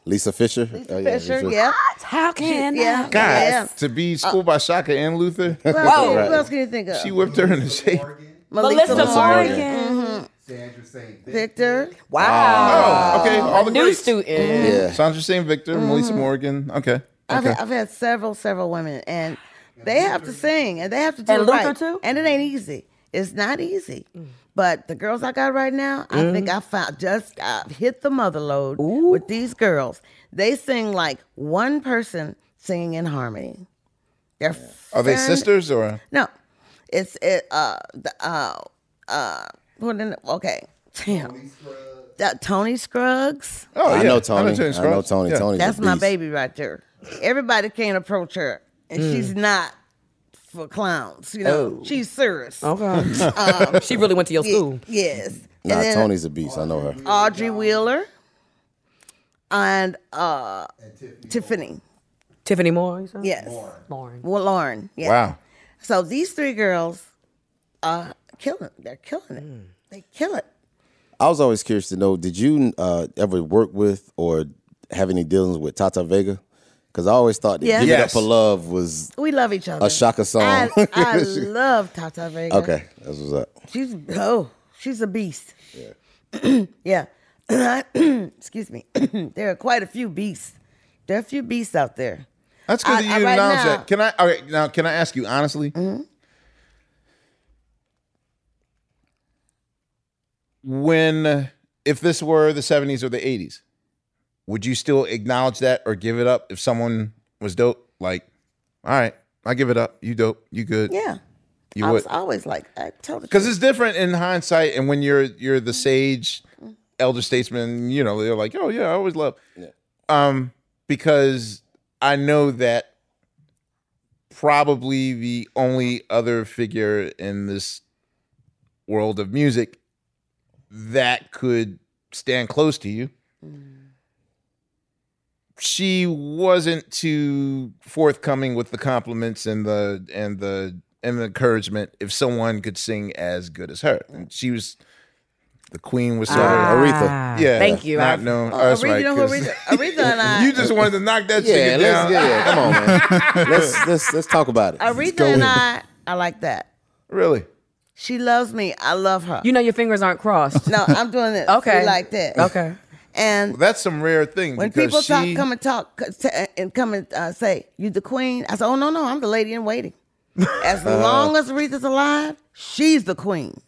[SPEAKER 4] Lisa Fisher. Oh, yeah,
[SPEAKER 8] Fisher.
[SPEAKER 4] Lisa-
[SPEAKER 8] Yeah.
[SPEAKER 9] How can
[SPEAKER 8] she, yeah,
[SPEAKER 1] God,
[SPEAKER 8] Yeah.
[SPEAKER 1] to be schooled by Shaka and Luther.
[SPEAKER 8] Well, Who else can you think of?
[SPEAKER 1] She whipped her in the shape.
[SPEAKER 8] Melissa,
[SPEAKER 1] Melissa
[SPEAKER 8] Morgan.
[SPEAKER 1] Morgan.
[SPEAKER 8] Mhm. Victor. Mm-hmm.
[SPEAKER 1] Oh, okay. All the greats.
[SPEAKER 4] Yeah.
[SPEAKER 1] Sandra St. Victor, Melissa Morgan. Okay.
[SPEAKER 8] I've,
[SPEAKER 1] Okay.
[SPEAKER 8] had, I've had several, several women, and they have to sing and they have to do
[SPEAKER 9] And
[SPEAKER 8] it
[SPEAKER 9] Luther
[SPEAKER 8] right.
[SPEAKER 9] too?
[SPEAKER 8] And it ain't easy. It's not easy.
[SPEAKER 4] Mm.
[SPEAKER 8] But the girls I got right now, I think
[SPEAKER 1] Mm-hmm.
[SPEAKER 8] I found just I've hit the mother load with these girls. They sing like one person singing in harmony. They're
[SPEAKER 1] Are they
[SPEAKER 8] fan-
[SPEAKER 1] sisters or?
[SPEAKER 8] No, it's it. Uh, the, uh, uh. What in, okay, damn. That Tony Scruggs.
[SPEAKER 1] Oh,
[SPEAKER 4] I
[SPEAKER 1] yeah.
[SPEAKER 4] know Tony.
[SPEAKER 1] I know Tony.
[SPEAKER 4] I know
[SPEAKER 1] Scruggs.
[SPEAKER 4] Tony.
[SPEAKER 1] Yeah.
[SPEAKER 4] Tony's a
[SPEAKER 8] That's my
[SPEAKER 4] beast.
[SPEAKER 8] baby right there. Everybody can't approach her, and she's not for clowns. You know,
[SPEAKER 4] Oh.
[SPEAKER 8] she's serious.
[SPEAKER 9] Okay. she really went to your
[SPEAKER 8] Ye-
[SPEAKER 9] school.
[SPEAKER 8] Yes.
[SPEAKER 4] Nah,
[SPEAKER 8] and then
[SPEAKER 4] Tony's a beast. I know her.
[SPEAKER 8] Audrey Wheeler and uh Tiffany.
[SPEAKER 9] Tiffany Moore. You said?
[SPEAKER 8] Yes.
[SPEAKER 9] Lauren.
[SPEAKER 8] Well, Lauren. Yeah.
[SPEAKER 1] Wow.
[SPEAKER 8] So these three girls are killing. They're killing it.
[SPEAKER 9] Hmm.
[SPEAKER 8] They kill it.
[SPEAKER 4] I was always curious to know: Did you uh, ever work with or have any dealings with Tata Vega? Because I always thought that
[SPEAKER 8] Yeah.
[SPEAKER 4] "Give
[SPEAKER 8] Yes.
[SPEAKER 4] It Up for Love" was
[SPEAKER 8] We love each other.
[SPEAKER 4] a Shaka song.
[SPEAKER 8] I, I love Tata Vega.
[SPEAKER 4] okay, that's what's up.
[SPEAKER 8] She's oh, she's a beast. Yeah. Excuse me. there are quite a few beasts. There are a few beasts out there.
[SPEAKER 1] That's good
[SPEAKER 8] I-
[SPEAKER 1] that
[SPEAKER 8] I-
[SPEAKER 1] you
[SPEAKER 8] right
[SPEAKER 1] acknowledge
[SPEAKER 8] now-
[SPEAKER 1] that. Can I? All right, now can I ask you honestly? When, if this were the '70s or the '80s, would you still acknowledge that or give it up if someone was dope? Like, all right, I give it up. You dope. You good.
[SPEAKER 8] Yeah.
[SPEAKER 1] You
[SPEAKER 8] I
[SPEAKER 1] would.
[SPEAKER 8] was always like, I told the
[SPEAKER 1] Because
[SPEAKER 8] truth.
[SPEAKER 1] it's different in hindsight, and when you're you're the sage, elder statesman, you know they're like, oh yeah, I always love. Um, because I know that probably the only other figure in this world of music that could stand close to you. She wasn't too forthcoming with the compliments and the and the and the encouragement if someone could sing as good as her. And she was the queen was sort of
[SPEAKER 4] Aretha.
[SPEAKER 1] Yeah,
[SPEAKER 10] Thank you.
[SPEAKER 1] Not
[SPEAKER 10] I've-
[SPEAKER 1] known.
[SPEAKER 8] Oh,
[SPEAKER 1] that's
[SPEAKER 8] Aretha,
[SPEAKER 1] right,
[SPEAKER 8] you know who
[SPEAKER 1] 'cause
[SPEAKER 8] Aretha, Aretha and I.
[SPEAKER 1] you just wanted to knock that
[SPEAKER 4] Yeah,
[SPEAKER 1] shit
[SPEAKER 4] let's
[SPEAKER 1] down.
[SPEAKER 4] yeah, yeah, come on, man. let's let's let's talk about it. Let's
[SPEAKER 8] Aretha
[SPEAKER 4] go in.
[SPEAKER 8] and I are like that.
[SPEAKER 1] Really?
[SPEAKER 8] She loves me. I love her.
[SPEAKER 9] You know your fingers aren't crossed.
[SPEAKER 8] no, I'm doing this.
[SPEAKER 9] Okay.
[SPEAKER 8] We like that.
[SPEAKER 9] Okay.
[SPEAKER 8] And
[SPEAKER 1] Well, that's some rare thing.
[SPEAKER 8] when
[SPEAKER 1] because
[SPEAKER 8] people
[SPEAKER 1] she-
[SPEAKER 8] talk, come and talk, c- t- and come and uh, say, "You the queen," I say, "Oh no, no, I'm the lady in waiting." As long as Aretha's alive, she's the queen.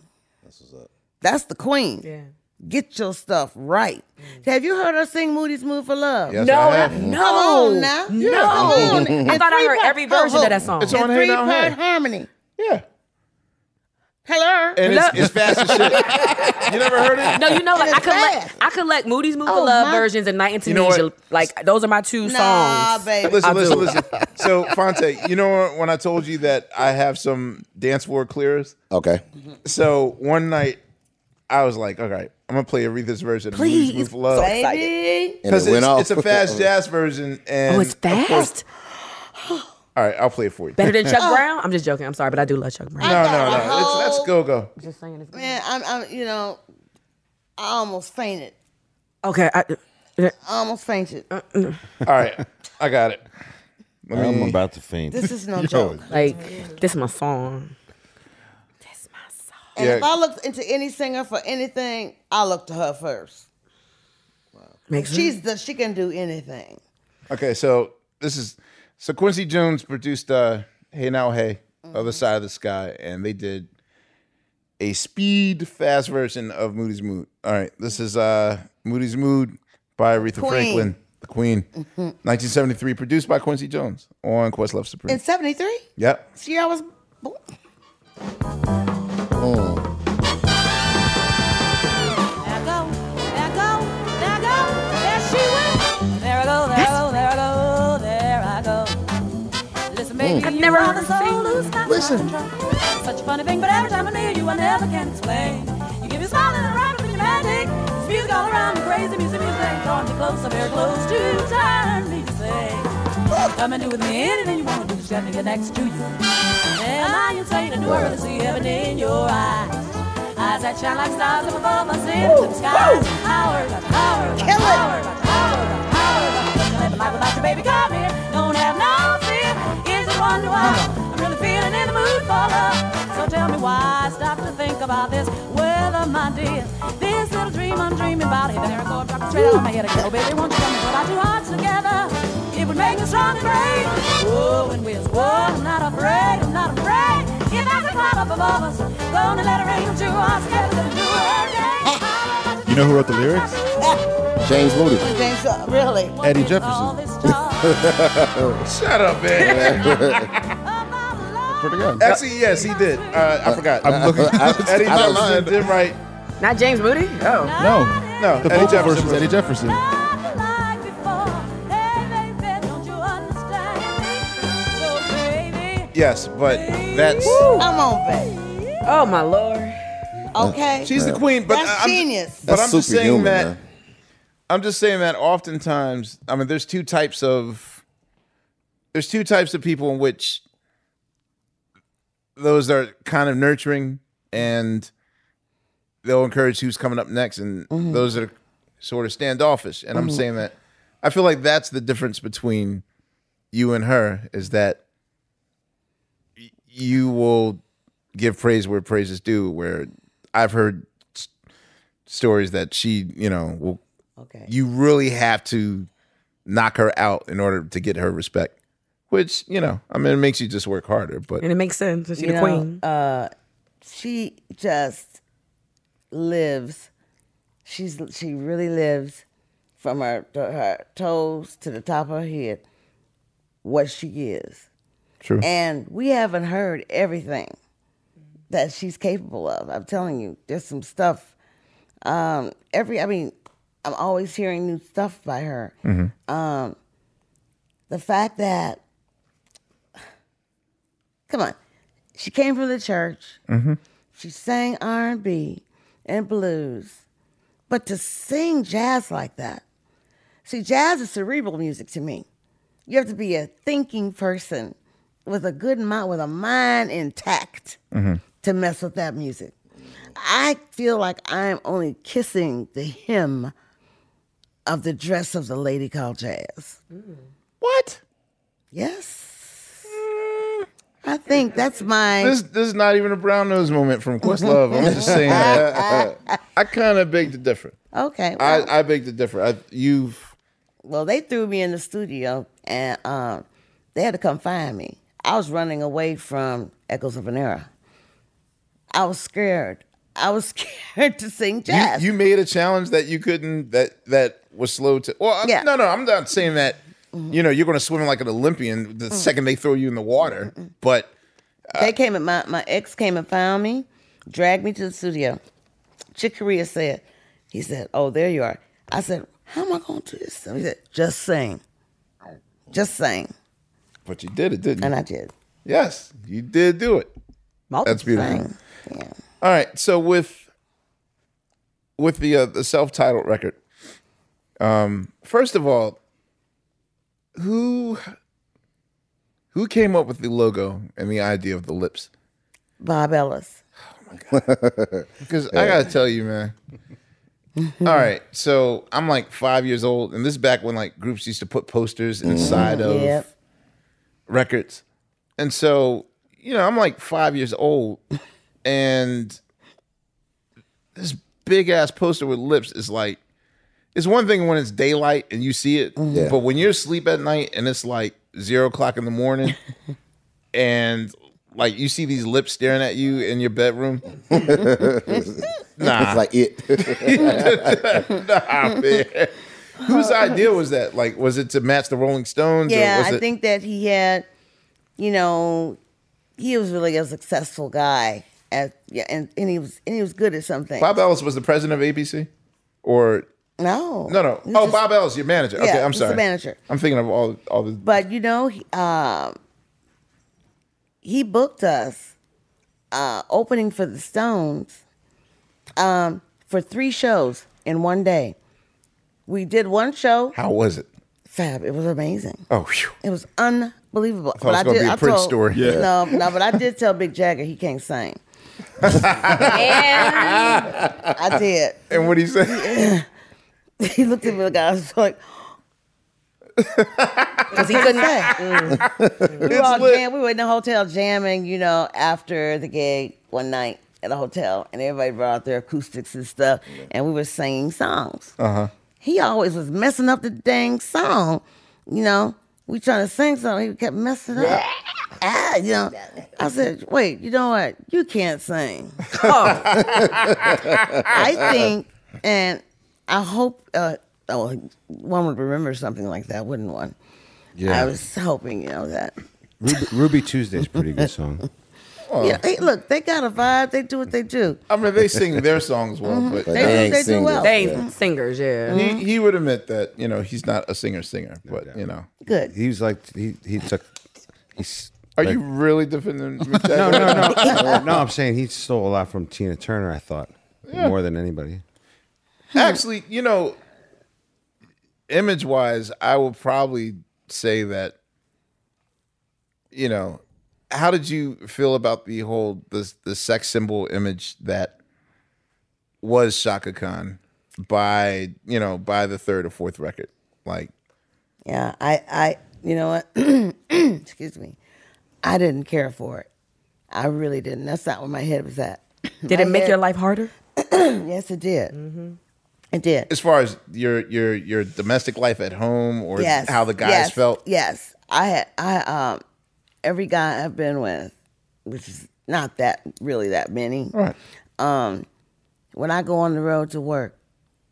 [SPEAKER 8] That's the queen.
[SPEAKER 9] Yeah. Mm.
[SPEAKER 8] Get your stuff right. Have you heard her sing "Moody's Mood for Love"?
[SPEAKER 1] Yes,
[SPEAKER 9] No,
[SPEAKER 1] I have.
[SPEAKER 9] I- no.
[SPEAKER 8] Come on now.
[SPEAKER 9] No.
[SPEAKER 8] Come on.
[SPEAKER 9] I thought I heard every version of that song.
[SPEAKER 1] It's on Hey
[SPEAKER 8] three
[SPEAKER 1] Now Hey.
[SPEAKER 8] part harmony.
[SPEAKER 1] Yeah.
[SPEAKER 8] Hello.
[SPEAKER 1] And it's, it's fast as shit. You never heard it?
[SPEAKER 9] No, you know what?
[SPEAKER 8] It's
[SPEAKER 9] I collect
[SPEAKER 8] bad.
[SPEAKER 9] I collect Moody's Move
[SPEAKER 8] Oh,
[SPEAKER 9] for Love
[SPEAKER 8] my-
[SPEAKER 9] versions and Night in
[SPEAKER 1] You know
[SPEAKER 9] Tunisia.
[SPEAKER 1] what?
[SPEAKER 9] like those are my two
[SPEAKER 8] Nah,
[SPEAKER 9] songs.
[SPEAKER 8] baby.
[SPEAKER 1] Listen,
[SPEAKER 9] I
[SPEAKER 1] listen,
[SPEAKER 9] do.
[SPEAKER 1] listen. So, Fonte, you know when I told you that I have some dance floor clears?
[SPEAKER 4] Okay,
[SPEAKER 1] So, one night, I was like, all right, I'm going to play Aretha's version of Moves
[SPEAKER 9] Please.
[SPEAKER 1] Move Love.
[SPEAKER 8] Baby.
[SPEAKER 4] and it
[SPEAKER 1] Because
[SPEAKER 4] went
[SPEAKER 1] it's,
[SPEAKER 4] off.
[SPEAKER 1] it's a fast jazz version. And
[SPEAKER 9] Oh, it's
[SPEAKER 1] of course-
[SPEAKER 9] fast.
[SPEAKER 1] All right, I'll play it for you.
[SPEAKER 9] Better than Chuck Brown? I'm just joking. I'm sorry, but I do love Chuck Brown.
[SPEAKER 1] No, no, no. It's, that's go go.
[SPEAKER 9] Just saying it's-
[SPEAKER 8] Man, I'm, I'm, you know, I almost fainted.
[SPEAKER 9] Okay. I,
[SPEAKER 8] I almost fainted.
[SPEAKER 9] Uh-uh.
[SPEAKER 1] All right, I got it. Let me-
[SPEAKER 5] I'm about to faint.
[SPEAKER 8] This is no
[SPEAKER 5] Yo,
[SPEAKER 8] joke.
[SPEAKER 9] like, this is my song.
[SPEAKER 8] And if
[SPEAKER 1] Yeah.
[SPEAKER 8] I looked into any singer for anything, I look to her first.
[SPEAKER 9] Makes
[SPEAKER 8] She's the she can do anything.
[SPEAKER 1] Okay, so this is so Quincy Jones produced uh Hey Now Hey,
[SPEAKER 9] Mm-hmm.
[SPEAKER 1] Other Side of the Sky, and they did a speed fast version of Moody's Mood. All right, this is uh Moody's Mood by Aretha
[SPEAKER 8] Queen.
[SPEAKER 1] Franklin, the Queen,
[SPEAKER 9] Mm-hmm.
[SPEAKER 1] 1973, produced by Quincy Jones on Questlove Supreme.
[SPEAKER 8] In '73,
[SPEAKER 1] yep.
[SPEAKER 8] she I was born.
[SPEAKER 3] Oh.
[SPEAKER 12] There I go, there I go, there I go, there she went. There I go, there I go, there I go, there I go. Listen, baby, I've never heard a soul who's not Listen. Such a funny thing, but every time I hear you, I never can explain. You give me smiling and rhyme and your magic. This music all around me, crazy music, music, drawing me closer, very close to time me to say. Come and do with me anything you want to do, just let me get next to you. And I insane and worthy, see heaven in your eyes. I eyes that shine like stars and above us into the sky. Hour by hour by hour by hour by hour by hour. Let the light without your baby come here. Don't have no fear. Is it wonder why? I'm really feeling in the mood for love. So tell me why I stop to think about this weather, my dear. This little dream I'm dreaming about. Hey, there I go, I'm dropping straight out of my head again. Oh, baby, won't you tell me what our two hearts together? It would make us strong and great. Whoa, and we're, whoa, I'm not afraid, I'm not afraid. If I could climb up above us, gonna let it rain on two hearts, together, let it do it.
[SPEAKER 3] You know who wrote the lyrics?
[SPEAKER 4] James Moody.
[SPEAKER 8] James, uh, really?
[SPEAKER 3] Eddie Jefferson.
[SPEAKER 1] Shut up, man.
[SPEAKER 3] Pretty good.
[SPEAKER 1] Actually, yes, he did. Uh, I forgot.
[SPEAKER 3] I'm looking-
[SPEAKER 1] Eddie
[SPEAKER 3] I don't
[SPEAKER 1] Jefferson did right.
[SPEAKER 9] Not James Moody? Oh.
[SPEAKER 3] No,
[SPEAKER 1] No,
[SPEAKER 3] the vocal
[SPEAKER 1] Eddie Jefferson
[SPEAKER 3] version's
[SPEAKER 1] did.
[SPEAKER 3] Eddie Jefferson.
[SPEAKER 1] Yes, but that's
[SPEAKER 8] Come on, babe.
[SPEAKER 9] Oh my lord.
[SPEAKER 8] Okay.
[SPEAKER 1] she's the queen. But
[SPEAKER 8] That's
[SPEAKER 1] I'm,
[SPEAKER 8] genius.
[SPEAKER 1] But
[SPEAKER 4] That's
[SPEAKER 1] I'm just saying
[SPEAKER 4] superhuman,
[SPEAKER 1] that.
[SPEAKER 4] man.
[SPEAKER 1] I'm just saying that. Oftentimes, I mean, there's two types of there's two types of people in which those that are kind of nurturing and they'll encourage who's coming up next, and
[SPEAKER 4] Mm-hmm.
[SPEAKER 1] those that are sort of standoffish. And I'm
[SPEAKER 8] Mhm.
[SPEAKER 1] saying that I feel like that's the difference between you and her is that y- you will give praise where praise is due. Where I've heard s- stories that she, you know, will.
[SPEAKER 8] Okay.
[SPEAKER 1] You really have to knock her out in order to get her respect, which you know, I mean, it makes you just work harder. But
[SPEAKER 9] Oh. And it makes sense. She's
[SPEAKER 8] You
[SPEAKER 9] the
[SPEAKER 8] know,
[SPEAKER 9] queen.
[SPEAKER 8] Uh, she just lives. She's she really lives from her to her toes to the top of her head. What she is,
[SPEAKER 1] True.
[SPEAKER 8] and we haven't heard everything that she's capable of. I'm telling you, there's some stuff. Um, every I mean, I'm always hearing new stuff by her.
[SPEAKER 11] Mhm.
[SPEAKER 8] Um, the fact that, come on, she came from the church.
[SPEAKER 11] Mm-hmm.
[SPEAKER 8] She sang R and B and blues, but to sing jazz like that, see, jazz is cerebral music to me. You have to be a thinking person with a good mind, with a mind intact,
[SPEAKER 1] Mm-hmm.
[SPEAKER 8] to mess with that music. I feel like I'm only kissing the hem of the dress of the lady called jazz.
[SPEAKER 1] What? Mm.
[SPEAKER 8] Yes. I think that's my.
[SPEAKER 1] This this is not even a brown nose moment from Questlove. I'm just saying that. I kind of beg to differ.
[SPEAKER 8] Okay. well-
[SPEAKER 1] I, I beg to differ. I, you've
[SPEAKER 8] well, they threw me in the studio and um, they had to come find me. I was running away from Echoes of an Era. I was scared. I was scared to sing
[SPEAKER 1] you-
[SPEAKER 8] jazz.
[SPEAKER 1] you, made a challenge that you couldn't that that was slow to. Well, I-
[SPEAKER 8] Yeah.
[SPEAKER 1] no, no, I'm not saying that. You know, you're going to swim like an Olympian the second they throw you in the water. But
[SPEAKER 8] they came and my, my ex came and found me, dragged me to the studio. Chick Corea said, he said, oh, there you are. I said, how am I going to do this? He said, just sing. Just sing.
[SPEAKER 1] but you did it, didn't you?
[SPEAKER 8] And I did.
[SPEAKER 1] Yes, you did do it. That's beautiful. All right, so with with the uh, the self titled record, um, first of all, who who came up with the logo and the idea of the lips?
[SPEAKER 8] Bob Ellis.
[SPEAKER 1] Because I gotta tell you, man. All right, so I'm like five years old, and this is back when like groups used to put posters inside of
[SPEAKER 8] Yep.
[SPEAKER 1] records. And so, you know, I'm like five years old, and this big ass poster with lips is like, it's one thing when it's daylight and you see it,
[SPEAKER 4] Yeah.
[SPEAKER 1] but when you're asleep at night and it's like zero o'clock in the morning, and like you see these lips staring at you in your bedroom. Nah.
[SPEAKER 4] It's like it.
[SPEAKER 1] nah, man. Whose idea was that? Like, was it to match the Rolling Stones?
[SPEAKER 8] Yeah,
[SPEAKER 1] or was
[SPEAKER 8] I
[SPEAKER 1] it,
[SPEAKER 8] think that he had, you know, he was really a successful guy at yeah, and, and he was and he was good at something.
[SPEAKER 1] Bob Ellis was the president of ABC, or
[SPEAKER 8] No,
[SPEAKER 1] no, no. Oh, Bob Ellis, your manager. okay,
[SPEAKER 8] Yeah,
[SPEAKER 1] I'm
[SPEAKER 8] he's the
[SPEAKER 1] sorry.
[SPEAKER 8] manager.
[SPEAKER 1] I'm thinking of all all the.
[SPEAKER 8] But you know, he, um, he booked us uh, opening for the Stones um, for three shows in one day. We did one show.
[SPEAKER 1] How was it?
[SPEAKER 8] Fab! It was amazing.
[SPEAKER 1] Oh, phew.
[SPEAKER 8] It was unbelievable.
[SPEAKER 1] I thought it was gonna be a Prince story. Yeah.
[SPEAKER 8] No, no, but I did tell Big Jagger he can't sing. I did.
[SPEAKER 1] And what he said?
[SPEAKER 8] he looked at me like I was like, because he couldn't Mm. say. We were all jam- We were in the hotel jamming, you know, after the gig one night at a hotel, and everybody brought their acoustics and stuff, and we were singing songs.
[SPEAKER 1] Uh
[SPEAKER 5] Uh-huh.
[SPEAKER 1] huh.
[SPEAKER 8] He always was messing up the dang song, you know. We trying to sing something, he kept messing up. ah, you know. I said, wait, you know what? You can't sing.
[SPEAKER 1] Oh.
[SPEAKER 8] I think, and I hope, uh, oh, one would remember something like that, wouldn't one?
[SPEAKER 5] Yeah.
[SPEAKER 8] I was hoping, you know, that.
[SPEAKER 5] Ruby, Ruby Tuesday's a pretty good song.
[SPEAKER 8] Yeah, hey, look, they got a vibe. They do what they do.
[SPEAKER 1] Oh.
[SPEAKER 8] Mm-hmm.
[SPEAKER 1] I mean, they sing their songs well, but
[SPEAKER 8] They, do, they do well. Mm-hmm.
[SPEAKER 9] They ain't singers, yeah.
[SPEAKER 1] he, he would admit that you know he's not a singer singer, but you know.
[SPEAKER 8] Good.
[SPEAKER 5] He was like he he took. He's.
[SPEAKER 1] Are
[SPEAKER 5] like-
[SPEAKER 1] you really defending? no,
[SPEAKER 5] No, no, no, no. I'm saying he stole a lot from Tina Turner. I thought
[SPEAKER 1] Yeah.
[SPEAKER 5] more than anybody.
[SPEAKER 8] Hmm.
[SPEAKER 1] Actually, you know, image wise, I will probably say that, you know, how did you feel about the whole the the sex symbol image that was Shaka Khan by you know by the third or fourth record? Like,
[SPEAKER 8] Yeah, I, I, you know what? Excuse me. I didn't care for it. I really didn't. That's not where my head was at.
[SPEAKER 9] Did it make your life harder?
[SPEAKER 8] yes, it did.
[SPEAKER 1] Mm-hmm.
[SPEAKER 8] It did.
[SPEAKER 1] as far as your your your domestic life at home or how the guys
[SPEAKER 8] yes,
[SPEAKER 1] felt?
[SPEAKER 8] Yes, I had I um every guy I've been with, which is not that really that many.
[SPEAKER 1] Right.
[SPEAKER 8] Um, when I go on the road to work,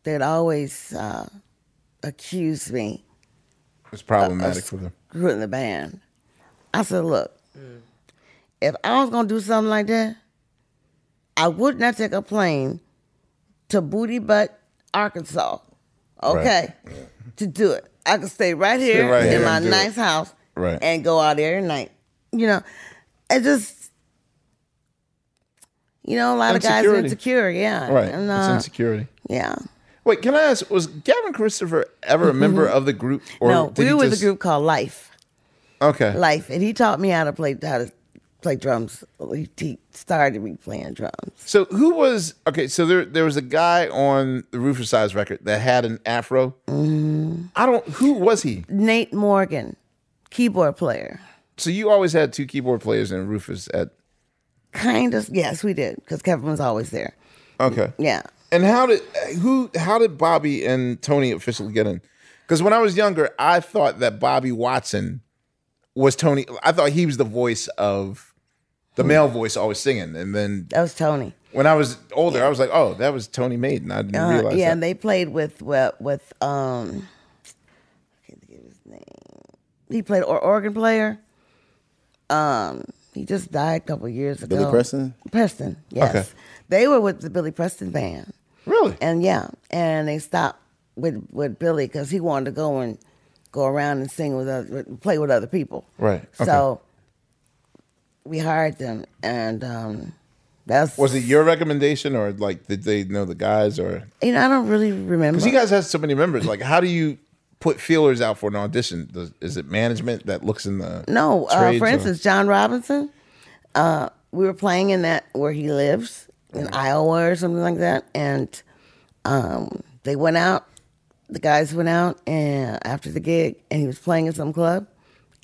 [SPEAKER 8] they'd always uh, accuse me
[SPEAKER 1] It's problematic for them.
[SPEAKER 8] screwing the band. I said, look, if I was gonna do something like that, I would not take a plane to Booty Butt, Arkansas. Okay. To do it. I could stay right
[SPEAKER 1] Stay
[SPEAKER 8] here
[SPEAKER 1] right
[SPEAKER 8] in
[SPEAKER 1] here
[SPEAKER 8] my
[SPEAKER 1] and do
[SPEAKER 8] nice
[SPEAKER 1] it.
[SPEAKER 8] house
[SPEAKER 1] Right.
[SPEAKER 8] and go out every night. You know, it just you know, a lot of guys are
[SPEAKER 1] Insecurity.
[SPEAKER 8] insecure, yeah.
[SPEAKER 1] Right.
[SPEAKER 8] And,
[SPEAKER 1] it's
[SPEAKER 8] uh,
[SPEAKER 1] insecurity.
[SPEAKER 8] Yeah.
[SPEAKER 1] Wait, can I ask? Was Gavin Christopher ever a member of the group?
[SPEAKER 8] Mm-hmm. no,
[SPEAKER 1] did
[SPEAKER 8] we
[SPEAKER 1] he
[SPEAKER 8] were with
[SPEAKER 1] just-
[SPEAKER 8] a group called Life.
[SPEAKER 1] Okay.
[SPEAKER 8] life, and he taught me how to play how to play drums. He, he started me playing drums.
[SPEAKER 1] So who was okay? So there there was a guy on the Roofer Size record that had an afro.
[SPEAKER 8] Mm.
[SPEAKER 1] I don't. Who was he?
[SPEAKER 8] Nate Morgan, keyboard player,
[SPEAKER 1] So you always had two keyboard players and Rufus at.
[SPEAKER 8] kind of. Yes, we did because Kevin was always there.
[SPEAKER 1] Okay.
[SPEAKER 8] Yeah,
[SPEAKER 1] And how did who? How did Bobby and Tony officially get in? Because when I was younger, I thought that Bobby Watson was Tony. I thought he was the voice of the male voice always singing. And then
[SPEAKER 8] Hmm. that was Tony.
[SPEAKER 1] when I was older, I was like, oh, that was Tony Maiden. I didn't
[SPEAKER 8] Uh,
[SPEAKER 1] realize.
[SPEAKER 8] yeah,
[SPEAKER 1] that.
[SPEAKER 8] and they played with with, with um. I can't think of his name. He played or organ player. Um, he just died a couple years ago.
[SPEAKER 4] Billy Preston?
[SPEAKER 8] Preston, yes.
[SPEAKER 4] Okay.
[SPEAKER 8] They were with the Billy Preston band.
[SPEAKER 1] Really?
[SPEAKER 8] And yeah, and they stopped with with Billy because he wanted to go and go around and sing with other, play with other people.
[SPEAKER 1] Right, okay.
[SPEAKER 8] So we hired them, and um, that's
[SPEAKER 1] Was it your recommendation, or like did they know the guys, or
[SPEAKER 8] you know I don't really remember.
[SPEAKER 1] because you guys have so many members? Like, how do you put feelers out for an audition? Does, is it management that looks in the
[SPEAKER 8] No, uh,
[SPEAKER 1] trades,
[SPEAKER 8] for
[SPEAKER 1] or-
[SPEAKER 8] instance, John Robinson. Uh, we were playing in that where he lives
[SPEAKER 1] Mm-hmm.
[SPEAKER 8] in Iowa or something like that, and um, they went out. The guys went out and after the gig, and he was playing in some club,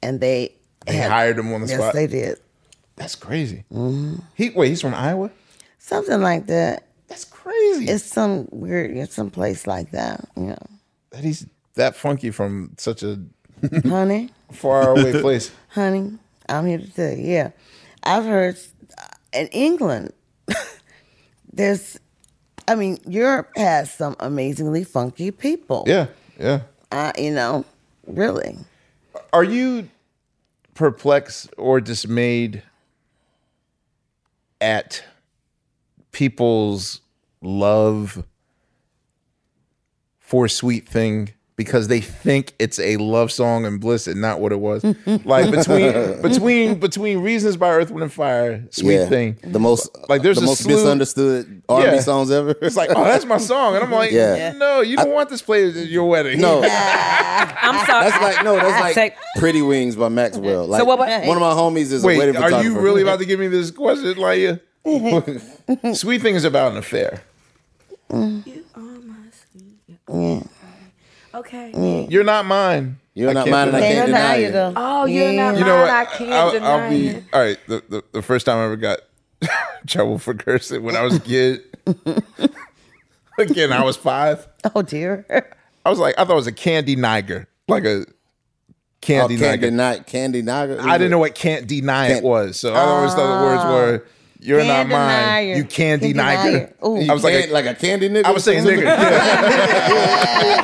[SPEAKER 8] and they
[SPEAKER 1] they hired him on the
[SPEAKER 8] yes,
[SPEAKER 1] spot.
[SPEAKER 8] they did
[SPEAKER 1] That's crazy.
[SPEAKER 8] Mm-hmm.
[SPEAKER 1] He wait, he's from Iowa.
[SPEAKER 8] something like that.
[SPEAKER 1] That's crazy.
[SPEAKER 8] It's some weird, it's some place like that, you know,
[SPEAKER 1] That he's that funky from such a
[SPEAKER 8] honey.
[SPEAKER 1] far away place.
[SPEAKER 8] honey, I'm here to tell you. Yeah, I've heard uh, in England, there's, I mean, Europe has some amazingly funky people.
[SPEAKER 1] Yeah, yeah.
[SPEAKER 8] uh, you know, really.
[SPEAKER 1] Are you perplexed or dismayed at people's love for Sweet Thing because they think it's a love song and bliss and not what it was? like between between between Reasons by Earth, Wind and Fire, Sweet
[SPEAKER 4] Yeah.
[SPEAKER 1] Thing.
[SPEAKER 4] The most
[SPEAKER 1] Like there's
[SPEAKER 4] the
[SPEAKER 1] a
[SPEAKER 4] most
[SPEAKER 1] slew-
[SPEAKER 4] misunderstood R&B
[SPEAKER 1] Yeah.
[SPEAKER 4] songs ever.
[SPEAKER 1] It's like, oh, that's my song. And I'm like,
[SPEAKER 4] Yeah.
[SPEAKER 1] no, you don't want this played at your wedding.
[SPEAKER 4] No.
[SPEAKER 9] I'm sorry.
[SPEAKER 4] That's like no, that's like
[SPEAKER 9] Say-
[SPEAKER 4] Pretty Wings by Maxwell. Like
[SPEAKER 9] what-
[SPEAKER 4] one of my homies is a
[SPEAKER 1] Wait,
[SPEAKER 4] wedding
[SPEAKER 1] are
[SPEAKER 4] photographer.
[SPEAKER 1] you really about to give me this question, Laya? Sweet Thing is about an affair.
[SPEAKER 9] Okay.
[SPEAKER 1] You're not mine.
[SPEAKER 4] You're
[SPEAKER 1] not
[SPEAKER 4] mine and I can't You're not deny
[SPEAKER 8] either. it.
[SPEAKER 9] Oh, you're not
[SPEAKER 1] You know
[SPEAKER 9] mine,
[SPEAKER 1] what?
[SPEAKER 9] I can't
[SPEAKER 1] I'll,
[SPEAKER 9] deny
[SPEAKER 1] I'll be
[SPEAKER 9] it.
[SPEAKER 1] all right. The, the, the first time I ever got trouble for cursing when I was a kid. Again, I was five.
[SPEAKER 8] Oh dear.
[SPEAKER 1] I was like, I thought it was a candy niger, like a candy
[SPEAKER 4] Oh,
[SPEAKER 1] niger.
[SPEAKER 4] Candy Night, Candy Naga.
[SPEAKER 1] I didn't know what can't deny it was, so I always thought the words were. You're not
[SPEAKER 4] Candy
[SPEAKER 1] mine.
[SPEAKER 4] niger.
[SPEAKER 1] You can't
[SPEAKER 4] Candy
[SPEAKER 1] deny it.
[SPEAKER 4] niger. Ooh.
[SPEAKER 1] I was like
[SPEAKER 4] Can't- like a candy nigga
[SPEAKER 1] I was saying
[SPEAKER 4] or something?
[SPEAKER 1] nigga. yeah.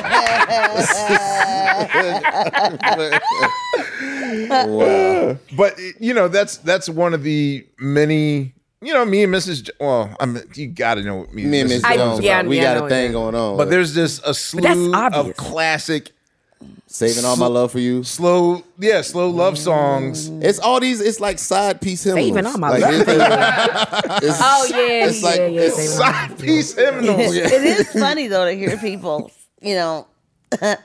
[SPEAKER 1] But you know, that's that's one of the many. You know, me and Mrs. Jo- well, I mean, you got to know what me and
[SPEAKER 4] Me and Mrs.
[SPEAKER 1] Mrs.
[SPEAKER 4] Jones,
[SPEAKER 1] is
[SPEAKER 4] bro,
[SPEAKER 1] about.
[SPEAKER 4] we got a thing going on.
[SPEAKER 1] But there's just a slew of classic
[SPEAKER 4] saving all my
[SPEAKER 1] sl-
[SPEAKER 4] love for you.
[SPEAKER 1] Slow, yeah, slow love songs.
[SPEAKER 4] It's all these. It's like side piece hymns.
[SPEAKER 1] Saving all my
[SPEAKER 4] Like,
[SPEAKER 1] love.
[SPEAKER 4] it's- it's-
[SPEAKER 8] Oh, yeah,
[SPEAKER 4] It's
[SPEAKER 8] yeah,
[SPEAKER 4] like
[SPEAKER 8] yeah,
[SPEAKER 4] it's
[SPEAKER 8] saving all my
[SPEAKER 4] side
[SPEAKER 1] piece hymnals.
[SPEAKER 8] it is funny though to hear people, you know,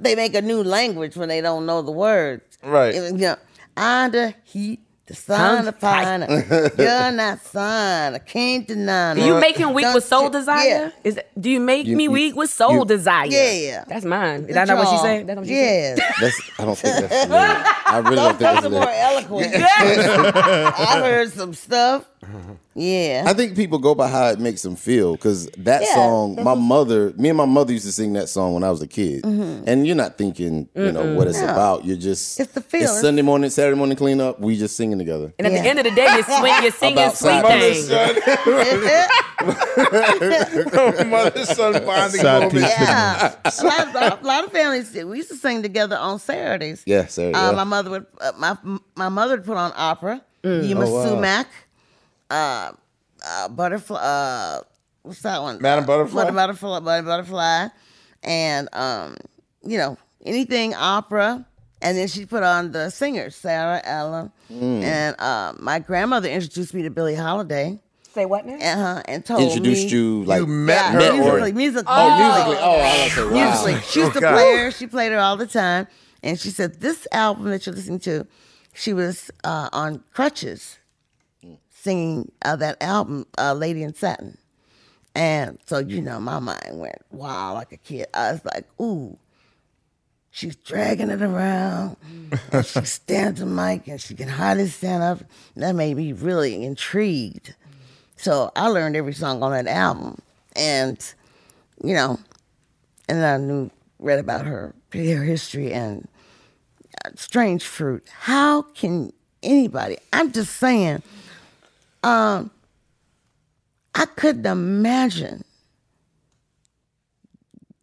[SPEAKER 8] they make a new language when they don't know the words.
[SPEAKER 1] Right.
[SPEAKER 8] You know, under heat, the sun of fire. You're not son. I can't deny.
[SPEAKER 3] Do you make him weak with soul desire? Is that, do you make
[SPEAKER 4] You-
[SPEAKER 3] me
[SPEAKER 4] you-
[SPEAKER 3] weak with soul
[SPEAKER 4] you-
[SPEAKER 3] desire?
[SPEAKER 8] Yeah, yeah.
[SPEAKER 3] That's mine. Is that not what she
[SPEAKER 8] Y'all.
[SPEAKER 3] said? That's what she
[SPEAKER 8] Yes.
[SPEAKER 4] That's, I don't think that's. Lyric. I really don't think that's.
[SPEAKER 8] Those are more
[SPEAKER 4] Lyric.
[SPEAKER 8] eloquent. I heard some stuff. Yeah.
[SPEAKER 4] I think people go by how it makes them feel because that
[SPEAKER 8] Yeah,
[SPEAKER 4] song,
[SPEAKER 8] that's
[SPEAKER 4] my mother, me and my mother used to sing that song when I was a kid,
[SPEAKER 8] Mhm.
[SPEAKER 4] and you're not thinking, you know, what it's
[SPEAKER 8] Mm-mm. No.
[SPEAKER 4] about. You're just it's the
[SPEAKER 8] feel.
[SPEAKER 4] It's Sunday morning, Saturday morning cleanup. We just singing together.
[SPEAKER 3] And at the end of the day, you're, swing, you're singing
[SPEAKER 4] About
[SPEAKER 3] sweet
[SPEAKER 4] side
[SPEAKER 3] things.
[SPEAKER 1] mother son bonding
[SPEAKER 4] Side
[SPEAKER 1] moment.
[SPEAKER 4] piece
[SPEAKER 8] Yeah. a, lot of, a lot of families did. We used to sing together on Saturdays.
[SPEAKER 4] Yeah, Saturday,
[SPEAKER 8] Uh,
[SPEAKER 4] yeah.
[SPEAKER 8] My mother would uh, my my mother would put on opera.
[SPEAKER 4] Mm.
[SPEAKER 8] Yuma
[SPEAKER 4] Oh, wow.
[SPEAKER 8] Sumac, uh, uh, Butterfly. Uh, what's that one?
[SPEAKER 1] Madam
[SPEAKER 8] Uh,
[SPEAKER 1] Butterfly?
[SPEAKER 8] Madam Butterfly. Madam Butterfly, and um, you know anything opera. And then she put on the singers, Sarah Ellen,
[SPEAKER 4] Mm.
[SPEAKER 8] and uh, my grandmother introduced me to Billie Holiday.
[SPEAKER 3] Say what now?
[SPEAKER 8] Uh-huh, and told
[SPEAKER 4] Introduced
[SPEAKER 8] me,
[SPEAKER 4] you like
[SPEAKER 8] yeah, musically, musically.
[SPEAKER 4] Oh, musically. Oh, I was like, wow.
[SPEAKER 8] Musically. She was the
[SPEAKER 4] Okay.
[SPEAKER 8] player. She played her all the time. And she said, this album that you're listening to, she was uh, on crutches singing uh, that album, uh, Lady in Satin. And so, you know, my mind went wild like a kid. I was like, ooh, she's dragging it around. and she stands the mic and she can hardly stand up. And that made me really intrigued. So I learned every song on that album. And, you know, and I knew, read about her, her history and uh, strange fruit. How can anybody, I'm just saying, um, I couldn't imagine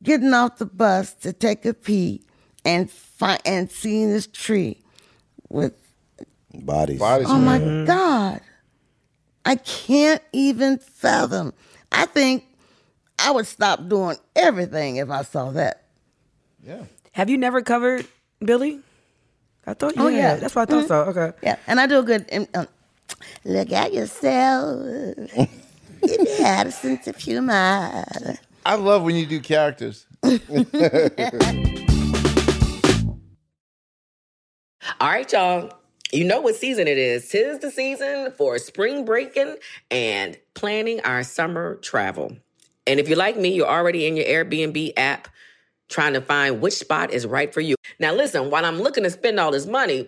[SPEAKER 8] getting off the bus to take a pee and fi- and seeing this tree with
[SPEAKER 4] bodies.
[SPEAKER 8] oh my god i can't even fathom i think i would stop doing everything if i saw that
[SPEAKER 3] Have you never covered Billy? I thought you
[SPEAKER 8] Oh,
[SPEAKER 3] had.
[SPEAKER 8] yeah. Mm-hmm.
[SPEAKER 3] That's what I thought so. Okay.
[SPEAKER 8] yeah and i do a good and, um, look at yourself if you had a sense of humor
[SPEAKER 1] I love when you do characters.
[SPEAKER 9] All right, y'all. You know what season it is. Tis the season for spring breaking and planning our summer travel. And if you're like me, you're already in your Airbnb app trying to find which spot is right for you. Now, listen, while I'm looking to spend all this money,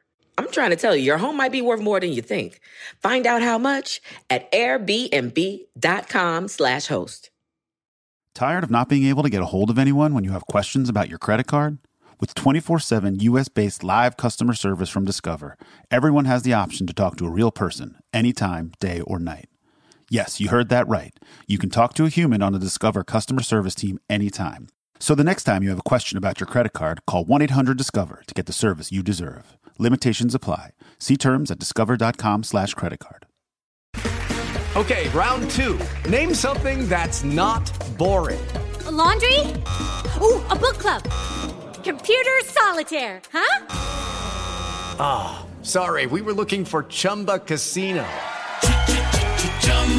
[SPEAKER 9] I'm trying to tell you, your home might be worth more than you think. Find out how much at airbnb.com slash host.
[SPEAKER 6] Tired of not being able to get a hold of anyone when you have questions about your credit card? With 24 7 US based live customer service from Discover, everyone has the option to talk to a real person anytime, day or night. Yes, you heard that right. You can talk to a human on the Discover customer service team anytime. So the next time you have a question about your credit card, call 1 800 Discover to get the service you deserve. Limitations apply. See terms at discover.com slash credit card.
[SPEAKER 16] Okay, round two. Name something that's not boring.
[SPEAKER 3] Laundry? Ooh, a book club. Computer solitaire, huh?
[SPEAKER 16] Ah, sorry, we were looking for Chumba Casino.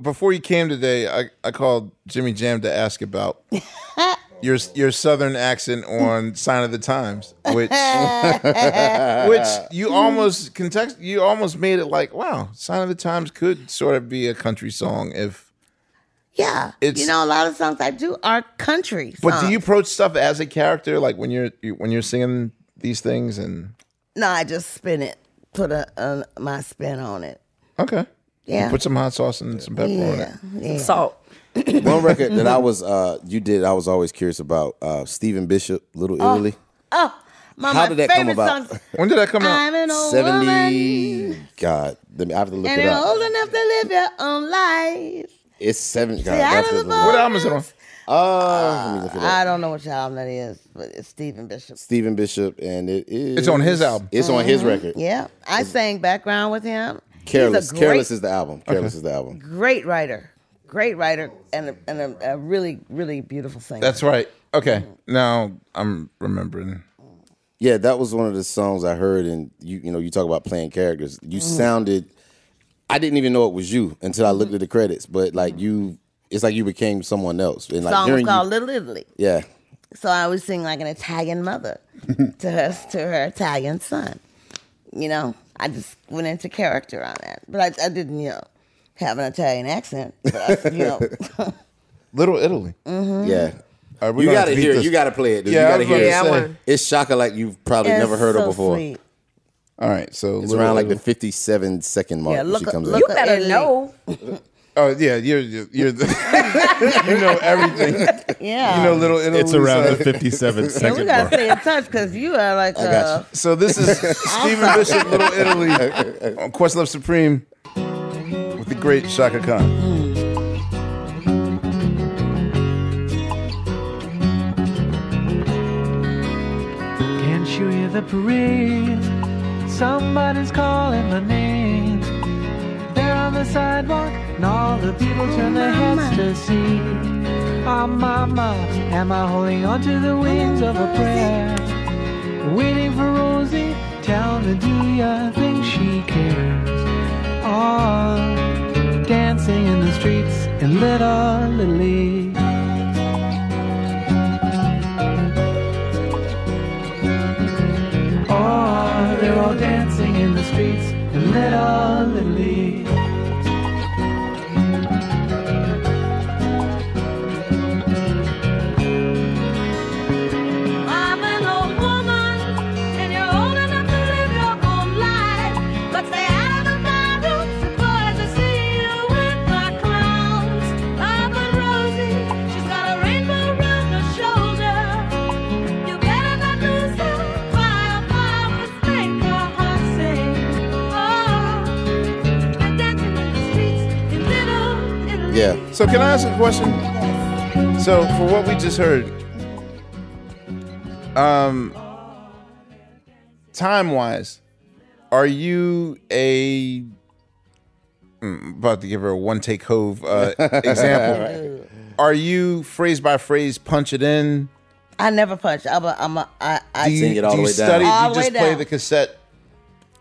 [SPEAKER 1] Before you came today, I, I called Jimmy Jam to ask about your your southern accent on "Sign of the Times," which which you almost context you almost made it like, wow, "Sign of the Times" could sort of be a country song if
[SPEAKER 8] yeah.
[SPEAKER 1] It's-
[SPEAKER 8] you know, a lot of songs I do are country.
[SPEAKER 1] But do
[SPEAKER 8] songs.
[SPEAKER 1] you approach stuff as a character, like when you're you, when you're singing these things? And
[SPEAKER 8] No, I just spin it. Put a, a my spin on it.
[SPEAKER 1] okay,
[SPEAKER 8] Yeah.
[SPEAKER 1] put some hot sauce and some pepper on it.
[SPEAKER 8] Yeah.
[SPEAKER 9] Salt.
[SPEAKER 4] One record that I was uh, you did I was always curious about uh, Stephen Bishop, Little
[SPEAKER 8] Oh,
[SPEAKER 4] Italy.
[SPEAKER 8] Oh, my,
[SPEAKER 4] How
[SPEAKER 8] my
[SPEAKER 4] did that come
[SPEAKER 8] favorite
[SPEAKER 4] about?
[SPEAKER 8] songs.
[SPEAKER 1] When did that come
[SPEAKER 8] out? I'm an old
[SPEAKER 4] Seventy. God, let me, I have to look
[SPEAKER 8] and
[SPEAKER 4] it
[SPEAKER 8] you're
[SPEAKER 4] up.
[SPEAKER 8] old enough to live your own life.
[SPEAKER 4] It's seventy. God,
[SPEAKER 8] See, I
[SPEAKER 4] that's
[SPEAKER 8] don't
[SPEAKER 4] just-
[SPEAKER 8] know. What album is it on?
[SPEAKER 4] Uh, let me look it up.
[SPEAKER 8] I don't know what your album that is, but it's Stephen Bishop.
[SPEAKER 4] Stephen Bishop, and it is.
[SPEAKER 1] It's on his album.
[SPEAKER 4] It's on his
[SPEAKER 8] Mhm.
[SPEAKER 4] record.
[SPEAKER 8] Yeah, I sang background with him. He's a
[SPEAKER 4] Careless.
[SPEAKER 8] great-
[SPEAKER 4] Careless is the album. Careless is the album.
[SPEAKER 8] great writer, great writer, and a, and a, a really really beautiful singer.
[SPEAKER 1] That's right. Okay, now I'm remembering.
[SPEAKER 4] Yeah, that was one of the songs I heard, and you you know you talk about playing characters. You
[SPEAKER 8] Mhm.
[SPEAKER 4] sounded, I didn't even know it was you until I
[SPEAKER 8] Mm-hmm.
[SPEAKER 4] looked at the credits. But like you, it's like you became someone else, and like
[SPEAKER 8] song was
[SPEAKER 4] hearing
[SPEAKER 8] called
[SPEAKER 4] you,
[SPEAKER 8] Little Italy.
[SPEAKER 4] yeah,
[SPEAKER 8] So I would sing like an Italian mother to her to her Italian son. You know, I just went into character on that, but I, I didn't you know have an Italian accent. But I, you know,
[SPEAKER 1] Little Italy.
[SPEAKER 8] Mhm.
[SPEAKER 4] yeah.
[SPEAKER 1] Are we
[SPEAKER 4] you
[SPEAKER 1] gonna
[SPEAKER 4] gotta
[SPEAKER 1] beat
[SPEAKER 4] hear it.
[SPEAKER 1] this?
[SPEAKER 4] You gotta play it. Dude.
[SPEAKER 1] Yeah, I
[SPEAKER 4] you gotta
[SPEAKER 1] was
[SPEAKER 4] hear it.
[SPEAKER 1] about to Yeah, I say. wanna.
[SPEAKER 4] It's shaka like you've probably
[SPEAKER 8] It's
[SPEAKER 4] never heard
[SPEAKER 8] so
[SPEAKER 4] of before.
[SPEAKER 8] sweet.
[SPEAKER 1] All right, so
[SPEAKER 4] it's
[SPEAKER 1] Little
[SPEAKER 4] around like the
[SPEAKER 1] Italy.
[SPEAKER 4] fifty-seven second mark.
[SPEAKER 8] Yeah,
[SPEAKER 4] when
[SPEAKER 8] look
[SPEAKER 4] she
[SPEAKER 8] up-
[SPEAKER 4] comes
[SPEAKER 8] look
[SPEAKER 4] out.
[SPEAKER 8] up Italy.
[SPEAKER 1] Oh yeah, you're you're, you're the, you know everything.
[SPEAKER 8] Yeah.
[SPEAKER 1] you know Little Italy.
[SPEAKER 6] It's around the
[SPEAKER 1] 57
[SPEAKER 8] And we gotta stay in touch because you are like uh,
[SPEAKER 1] So this is Stephen Bishop, Little Italy, on Questlove Supreme with the great Shaka Khan.
[SPEAKER 17] Can't you hear the parade? Somebody's calling my name. There on the sidewalk, and all the people turn their heads to see. Ah, mama, am I holding onto the wings of a prayer? Waiting for Rosie, tell me, do ya think she cares? Oh, dancing in the streets in Little Italy. Oh, they're all dancing in the streets in Little Italy.
[SPEAKER 3] I'm an old woman, and you're old enough to live your own life. But stay out of my roots, the boys will see you with my clowns. Love and Rosie, she's got a rainbow round her shoulder. You better not lose her. oh, Wild flowers make her heart sing. Oh, they're dancing in the streets in Little
[SPEAKER 8] Mm.
[SPEAKER 3] Italy.
[SPEAKER 1] Yeah. So can I ask a question? So for what we just heard, um, time wise, are you a I'm about to give her a one take hove uh, example? Are you phrase by phrase punch it in?
[SPEAKER 8] I never punch. I'm a, I'm a, I, I
[SPEAKER 1] do you, do you study?
[SPEAKER 8] All
[SPEAKER 1] do
[SPEAKER 8] the
[SPEAKER 1] you
[SPEAKER 8] way
[SPEAKER 1] just play
[SPEAKER 8] down.
[SPEAKER 1] the cassette?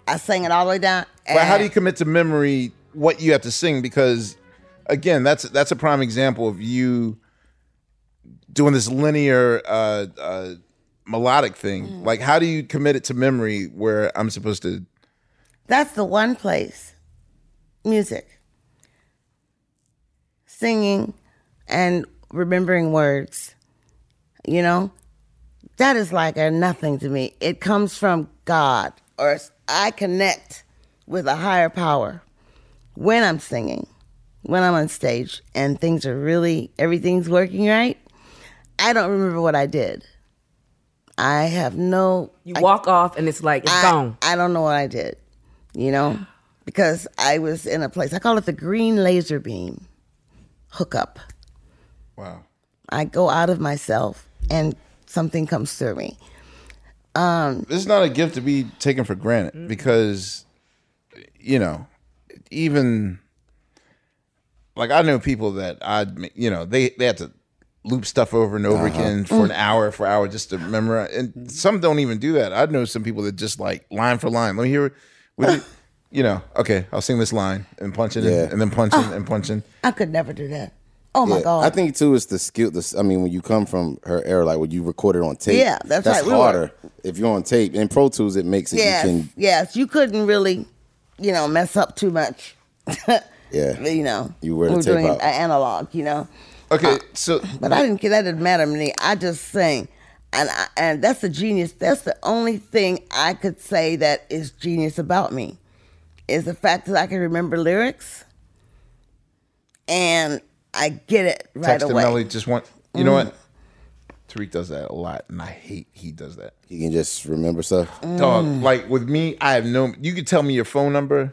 [SPEAKER 8] I sing it all the way down.
[SPEAKER 1] But how
[SPEAKER 8] and-
[SPEAKER 1] do you commit to memory what you have to sing? Because again, that's that's a prime example of you doing this linear uh, uh, melodic thing.
[SPEAKER 8] Mm.
[SPEAKER 1] Like, how do you commit it to memory where I'm supposed to?
[SPEAKER 8] That's the one place. Music. Singing and remembering words. You know? That is like a nothing to me. It comes from God or I connect with a higher power when I'm singing, when I'm on stage and things are really everything's working right. I don't remember what I did. I have no.
[SPEAKER 9] You walk off and it's like it's
[SPEAKER 8] I,
[SPEAKER 9] gone.
[SPEAKER 8] I don't know what I did, you know, because I was in a place I call it the green laser beam hookup.
[SPEAKER 1] Wow.
[SPEAKER 8] I go out of myself and something comes through me. Um,
[SPEAKER 1] this is not a gift to be taken for granted because you know even like i know people that i you know they they had to loop stuff over and over
[SPEAKER 2] Uh-huh.
[SPEAKER 1] again for an
[SPEAKER 2] Mm.
[SPEAKER 1] hour for an hour just to memorize
[SPEAKER 8] Mm-hmm.
[SPEAKER 1] and some don't even do that i know some people that just like line for line let me hear what you, you know okay i'll sing this line and punch it
[SPEAKER 4] Yeah.
[SPEAKER 1] in, and then punch
[SPEAKER 8] Ah.
[SPEAKER 1] it and punch it
[SPEAKER 8] I could never do that. Oh my
[SPEAKER 4] Yeah,
[SPEAKER 8] God.
[SPEAKER 4] I think too it's the skill. This I mean, when you come from her era, like when you record it on tape,
[SPEAKER 8] Yeah, that's right, we were-
[SPEAKER 4] harder. If you're on tape in Pro Tools, it makes it
[SPEAKER 8] yes,
[SPEAKER 4] you can.
[SPEAKER 8] yes, you couldn't really, you know, mess up too much.
[SPEAKER 4] Yeah,
[SPEAKER 8] you know,
[SPEAKER 4] You wear the
[SPEAKER 8] we're
[SPEAKER 4] tape
[SPEAKER 8] doing
[SPEAKER 4] out.
[SPEAKER 8] an analog, you know. Ah.
[SPEAKER 1] Okay, so
[SPEAKER 8] but I didn't care. That didn't matter to me. I just sang, and I, and that's the genius. That's the only thing I could say that is genius about me, is the fact that I can remember lyrics, and I get it right
[SPEAKER 1] text
[SPEAKER 8] away.
[SPEAKER 1] and melody just want you know
[SPEAKER 8] Mm.
[SPEAKER 1] what tariq does that a lot and i hate he does that
[SPEAKER 4] You can just remember stuff.
[SPEAKER 8] Mm.
[SPEAKER 1] Dog,
[SPEAKER 9] Mm.
[SPEAKER 1] like with me, I have no. You could tell me your phone number,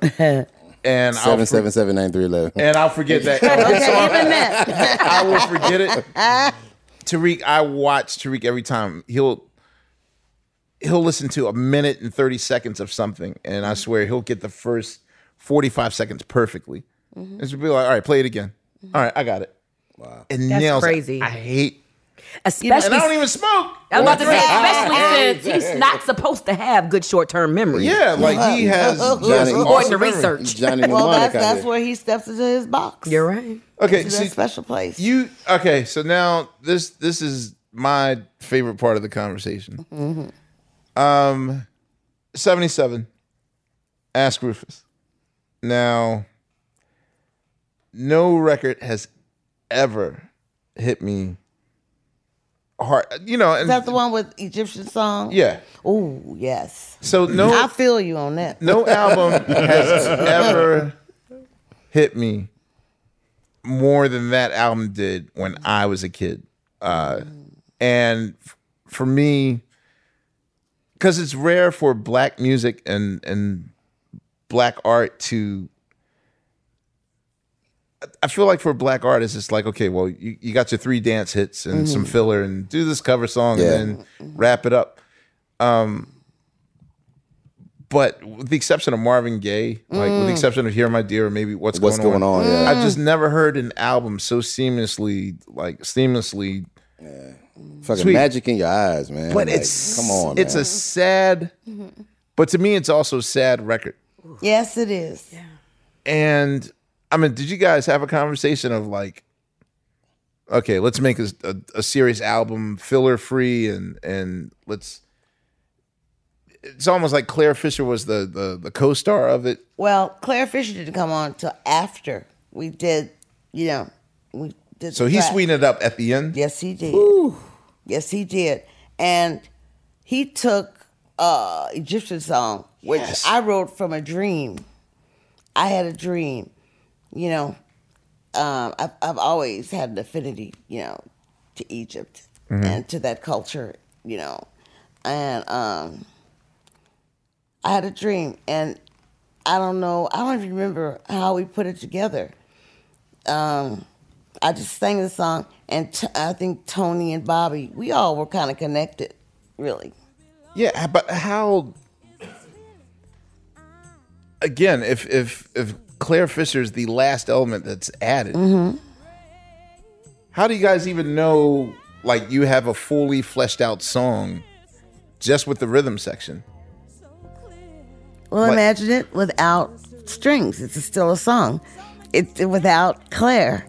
[SPEAKER 1] and I'll
[SPEAKER 4] seven
[SPEAKER 1] for,
[SPEAKER 4] seven seven nine three eleven.
[SPEAKER 1] and I'll forget that. I will forget it. Tariq, I watch Tariq every time. He'll he'll listen to a minute and thirty seconds of something, and I swear he'll get the first forty five seconds perfectly.
[SPEAKER 9] Mhm.
[SPEAKER 1] And just be like, all right, play it again. All right, I got it. Wow, and
[SPEAKER 9] Mm-hmm. That's
[SPEAKER 1] nails it.
[SPEAKER 9] crazy.
[SPEAKER 1] I hate.
[SPEAKER 9] Especially,
[SPEAKER 1] and I don't even smoke.
[SPEAKER 9] I'm about to say,
[SPEAKER 1] Right.
[SPEAKER 9] especially since he's not supposed to have good short term memory.
[SPEAKER 1] Yeah, like, he has just Johnny- awesome
[SPEAKER 9] according to
[SPEAKER 1] memory.
[SPEAKER 9] research.
[SPEAKER 1] Johnny
[SPEAKER 8] well,
[SPEAKER 1] Mnemonic
[SPEAKER 8] that's
[SPEAKER 1] out
[SPEAKER 8] that's
[SPEAKER 1] here.
[SPEAKER 8] where he steps into his box.
[SPEAKER 9] You're right.
[SPEAKER 1] Okay,
[SPEAKER 8] Into that special place.
[SPEAKER 1] You okay? So now this this is my favorite part of the conversation.
[SPEAKER 8] Mhm.
[SPEAKER 1] Um, seventy seven. Ask Rufus. Now, no record has ever hit me hard. You know,
[SPEAKER 8] Is
[SPEAKER 1] and
[SPEAKER 8] that the one with Egyptian song?
[SPEAKER 1] uh, yeah.
[SPEAKER 8] Oh yes.
[SPEAKER 1] So no,
[SPEAKER 8] I feel you on that.
[SPEAKER 1] no album has ever hit me more than that album did when I was a kid. Uh, and f- for me, because it's rare for black music and and black art to. I- I feel like for black artists, it's like okay, well, you, you got your three dance hits and some
[SPEAKER 2] Mhm.
[SPEAKER 1] filler, and do this cover song
[SPEAKER 2] Yeah.
[SPEAKER 1] and then wrap it up. Um, but with the exception of Marvin Gaye, like with
[SPEAKER 2] Mm.
[SPEAKER 1] the exception of "Hear My Dear" or maybe "What's,
[SPEAKER 4] What's
[SPEAKER 1] Going,
[SPEAKER 4] Going
[SPEAKER 1] On,",
[SPEAKER 4] On, yeah.
[SPEAKER 1] I've just never heard an album so seamlessly, like seamlessly.
[SPEAKER 4] Fucking
[SPEAKER 1] Sweet.
[SPEAKER 4] magic in your eyes, man.
[SPEAKER 1] But
[SPEAKER 4] Like,
[SPEAKER 1] it's
[SPEAKER 4] come on,
[SPEAKER 1] it's
[SPEAKER 4] man.
[SPEAKER 1] a sad, but to me, it's also a sad record.
[SPEAKER 8] Yes, it is.
[SPEAKER 1] And I mean, did you guys have a conversation of like, okay, let's make a, a, a serious album, filler free, and and let's. It's almost like Claire Fisher was the the, the co star of it.
[SPEAKER 8] Well, Claire Fisher didn't come on until after we did, you know, we did.
[SPEAKER 1] So
[SPEAKER 8] the
[SPEAKER 1] he
[SPEAKER 8] track.
[SPEAKER 1] sweetened it up at the end.
[SPEAKER 8] Yes, he did. Yes, he did. And he took uh Egyptian song, which
[SPEAKER 1] Yes.
[SPEAKER 8] I wrote from a dream. I had a dream, you know. Um, I've, I've always had an affinity, you know, to Egypt
[SPEAKER 12] Mhm.
[SPEAKER 8] and to that culture, you know. And um, I had a dream, and I don't know, I don't even remember how we put it together. Um, I just sang the song, and t- I think Tony and Bobby, we all were kind of connected, really.
[SPEAKER 1] Yeah, but how? Again, if if if Claire Fisher is the last element that's added, how do you guys even know? Like you have a fully fleshed out song, just with the rhythm section.
[SPEAKER 8] Well, imagine it without strings. It's still a song. It's without Claire,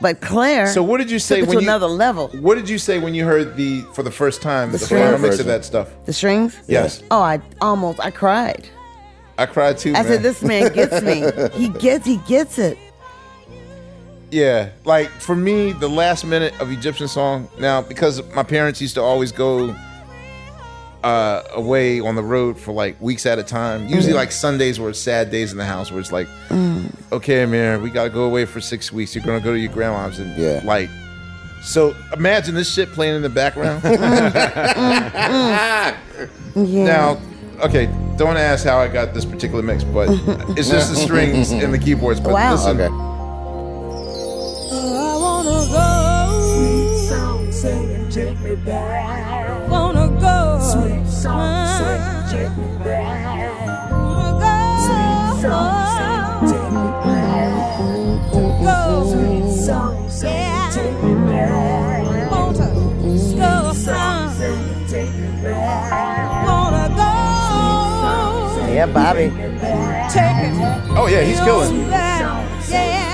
[SPEAKER 8] but Claire.
[SPEAKER 1] So what did you say
[SPEAKER 8] took it
[SPEAKER 1] when
[SPEAKER 8] to
[SPEAKER 1] you,
[SPEAKER 8] another level?
[SPEAKER 1] What did you say when you heard the for the first time the, final mix of that stuff?
[SPEAKER 8] The strings.
[SPEAKER 1] Yes.
[SPEAKER 8] Oh, I almost I cried.
[SPEAKER 1] I cried too.
[SPEAKER 8] I said,
[SPEAKER 1] man.
[SPEAKER 8] "This man gets me. He gets. He gets it."
[SPEAKER 1] Yeah, like for me, the last minute of Egyptian song. Now, because my parents used to always go uh, away on the road for like weeks at a time. Usually,
[SPEAKER 2] Mhm.
[SPEAKER 1] like Sundays were sad days in the house, where it's like,
[SPEAKER 2] Mm.
[SPEAKER 1] okay, man, we gotta go away for six weeks. You're gonna go to your grandma's and
[SPEAKER 2] Yeah.
[SPEAKER 1] like. So imagine this shit playing in the background. Now, okay, don't ask how I got this particular mix, but it's just the strings and the keyboards. But
[SPEAKER 8] Wow.
[SPEAKER 1] listen,
[SPEAKER 8] Okay.
[SPEAKER 12] I wanna go.
[SPEAKER 3] take me back. Wanna go. Sweet song, say, take me back. Wanna go. Sweet song, say, take me back. Go. Sweet song, say, take me back. Wanna go. Sweet song, say, take me back. Wanna go.
[SPEAKER 8] Yeah, Bobby.
[SPEAKER 3] Take it.
[SPEAKER 8] Oh, yeah, he's killing.
[SPEAKER 3] Take me back. Yeah.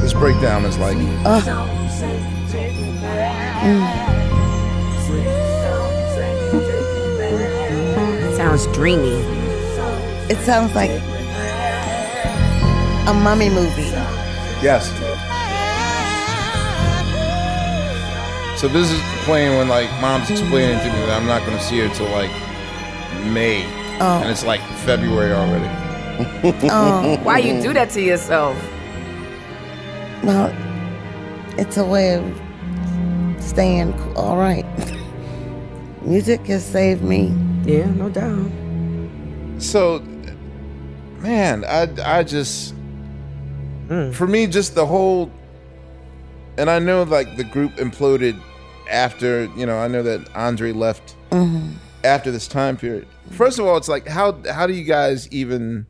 [SPEAKER 1] This breakdown is like uh.
[SPEAKER 3] Mm.
[SPEAKER 9] Sounds dreamy.
[SPEAKER 8] It sounds like a mummy movie.
[SPEAKER 1] yes. So this is playing when like mom's explaining to me that I'm not going to see her till like May,
[SPEAKER 8] Oh.
[SPEAKER 1] and it's like February already.
[SPEAKER 9] Oh. Why you do that to yourself?
[SPEAKER 8] No, it's a way of staying c- all right. Music has saved me.
[SPEAKER 9] Yeah, no doubt.
[SPEAKER 1] So, man, I I just for me just the whole, and I know like the group imploded after you know I know that Andre left
[SPEAKER 8] Mhm.
[SPEAKER 1] after this time period. First of all, it's like how how do you guys even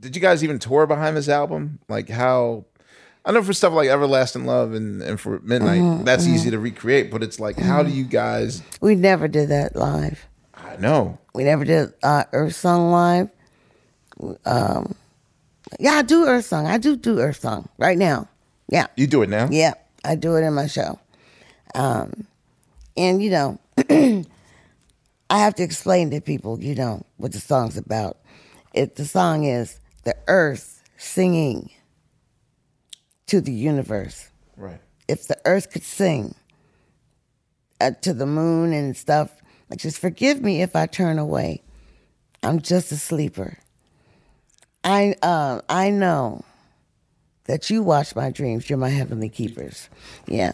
[SPEAKER 1] did you guys even tour behind this album? Like how I know for stuff like Everlasting Love and, and for Midnight,
[SPEAKER 8] Mhm,
[SPEAKER 1] that's
[SPEAKER 8] mhm.
[SPEAKER 1] easy to recreate, but it's like how do you guys
[SPEAKER 8] We never did that live.
[SPEAKER 1] I know.
[SPEAKER 8] We never did uh, Earth Song live. Um, yeah, I do Earth Song. I do do Earth Song right now. Yeah.
[SPEAKER 1] You do it now?
[SPEAKER 8] Yeah, I do it in my show. Um, and, you know, I have to explain to people, you know, what the song's about. It, the song is the earth singing to the universe.
[SPEAKER 1] Right.
[SPEAKER 8] If the earth could sing uh, to the moon and stuff, like, just forgive me if I turn away. I'm just a sleeper. I uh, I know that you watch my dreams. You're my heavenly keepers. Yeah.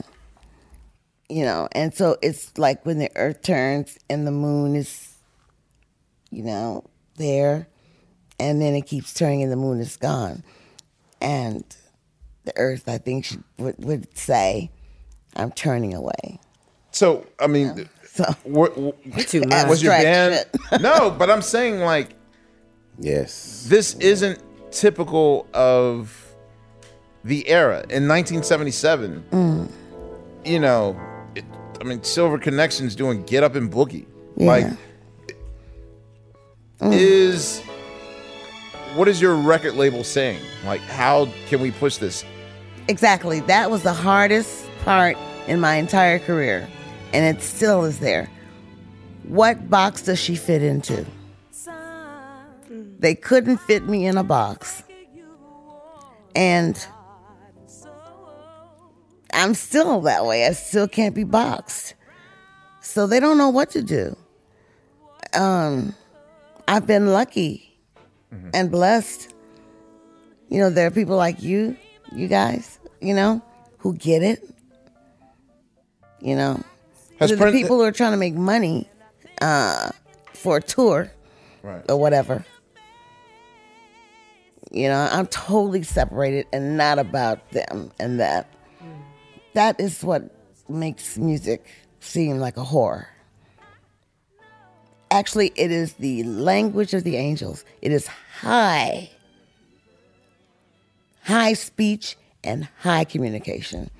[SPEAKER 8] You know, and so it's like when the earth turns and the moon is, you know, there, and then it keeps turning and the moon is gone. And the earth, I think, should, would, would say, I'm turning away.
[SPEAKER 1] So I mean, were- w-
[SPEAKER 8] much.
[SPEAKER 1] was your band?
[SPEAKER 8] Abstract
[SPEAKER 1] no, but I'm saying like,
[SPEAKER 4] yes,
[SPEAKER 1] this isn't typical of the era in 1977.
[SPEAKER 8] Mm.
[SPEAKER 1] You know, it, I mean, Silver Connections doing "Get Up and Boogie,"
[SPEAKER 8] Yeah.
[SPEAKER 1] like, is what is your record label saying? Like, how can we push this?
[SPEAKER 8] Exactly. That was the hardest part in my entire career, and it still is there. What box does she fit into? They couldn't fit me in a box. And I'm still that way. I still can't be boxed. So they don't know what to do. Um, I've been lucky
[SPEAKER 1] Mm-hmm.
[SPEAKER 8] and blessed you know, there are people like you, you guys, you know, who get it. You know,
[SPEAKER 1] Has
[SPEAKER 8] the, the
[SPEAKER 1] Prince-
[SPEAKER 8] people who are trying to make money uh, for a tour
[SPEAKER 1] Right.
[SPEAKER 8] or whatever. You know, I'm totally separated and not about them and that.
[SPEAKER 1] Mm.
[SPEAKER 8] That is what makes music seem like a horror. Actually, it is the language of the angels. It is high high speech and high communication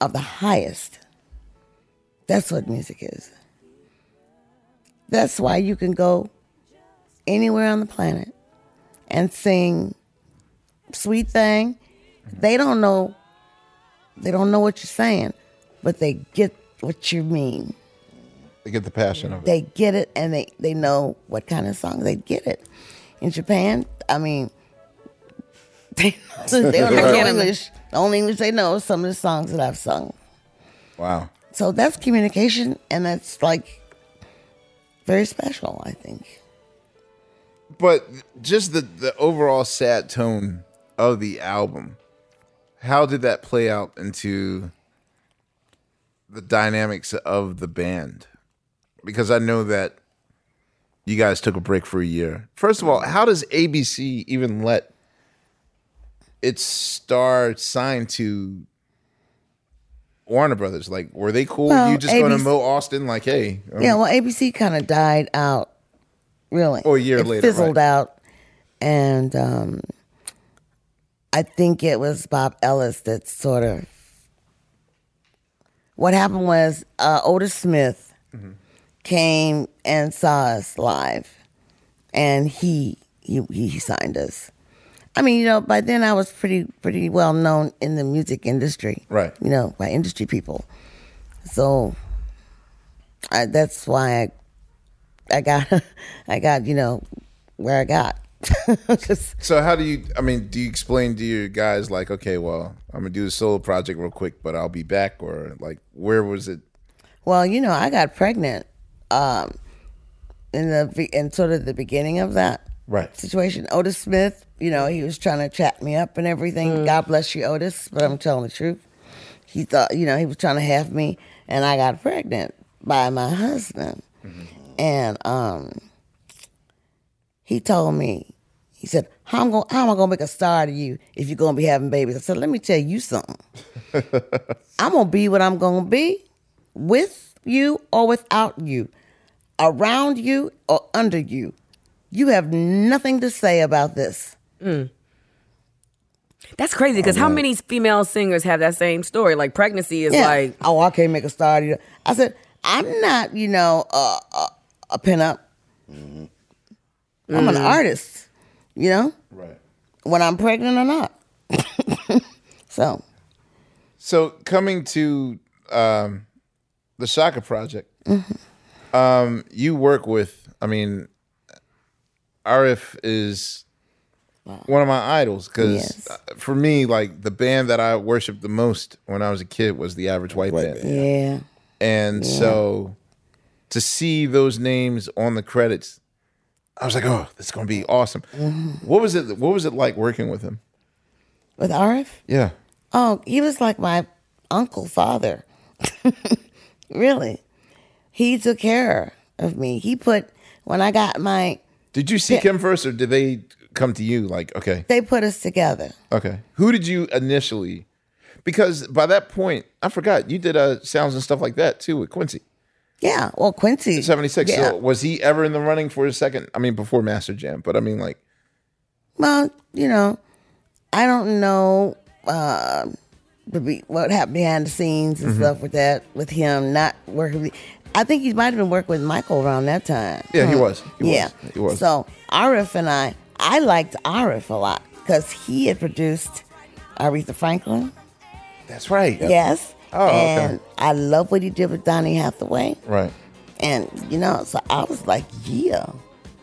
[SPEAKER 8] of the highest. That's what music is. That's why you can go anywhere on the planet and sing sweet thing. They don't know they don't know what you're saying, but they get what you mean.
[SPEAKER 1] They get the passion of it.
[SPEAKER 8] They get it and they, they know what kind of song they get it. In Japan, I mean, they, they don't know
[SPEAKER 1] Right.
[SPEAKER 8] English. The only English they know is some of the songs that I've sung.
[SPEAKER 1] Wow.
[SPEAKER 8] So that's communication and that's like very special, I think.
[SPEAKER 1] but just the the overall sad tone of the album how did that play out into the dynamics of the band? Because I know that you guys took a break for a year. First of all, how does ABC even let its star sign to Warner Brothers? Like, were they cool?
[SPEAKER 8] Well,
[SPEAKER 1] you just going to
[SPEAKER 8] ABC
[SPEAKER 1] Mo Austin? Like, hey, um,
[SPEAKER 8] yeah, well, ABC kind of died out, really.
[SPEAKER 1] Or Oh, a year
[SPEAKER 8] It
[SPEAKER 1] later,
[SPEAKER 8] fizzled
[SPEAKER 1] right.
[SPEAKER 8] out, and um, I think it was Bob Ellis that sort of. What happened was uh, Otis Smith came and saw us live, and he he he signed us. I mean, you know, by then I was pretty pretty well known in the music industry,
[SPEAKER 1] Right.
[SPEAKER 8] You know, by industry people, so I, that's why I, I got I got you know where I got.
[SPEAKER 1] so how do you i mean do you explain to your guys like okay well i'm gonna do a solo project real quick but i'll be back or like where was it
[SPEAKER 8] Well, you know, I got pregnant um, in the be- in sort of the beginning of that
[SPEAKER 1] Right.
[SPEAKER 8] situation. Otis Smith, you know, he was trying to chat me up and everything. God bless you, Otis, but I'm telling the truth. He thought, you know, he was trying to have me, and I got pregnant by my husband, and um, he told me. He said, how am, I gonna, how am I gonna make a star out of you if you're gonna be having babies? I said, let me tell you something. I'm gonna be what I'm gonna be, with you or without you, around you or under you. You have nothing to say about this.
[SPEAKER 1] Mm.
[SPEAKER 9] That's crazy because how
[SPEAKER 8] Alright.
[SPEAKER 9] many female singers have that same story? Like pregnancy is
[SPEAKER 8] Yeah.
[SPEAKER 9] like
[SPEAKER 8] oh, I can't make a star. out of you. I said, I'm not, you know, a, a, a pinup. I'm an
[SPEAKER 1] Mm.
[SPEAKER 9] Mhm.
[SPEAKER 8] artist, you know,
[SPEAKER 1] right
[SPEAKER 8] when I'm pregnant or not. so
[SPEAKER 1] so coming to um the shaka project um you work with i mean rf is one of my idols because
[SPEAKER 8] Yes.
[SPEAKER 1] for me like the band that i worshiped the most when i was a kid was the average white, band.
[SPEAKER 8] yeah.
[SPEAKER 1] And
[SPEAKER 8] Yeah.
[SPEAKER 1] so to see those names on the credits, I was like, oh, this is gonna be awesome.
[SPEAKER 8] Mm-hmm.
[SPEAKER 1] What was it what was it like working with him?
[SPEAKER 8] With RF?
[SPEAKER 1] Yeah.
[SPEAKER 8] Oh, he was like my uncle father. really. He took care of me. He put when I got my
[SPEAKER 1] Did you seek him first or did they come to you like, okay,
[SPEAKER 8] they put us together.
[SPEAKER 1] okay. Who did you initially because by that point, I forgot you did uh sounds and stuff like that too with Quincy.
[SPEAKER 8] Yeah. Well Quincy.
[SPEAKER 1] Seventy six.
[SPEAKER 8] Yeah.
[SPEAKER 1] So was he ever in the running for his second I mean before Master Jam, but I mean like
[SPEAKER 8] Well, you know, I don't know uh, the be- what happened behind the scenes and
[SPEAKER 1] Mhm.
[SPEAKER 8] stuff with that with him not working. With, I think he might have been working with Michael around that time.
[SPEAKER 1] Yeah, he
[SPEAKER 8] Huh.
[SPEAKER 1] was. He was.
[SPEAKER 8] yeah,
[SPEAKER 1] He was.
[SPEAKER 8] So Arif and I, I liked Arif a lot because he had produced Aretha Franklin.
[SPEAKER 1] That's right.
[SPEAKER 8] Yes.
[SPEAKER 1] Oh, okay.
[SPEAKER 8] and I love what he did with Donny Hathaway.
[SPEAKER 1] Right.
[SPEAKER 8] And you know, so I was like, yeah,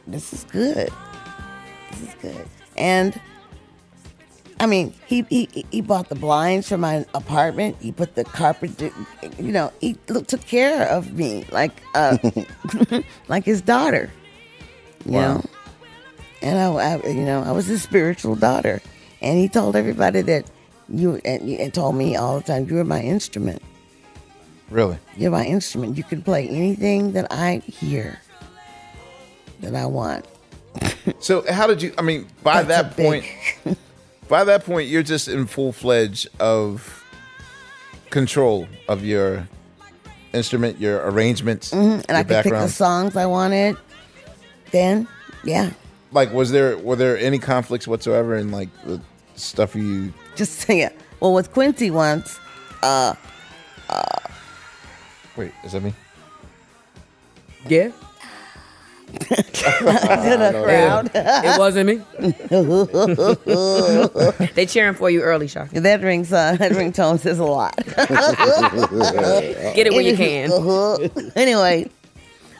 [SPEAKER 8] this is good. This is good. And I mean, he he he bought the blinds for my apartment. He put the carpet, you know, he look, took care of me like uh like his daughter. You
[SPEAKER 3] Wow.
[SPEAKER 8] know. And I, I, you know, I was his spiritual daughter. And he told everybody that you and, and told me all the time, you were my instrument.
[SPEAKER 1] Really?
[SPEAKER 8] You're my instrument. You can play anything that I hear that I want.
[SPEAKER 1] So how did you? I mean, by that point, by that point, you're just in full fledged of control of your instrument, your arrangements,
[SPEAKER 8] Mhm. And
[SPEAKER 1] your
[SPEAKER 8] I could pick the
[SPEAKER 1] background.
[SPEAKER 8] songs I wanted. Then, yeah,
[SPEAKER 1] like, was there were there any conflicts whatsoever in like the stuff you?
[SPEAKER 8] just sing it. Well, with Quincy once, uh, uh,
[SPEAKER 1] Wait, is that me?
[SPEAKER 9] yeah.
[SPEAKER 8] did a crowd.
[SPEAKER 9] it wasn't me. they cheering for you early, Shaka.
[SPEAKER 8] that rings uh, that ringtone says a lot.
[SPEAKER 9] Get it when you can.
[SPEAKER 8] uh-huh. anyway,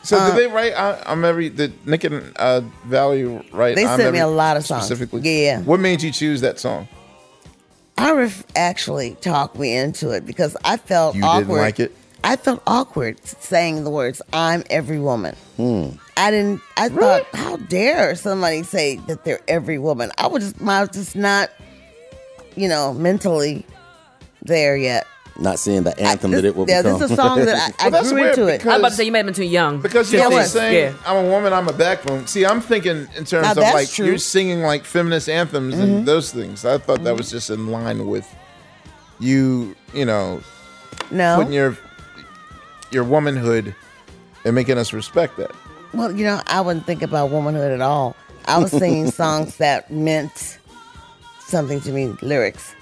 [SPEAKER 1] So
[SPEAKER 8] Uh,
[SPEAKER 1] did they write? I, I'm every did Nick and uh, Valley write?
[SPEAKER 8] They
[SPEAKER 1] I'm
[SPEAKER 8] sent me
[SPEAKER 1] Every-
[SPEAKER 8] a lot of songs.
[SPEAKER 1] specifically.
[SPEAKER 8] Yeah.
[SPEAKER 1] What made you choose that song?
[SPEAKER 8] Arif actually talked me into it because I felt
[SPEAKER 1] You didn't
[SPEAKER 8] awkward.
[SPEAKER 1] like it?
[SPEAKER 8] I felt awkward saying the words "I'm every woman." I didn't. I thought, how dare somebody say that they're every woman? I was just, I was just not you know, mentally there yet.
[SPEAKER 4] Not seeing the anthem that it will
[SPEAKER 8] yeah,
[SPEAKER 4] become.
[SPEAKER 8] this is a song that I, I grew into it.
[SPEAKER 9] I'm about to say you might have been too young.
[SPEAKER 1] Because you
[SPEAKER 9] Yeah,
[SPEAKER 1] know
[SPEAKER 9] I
[SPEAKER 1] what
[SPEAKER 9] was.
[SPEAKER 1] saying?
[SPEAKER 9] Yeah.
[SPEAKER 1] I'm a woman, I'm a backbone. See, I'm thinking in terms
[SPEAKER 8] Now,
[SPEAKER 1] of
[SPEAKER 8] that's
[SPEAKER 1] like
[SPEAKER 8] true.
[SPEAKER 1] you're singing like feminist anthems
[SPEAKER 8] Mhm.
[SPEAKER 1] and those things. I thought
[SPEAKER 8] Mm-hmm.
[SPEAKER 1] that was just in line with you, you know,
[SPEAKER 8] No.
[SPEAKER 1] putting your your womanhood and making us respect that.
[SPEAKER 8] Well, you know, I wouldn't think about womanhood at all. I was singing songs that meant something to me, lyrics.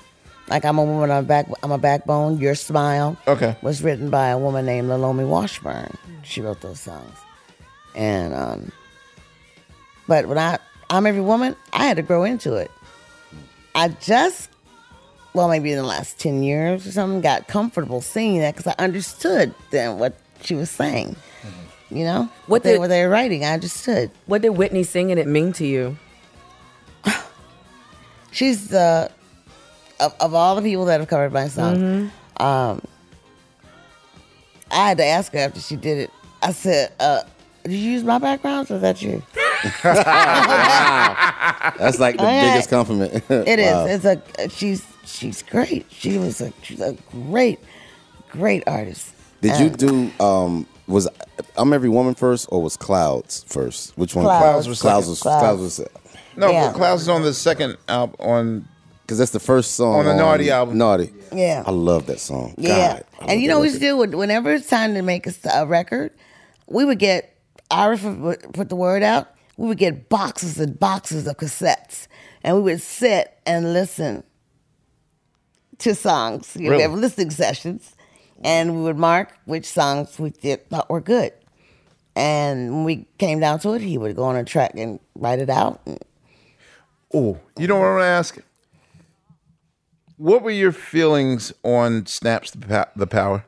[SPEAKER 8] Like I'm a woman on back I'm a backbone, Your Smile.
[SPEAKER 1] Okay.
[SPEAKER 8] Was written by a woman named Lalomi Washburn. She wrote those songs. And um but when I I'm every woman, I had to grow into it. I just well, maybe in the last 10 years or something, got comfortable singing that because I understood then what she was saying. You know? What they
[SPEAKER 9] did-
[SPEAKER 8] were they writing, I understood.
[SPEAKER 9] What did Whitney singing it mean to you?
[SPEAKER 8] She's the of, of all the people that have covered my song.
[SPEAKER 9] Mm-hmm.
[SPEAKER 8] Um, I had to ask her after she did it. I said, uh, "Did you use my backgrounds or is that you?"
[SPEAKER 4] That's like the
[SPEAKER 8] Oh, yeah.
[SPEAKER 4] biggest compliment.
[SPEAKER 8] It is.
[SPEAKER 4] Wow.
[SPEAKER 8] It's a she's she's great. She was a she's a great great artist.
[SPEAKER 4] Did you
[SPEAKER 8] And
[SPEAKER 4] do um was I'm every woman first or was Clouds first? Which one?
[SPEAKER 8] Clouds. Clouds
[SPEAKER 1] was
[SPEAKER 4] Clouds
[SPEAKER 1] second.
[SPEAKER 4] was
[SPEAKER 1] Clouds.
[SPEAKER 4] Clouds was
[SPEAKER 1] No,
[SPEAKER 8] Yeah.
[SPEAKER 1] but Klaus is on the second album on
[SPEAKER 4] because that's the first song
[SPEAKER 1] On the Naughty album.
[SPEAKER 4] Um, Naughty.
[SPEAKER 8] Yeah.
[SPEAKER 4] I love that song.
[SPEAKER 8] Yeah,
[SPEAKER 4] God, I love
[SPEAKER 8] and you
[SPEAKER 4] that
[SPEAKER 8] know what we
[SPEAKER 4] record.
[SPEAKER 8] used to do When- whenever it's time to make a, s- a record, we would get Iris would- would put the word out. We would get boxes and boxes of cassettes, and we would sit and listen to songs. You know,
[SPEAKER 3] Really?
[SPEAKER 8] We have listening sessions, and we would mark which songs we did thought were good. And when we came down to it, he would go on a track and write it out.
[SPEAKER 1] Oh, you know what I want to ask? What were your feelings on Snaps the, pa- the Power?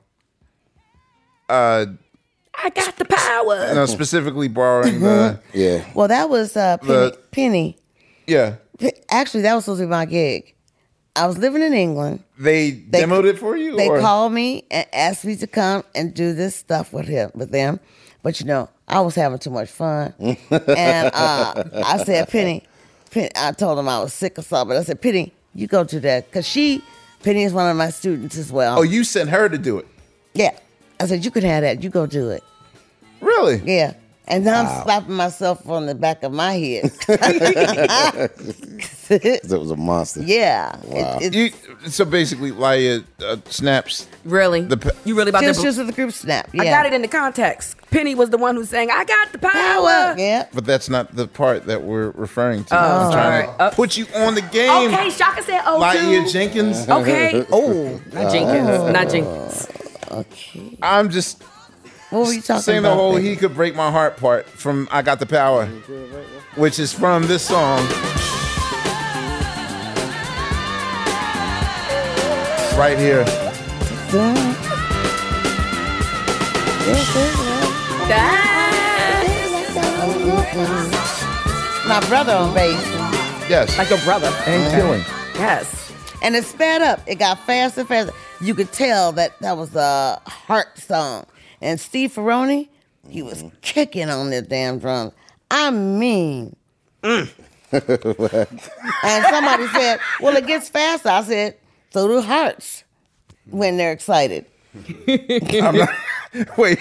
[SPEAKER 1] Uh,
[SPEAKER 9] I got the power.
[SPEAKER 1] no, specifically borrowing the
[SPEAKER 4] yeah,
[SPEAKER 8] Well, that was uh, Penny.
[SPEAKER 1] The-
[SPEAKER 8] Penny.
[SPEAKER 1] yeah.
[SPEAKER 8] Actually, that was supposed to be my gig. I was living in England.
[SPEAKER 1] They, demoed it for you.
[SPEAKER 8] They
[SPEAKER 1] or?
[SPEAKER 8] called me and asked me to come and do this stuff with him with them. But you know, I was having too much fun. and uh, I said, Penny, Penny, I told him I was sick or something. I said, Penny, you go do that. Because she, Penny is one of my students as well.
[SPEAKER 1] Oh, you sent her to do it.
[SPEAKER 8] Yeah. I said, you can have that. You go do it.
[SPEAKER 1] Really?
[SPEAKER 8] Yeah. And now
[SPEAKER 4] Wow.
[SPEAKER 8] I'm slapping myself on the back of my head.
[SPEAKER 4] 'Cause it was a monster.
[SPEAKER 8] yeah.
[SPEAKER 4] Wow.
[SPEAKER 8] It, it,
[SPEAKER 1] You, so basically, Laia uh, snaps.
[SPEAKER 9] Really?
[SPEAKER 1] The pa-
[SPEAKER 9] You really about
[SPEAKER 8] she
[SPEAKER 9] to
[SPEAKER 8] was just with the group snap. Yeah.
[SPEAKER 9] I got it in the context. Penny was the one who sang, I got the power.
[SPEAKER 8] Yeah.
[SPEAKER 1] but that's not the part that we're referring to.
[SPEAKER 9] Oh,
[SPEAKER 1] I'm trying
[SPEAKER 9] sorry.
[SPEAKER 1] to put you on the game.
[SPEAKER 9] Okay, Shaka said oh
[SPEAKER 1] Laia
[SPEAKER 9] too.
[SPEAKER 1] Jenkins.
[SPEAKER 9] Okay. Oh, not Jenkins.
[SPEAKER 4] Uh,
[SPEAKER 9] Not Jenkins.
[SPEAKER 1] I'm just
[SPEAKER 8] What were you talking
[SPEAKER 1] saying
[SPEAKER 8] about?
[SPEAKER 1] the whole
[SPEAKER 8] baby?
[SPEAKER 1] "He Could Break My Heart" part from "I Got the Power," which is from this song. Right here.
[SPEAKER 8] My brother on bass.
[SPEAKER 1] Yes.
[SPEAKER 9] Like your brother.
[SPEAKER 1] And killing.
[SPEAKER 9] Yes.
[SPEAKER 8] And it sped up. It got faster and faster. You could tell that that was a heart song. And Steve Ferroni, he was kicking on the damn drums. I mean, and somebody said, well, it gets faster. I said, so do hearts when they're excited.
[SPEAKER 1] Wait,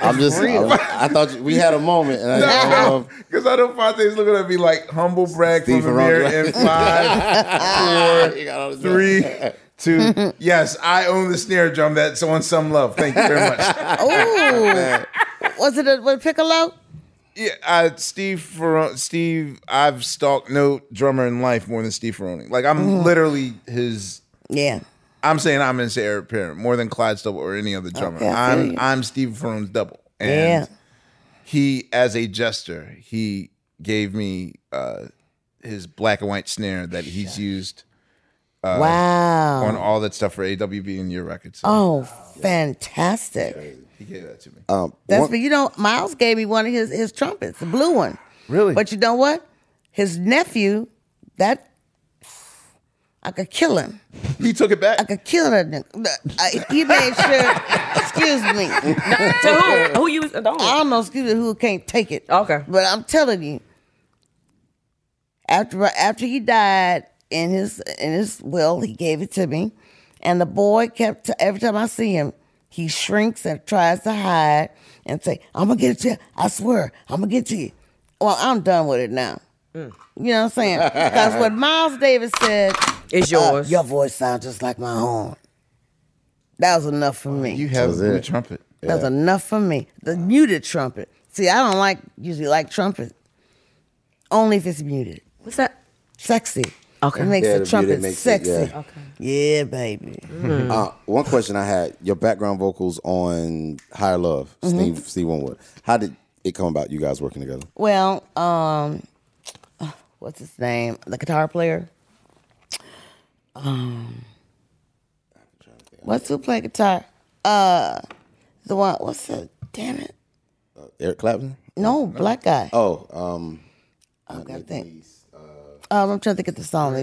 [SPEAKER 4] I'm just I, I thought you, we had a moment and I, I don't know if-
[SPEAKER 1] because I know Fonte's looking at me like humble brag
[SPEAKER 4] Steve
[SPEAKER 1] from the
[SPEAKER 4] Ferroni.
[SPEAKER 1] mirror in five,
[SPEAKER 4] You got all
[SPEAKER 1] four,
[SPEAKER 4] this-
[SPEAKER 1] three, two. Yes, I own the snare drum. That's on some love. Thank you very much.
[SPEAKER 8] Oh, was it a, was it piccolo?
[SPEAKER 1] Yeah, uh, Steve Ferrone, Steve, I've stalked no drummer in life more than Steve Ferrone. Like I'm literally his.
[SPEAKER 8] Mm-hmm. Yeah.
[SPEAKER 1] I'm saying I'm his heir apparent more than Clyde's double or any other drummer.
[SPEAKER 8] Okay, I feel
[SPEAKER 1] I'm
[SPEAKER 8] you.
[SPEAKER 1] I'm Steve Ferrone's double, and
[SPEAKER 8] Yeah.
[SPEAKER 1] he as a jester, he gave me uh, his black and white snare that he's used. Uh,
[SPEAKER 8] Wow.
[SPEAKER 1] On all that stuff for AWB and your records.
[SPEAKER 8] Oh, fantastic.
[SPEAKER 1] He gave that to me.
[SPEAKER 4] um,
[SPEAKER 8] That's
[SPEAKER 4] one-
[SPEAKER 8] but you know, Miles gave me one of his his trumpets, the blue one.
[SPEAKER 1] Really?
[SPEAKER 8] But you know what? His nephew, that I could kill him.
[SPEAKER 1] He took it back.
[SPEAKER 8] I could kill that nigga. Look, I- He made sure. excuse me.
[SPEAKER 9] to who? Who you was?
[SPEAKER 8] I
[SPEAKER 9] Don't.
[SPEAKER 8] don't know. Excuse me. Who can't take it?
[SPEAKER 9] Okay.
[SPEAKER 8] But I'm telling you, after after he died, in his in his will, he gave it to me, and the boy kept every time I see him, he shrinks and tries to hide and say, "I'm gonna get it to you. I swear, I'm gonna get to you." Well, I'm done with it now.
[SPEAKER 9] Mm.
[SPEAKER 8] You know what I'm saying? Because what Miles Davis said
[SPEAKER 9] is
[SPEAKER 8] yours. your voice sounds just like my own. That was enough for me.
[SPEAKER 1] Oh, You have a blue trumpet.
[SPEAKER 8] That's enough for me. The muted trumpet. See, I don't like usually like trumpet. Only if it's muted.
[SPEAKER 9] What's that?
[SPEAKER 8] Sexy.
[SPEAKER 9] Okay.
[SPEAKER 8] It makes
[SPEAKER 4] Yeah, the
[SPEAKER 8] the
[SPEAKER 4] muted
[SPEAKER 8] trumpet
[SPEAKER 4] makes it,
[SPEAKER 8] sexy.
[SPEAKER 4] yeah.
[SPEAKER 8] Okay. Yeah, baby.
[SPEAKER 1] Hmm.
[SPEAKER 4] Uh, one question I had: Your background vocals on "Higher Love,"
[SPEAKER 8] Mhm.
[SPEAKER 4] Steve Steve Winwood. How did it come about? You guys working together?
[SPEAKER 8] Well, um, what's his name? The guitar player. Um, what's who play guitar? Uh, the one. What's the damn it?
[SPEAKER 4] Eric Clapton.
[SPEAKER 8] No, black guy.
[SPEAKER 4] Oh, um,
[SPEAKER 8] I gotta think.
[SPEAKER 4] uh,
[SPEAKER 8] Um, I'm trying to get the song.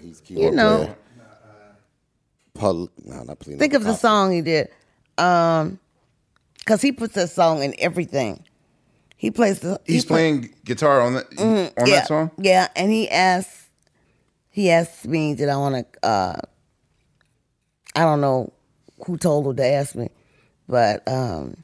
[SPEAKER 4] he's
[SPEAKER 8] You know.
[SPEAKER 4] player. Paul, no, not Uh, Paulino.
[SPEAKER 8] Think of the song he did. Um, cause he puts that song in everything. He plays the. he
[SPEAKER 1] He's
[SPEAKER 8] play-
[SPEAKER 1] playing guitar on that
[SPEAKER 8] Mhm,
[SPEAKER 1] on
[SPEAKER 8] yeah,
[SPEAKER 1] that song.
[SPEAKER 8] Yeah, and he asked, he asked me, did I want to? Uh, I don't know who told him to ask me, but um,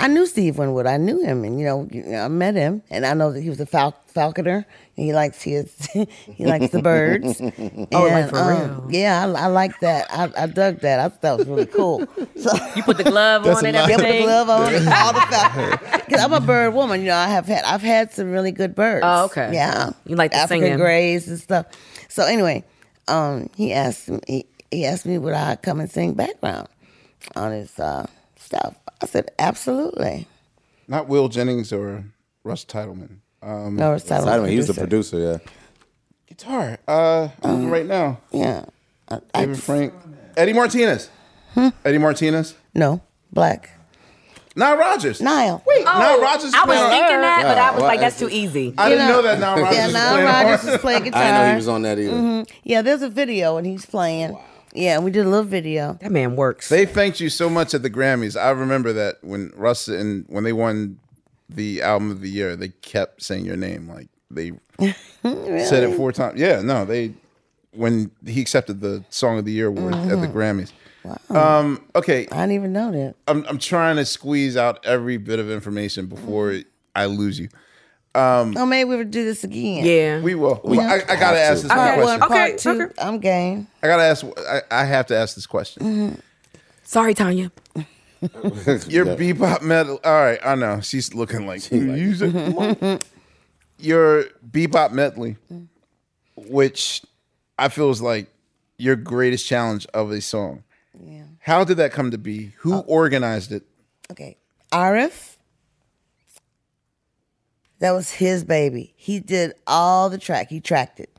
[SPEAKER 8] I knew Steve Winwood. I knew him, and you know, you know, I met him, and I know that he was a fal- falconer, and he likes his, he likes the birds.
[SPEAKER 9] Oh,
[SPEAKER 8] and,
[SPEAKER 9] like for
[SPEAKER 8] um, Yeah, I, I like that. I, I dug that. I thought that was really cool.
[SPEAKER 9] You put the glove
[SPEAKER 8] That's
[SPEAKER 9] on and
[SPEAKER 8] a lot.
[SPEAKER 9] everything.
[SPEAKER 8] Yeah, put the glove on and all the Because I'm a bird woman, you know. I have had I've had some really good birds.
[SPEAKER 9] Oh, okay.
[SPEAKER 8] Yeah,
[SPEAKER 9] You like the
[SPEAKER 8] African
[SPEAKER 9] singing.
[SPEAKER 8] grays and stuff. So anyway, um, he asked me. He, he asked me would I come and sing background on his uh, stuff. I said absolutely.
[SPEAKER 1] Not Will Jennings or Russ Titleman. Um,
[SPEAKER 8] No, Russ Titleman was Titleman, he was the
[SPEAKER 4] producer. Yeah.
[SPEAKER 1] Guitar. Uh, right now.
[SPEAKER 8] Uh, Yeah. I,
[SPEAKER 1] David Frank. Eddie Martinez. Eddie Martinez.
[SPEAKER 8] No, black.
[SPEAKER 1] Nile Rogers.
[SPEAKER 8] Nile.
[SPEAKER 1] Wait,
[SPEAKER 9] Oh,
[SPEAKER 1] Nile Rogers.
[SPEAKER 9] I was
[SPEAKER 1] playing-
[SPEAKER 9] thinking that, but I was like, that's too easy.
[SPEAKER 1] I didn't know that Nile Rodgers
[SPEAKER 8] Yeah,
[SPEAKER 1] was
[SPEAKER 8] Nile
[SPEAKER 1] playing
[SPEAKER 8] Rodgers
[SPEAKER 1] harp.
[SPEAKER 8] was playing guitar.
[SPEAKER 4] I know he was on that either.
[SPEAKER 8] Mhm. Yeah, there's a video and he's playing. Yeah, we did a little video.
[SPEAKER 9] That man works.
[SPEAKER 1] They thanked you so much at the Grammys. I remember that when Russ and when they won the album of the year, they kept saying your name. Like they said it
[SPEAKER 8] Really?
[SPEAKER 1] four times. Yeah, no, they when he accepted the Song of the Year award at the
[SPEAKER 8] Mhm.
[SPEAKER 1] Grammys.
[SPEAKER 8] Wow.
[SPEAKER 1] Um, okay,
[SPEAKER 8] I didn't even know that.
[SPEAKER 1] I'm I'm trying to squeeze out every bit of information before
[SPEAKER 8] Mm-hmm.
[SPEAKER 1] I lose you. Um,
[SPEAKER 8] Oh, maybe we would do this again.
[SPEAKER 1] we will.
[SPEAKER 8] We
[SPEAKER 1] I, I gotta ask this
[SPEAKER 8] I
[SPEAKER 1] one
[SPEAKER 8] got
[SPEAKER 1] question.
[SPEAKER 8] one part two. I'm game. Mm-hmm.
[SPEAKER 1] I gotta ask. I, I have to ask this question.
[SPEAKER 9] Sorry, Tanya.
[SPEAKER 1] Your bebop metal. All right, I know she's looking like "Use it." your bebop medley, which I feel is like your greatest challenge of a song. Yeah. How did that come to be?
[SPEAKER 8] Uh,
[SPEAKER 1] Who organized it?
[SPEAKER 8] Okay. Arif, that was his baby. He did all the track. He tracked it.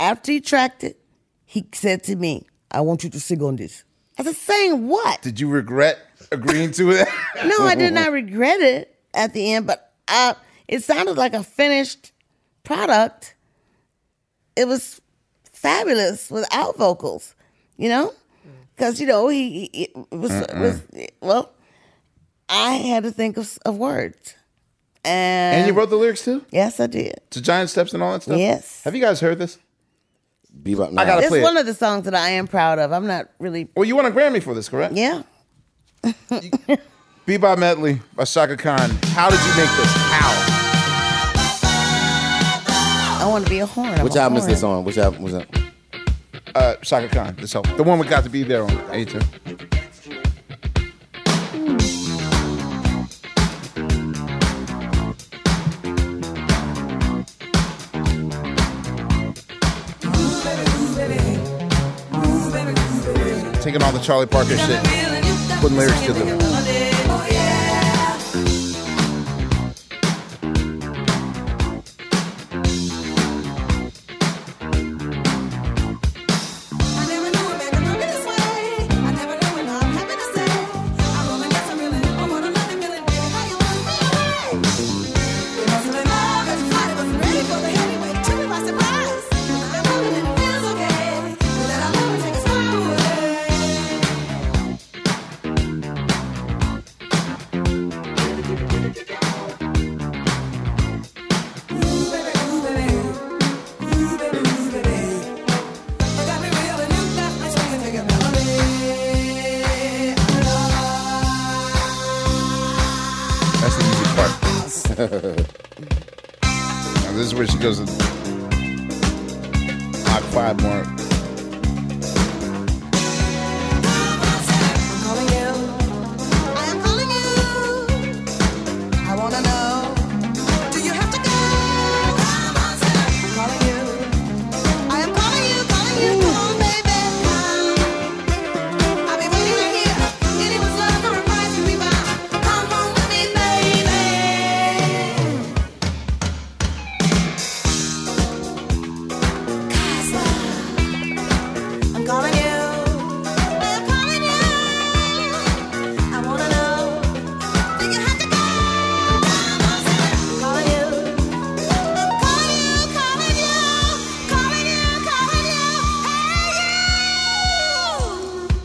[SPEAKER 8] After he tracked it, he said to me, I want you to sing on this. I said, sing what?
[SPEAKER 1] Did you regret agreeing to it?
[SPEAKER 8] No, I did not regret it at the end, but I, it sounded like a finished product. It was fabulous without vocals, you know, because you know he, he- it was,
[SPEAKER 1] Mm-mm.
[SPEAKER 8] was well. I had to think of, of words, and
[SPEAKER 1] And you wrote the lyrics too?
[SPEAKER 8] Yes, I did.
[SPEAKER 1] To Giant Steps and all that stuff?
[SPEAKER 8] Yes.
[SPEAKER 1] Have you guys heard this?
[SPEAKER 4] Bebop
[SPEAKER 1] I gotta
[SPEAKER 8] It's
[SPEAKER 1] play
[SPEAKER 8] one
[SPEAKER 1] it.
[SPEAKER 8] of the songs that I am proud of. I'm not really
[SPEAKER 1] Well, you won a Grammy for this, correct?
[SPEAKER 8] yeah.
[SPEAKER 1] Bebop Medley by Shaka Khan. How did you make this? How?
[SPEAKER 8] I want to be a horn. I'm
[SPEAKER 4] Which
[SPEAKER 8] a
[SPEAKER 4] album is
[SPEAKER 8] horn.
[SPEAKER 4] this on? Which album was that?
[SPEAKER 1] Uh, Shaka Khan, this help. The one we got to be there on. A2.
[SPEAKER 8] um,
[SPEAKER 1] Taking all the Charlie Parker shit, putting lyrics to them.
[SPEAKER 3] Thank
[SPEAKER 1] Now, this is where she goes to Mach 5 mark.
[SPEAKER 12] I'm calling you. I am calling you. I wanna know. Do you have to go? Come on, say I'm calling you. I am calling you, calling you. Come on, baby, come. I've been waiting right here. And it was love for a price to be found. Come home with me, baby. Casa. I'm calling you. I am calling you. I wanna know. Do you have to go? I'm calling you. I'm calling you, calling you, calling you, calling you.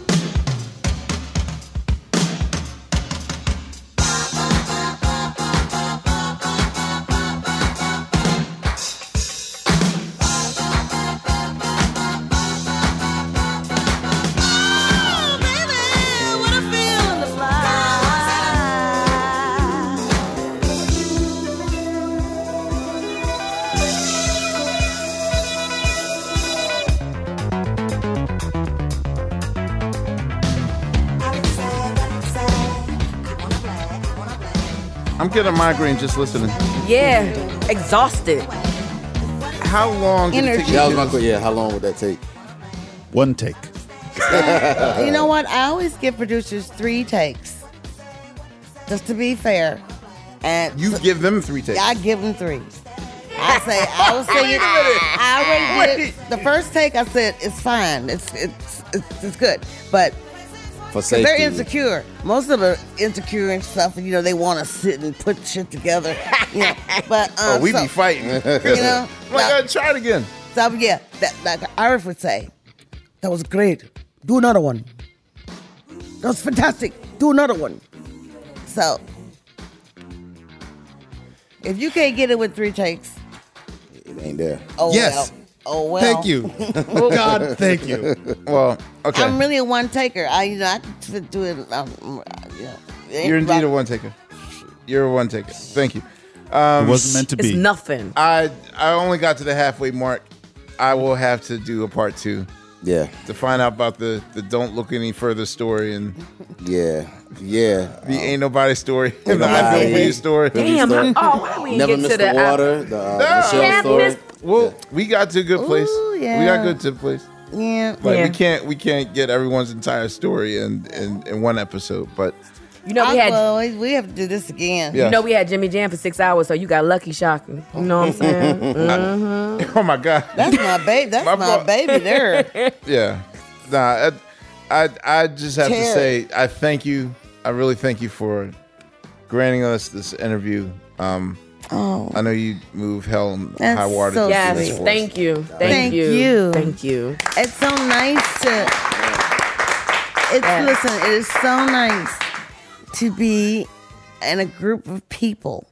[SPEAKER 12] Hey, you.
[SPEAKER 1] I'm getting a migraine just listening.
[SPEAKER 9] Yeah, exhausted.
[SPEAKER 1] How long?
[SPEAKER 8] did it Energy. take you
[SPEAKER 4] That
[SPEAKER 8] to
[SPEAKER 4] was
[SPEAKER 8] do
[SPEAKER 4] my que- yeah. How long would that take?
[SPEAKER 6] One take.
[SPEAKER 8] you know what? I always give producers three takes, just to be fair. And
[SPEAKER 1] You give them three takes.
[SPEAKER 8] I give them three. I say I was singing. I already did it. The first take, I said it's fine. It's it's it's, it's good, but
[SPEAKER 4] For
[SPEAKER 8] Because
[SPEAKER 4] safety.
[SPEAKER 8] they're insecure. Most of them are insecure and stuff, and you know, they want to sit and put shit together. You know, but um,
[SPEAKER 1] oh, we
[SPEAKER 8] so,
[SPEAKER 1] be fighting. you
[SPEAKER 8] know,
[SPEAKER 1] like, I try it again.
[SPEAKER 8] So yeah, that, like Irish would say, that was great. Do another one. That was fantastic. Do another one. So if you can't get it with three takes,
[SPEAKER 4] It ain't there.
[SPEAKER 8] oh
[SPEAKER 5] Yes.
[SPEAKER 8] well. Oh well.
[SPEAKER 5] Thank you.
[SPEAKER 4] Oh,
[SPEAKER 5] God, thank you.
[SPEAKER 1] Well, okay.
[SPEAKER 8] I'm really a one taker. I you know I can do it. Um, you know, it ain't
[SPEAKER 1] You're
[SPEAKER 8] about-
[SPEAKER 1] indeed a one taker. You're a one taker. Thank you. Um,
[SPEAKER 6] It wasn't meant to
[SPEAKER 9] It's
[SPEAKER 6] be.
[SPEAKER 9] nothing.
[SPEAKER 1] I I only got to the halfway mark. I will have to do a part two
[SPEAKER 4] Yeah,
[SPEAKER 1] to find out about the the don't look any further story and
[SPEAKER 4] yeah, yeah.
[SPEAKER 1] the ain't nobody story and the I
[SPEAKER 4] Nobody.
[SPEAKER 1] feel for you story.
[SPEAKER 9] Damn. I, oh, why we
[SPEAKER 4] Never
[SPEAKER 9] didn't
[SPEAKER 4] missed
[SPEAKER 9] get to
[SPEAKER 4] the
[SPEAKER 9] the
[SPEAKER 4] water. The uh,
[SPEAKER 1] No.
[SPEAKER 4] Michelle
[SPEAKER 1] Can't
[SPEAKER 4] story.
[SPEAKER 1] Well, we got to a good place.
[SPEAKER 8] Ooh,
[SPEAKER 1] We
[SPEAKER 8] yeah.
[SPEAKER 1] got good to a place.
[SPEAKER 8] Yeah.
[SPEAKER 1] Like
[SPEAKER 9] Yeah.
[SPEAKER 1] we can't we can't get everyone's entire story in in, in one episode, but
[SPEAKER 9] You know we
[SPEAKER 8] I
[SPEAKER 9] had.
[SPEAKER 8] will always- we have to do this again.
[SPEAKER 1] Yeah.
[SPEAKER 9] You know we had Jimmy Jam for six hours, so you got lucky shocking. You know what I'm saying?
[SPEAKER 8] Mm-hmm.
[SPEAKER 1] oh my god,
[SPEAKER 8] That's my baby. That's
[SPEAKER 1] My
[SPEAKER 8] my,
[SPEAKER 1] fault.
[SPEAKER 8] baby there.
[SPEAKER 1] yeah, nah. I I, I just have to
[SPEAKER 8] Terry.
[SPEAKER 1] say I thank you. I really thank you for granting us this interview. Um,
[SPEAKER 8] Oh,
[SPEAKER 1] I know you move hell and
[SPEAKER 8] That's
[SPEAKER 1] high water.
[SPEAKER 8] so
[SPEAKER 1] to do
[SPEAKER 8] Yes,
[SPEAKER 1] this for us.
[SPEAKER 9] Thank you. Thank,
[SPEAKER 8] Thank
[SPEAKER 9] you.
[SPEAKER 8] you.
[SPEAKER 9] Thank you.
[SPEAKER 8] it's so nice to. It's listen. It is so nice to be in a group of people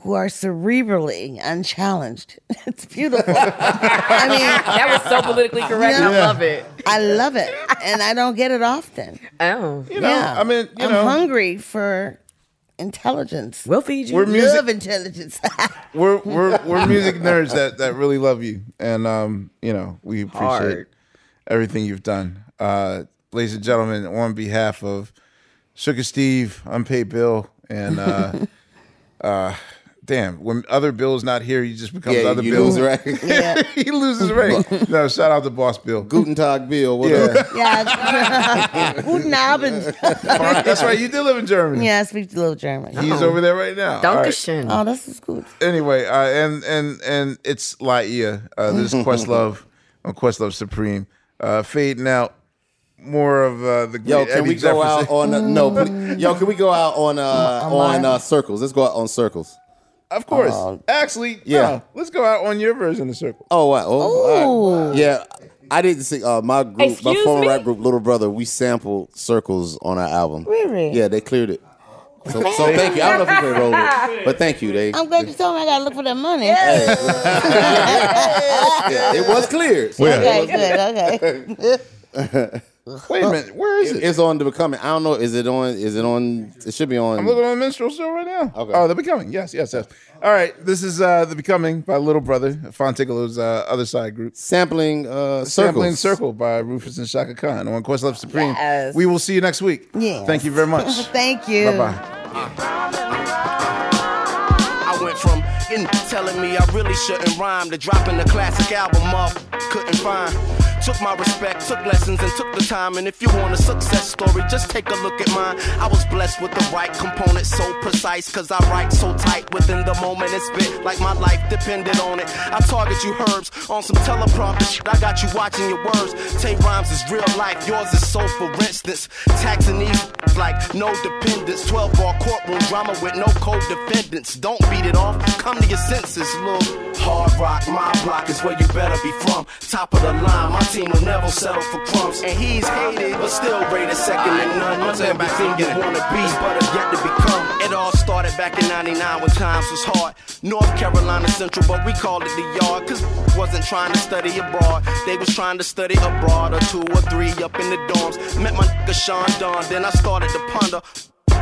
[SPEAKER 8] who are cerebrally unchallenged. It's beautiful. I mean,
[SPEAKER 9] That was so politically correct. I love it.
[SPEAKER 8] I love it, and I don't get it often.
[SPEAKER 9] Oh,
[SPEAKER 1] You know,
[SPEAKER 8] yeah,
[SPEAKER 1] I mean, you
[SPEAKER 8] I'm
[SPEAKER 1] know,
[SPEAKER 8] hungry for intelligence.
[SPEAKER 9] we'll feed you.
[SPEAKER 1] We're mu- music-
[SPEAKER 8] Love intelligence.
[SPEAKER 1] we're we're we're music nerds that that really love you, and um, you know, we appreciate
[SPEAKER 9] Hard.
[SPEAKER 1] everything you've done, uh, ladies and gentlemen. On behalf of Sugar Steve, Unpaid Bill, and uh, uh, damn, when other Bill's not here, he just becomes
[SPEAKER 4] Yeah,
[SPEAKER 1] other
[SPEAKER 4] you
[SPEAKER 1] Bill.
[SPEAKER 4] lose right.
[SPEAKER 8] yeah.
[SPEAKER 1] he loses right. No, shout out to Boss Bill.
[SPEAKER 4] Guten Tag, Bill. What up?
[SPEAKER 1] Yeah,
[SPEAKER 8] Yeah. Guten Abend.
[SPEAKER 1] that's right. You did live in Germany.
[SPEAKER 8] Yeah, I speak a little German.
[SPEAKER 1] He's
[SPEAKER 4] Uh-huh.
[SPEAKER 1] over there right now. All right.
[SPEAKER 9] Dankeschön.
[SPEAKER 8] oh, this is good.
[SPEAKER 1] anyway, uh, and and and it's Laia. Uh, this is Questlove on Questlove Supreme. Uh, fading out more of uh, the great
[SPEAKER 4] Yo, can
[SPEAKER 1] Eddie
[SPEAKER 4] we go out
[SPEAKER 1] Jefferson.
[SPEAKER 4] on uh, no? Please, yo, can we go out on uh, on uh, circles? Let's go out on circles.
[SPEAKER 1] Of course, actually, yeah.
[SPEAKER 4] Uh, yeah.
[SPEAKER 1] let's go out on your version of circle.
[SPEAKER 4] Oh, wow. oh, all right. yeah. I didn't see uh, my group, my
[SPEAKER 9] Excuse
[SPEAKER 4] former
[SPEAKER 9] me?
[SPEAKER 4] rap group, Little Brother. We sampled circles on our album.
[SPEAKER 8] Really?
[SPEAKER 4] Yeah, they cleared it. So, so thank you. I don't know if you can roll it, but thank you. They
[SPEAKER 8] I'm glad you told me I gotta look for that money.
[SPEAKER 4] yeah, it was cleared. So
[SPEAKER 8] Okay, good. Okay.
[SPEAKER 1] Wait a minute, where is it?
[SPEAKER 4] It's on the becoming. I don't know. Is it on? Is it on? It should be on.
[SPEAKER 1] I'm looking on Minstrel Show right now. Oh, The Becoming. Yes, yes, yes. All right. This is uh, The Becoming by Little Brother, Fontigolo's uh, other side group.
[SPEAKER 4] Sampling uh,
[SPEAKER 1] Sampling
[SPEAKER 4] Circles.
[SPEAKER 1] Circle by Rufus and Shaka Khan on Quest Love Supreme. We will see you next week.
[SPEAKER 8] Yes.
[SPEAKER 1] Thank you very much.
[SPEAKER 8] Thank you. Ah.
[SPEAKER 1] Bye-bye.
[SPEAKER 18] I went from in telling me I really shouldn't rhyme to dropping the classic album off, couldn't find. Took my respect, took lessons, and took the time. And if you want a success story, just take a look at mine. I was blessed with the right components, so precise, cause I write so tight within the moment and spit like my life depended on it. I target you herbs on some teleprompter shit. I got you watching your words. Ten rhymes is real life, yours is so for instance. Taxing these like no dependence. 12 bar courtroom drama with no co-defendants. Don't beat it off. Come to your senses, look. Hard rock, my block is where you better be from. Top of the line, my team will never settle for crumbs. And he's hated, but still rated second to none. Much of everything you wanna be, but have yet to become. It all started back in 99 when times was hard. North Carolina Central, but we called it the yard. Cause wasn't trying to study abroad. They was trying to study abroad or two or three up in the dorms. Met my nigga Sean Don, then I started to ponder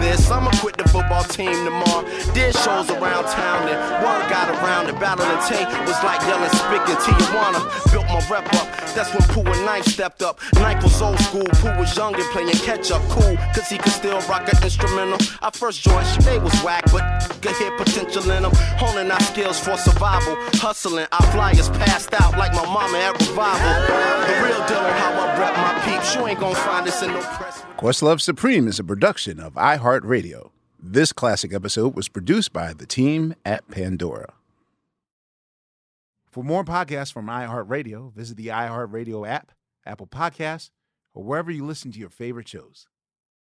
[SPEAKER 18] this. I'ma quit the football team tomorrow. Did shows around town and word got around the battle and tank was like yelling spick in Tijuana. Built my rep up. That's when Pooh and Knife stepped up. Knife was old school, Pooh was young and playing catch up. Cool, cause he could still rock an instrumental. I first joined, shit, they was whack, but could hear potential in them. Honing our skills for survival. Hustling, our flyers passed out like my mama at revival. The real dealer, how I rep my peeps. You ain't gonna find this in no press.
[SPEAKER 1] Questlove Supreme is a production of iHeartRadio. This classic episode was produced by the team at Pandora. For more podcasts from iHeartRadio, visit the iHeartRadio app, Apple Podcasts, or wherever you listen to your favorite shows.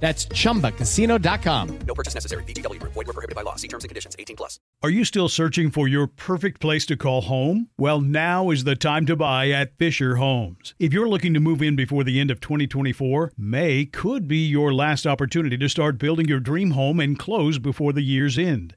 [SPEAKER 19] That's chumbacasino.com.
[SPEAKER 20] No purchase necessary. VGW Group. Void were prohibited by law. See terms and conditions. 18 plus.
[SPEAKER 21] Are you still searching for your perfect place to call home? Well, now is the time to buy at Fisher Homes. If you're looking to move in before the end of 2024, May could be your last opportunity to start building your dream home and close before the year's end.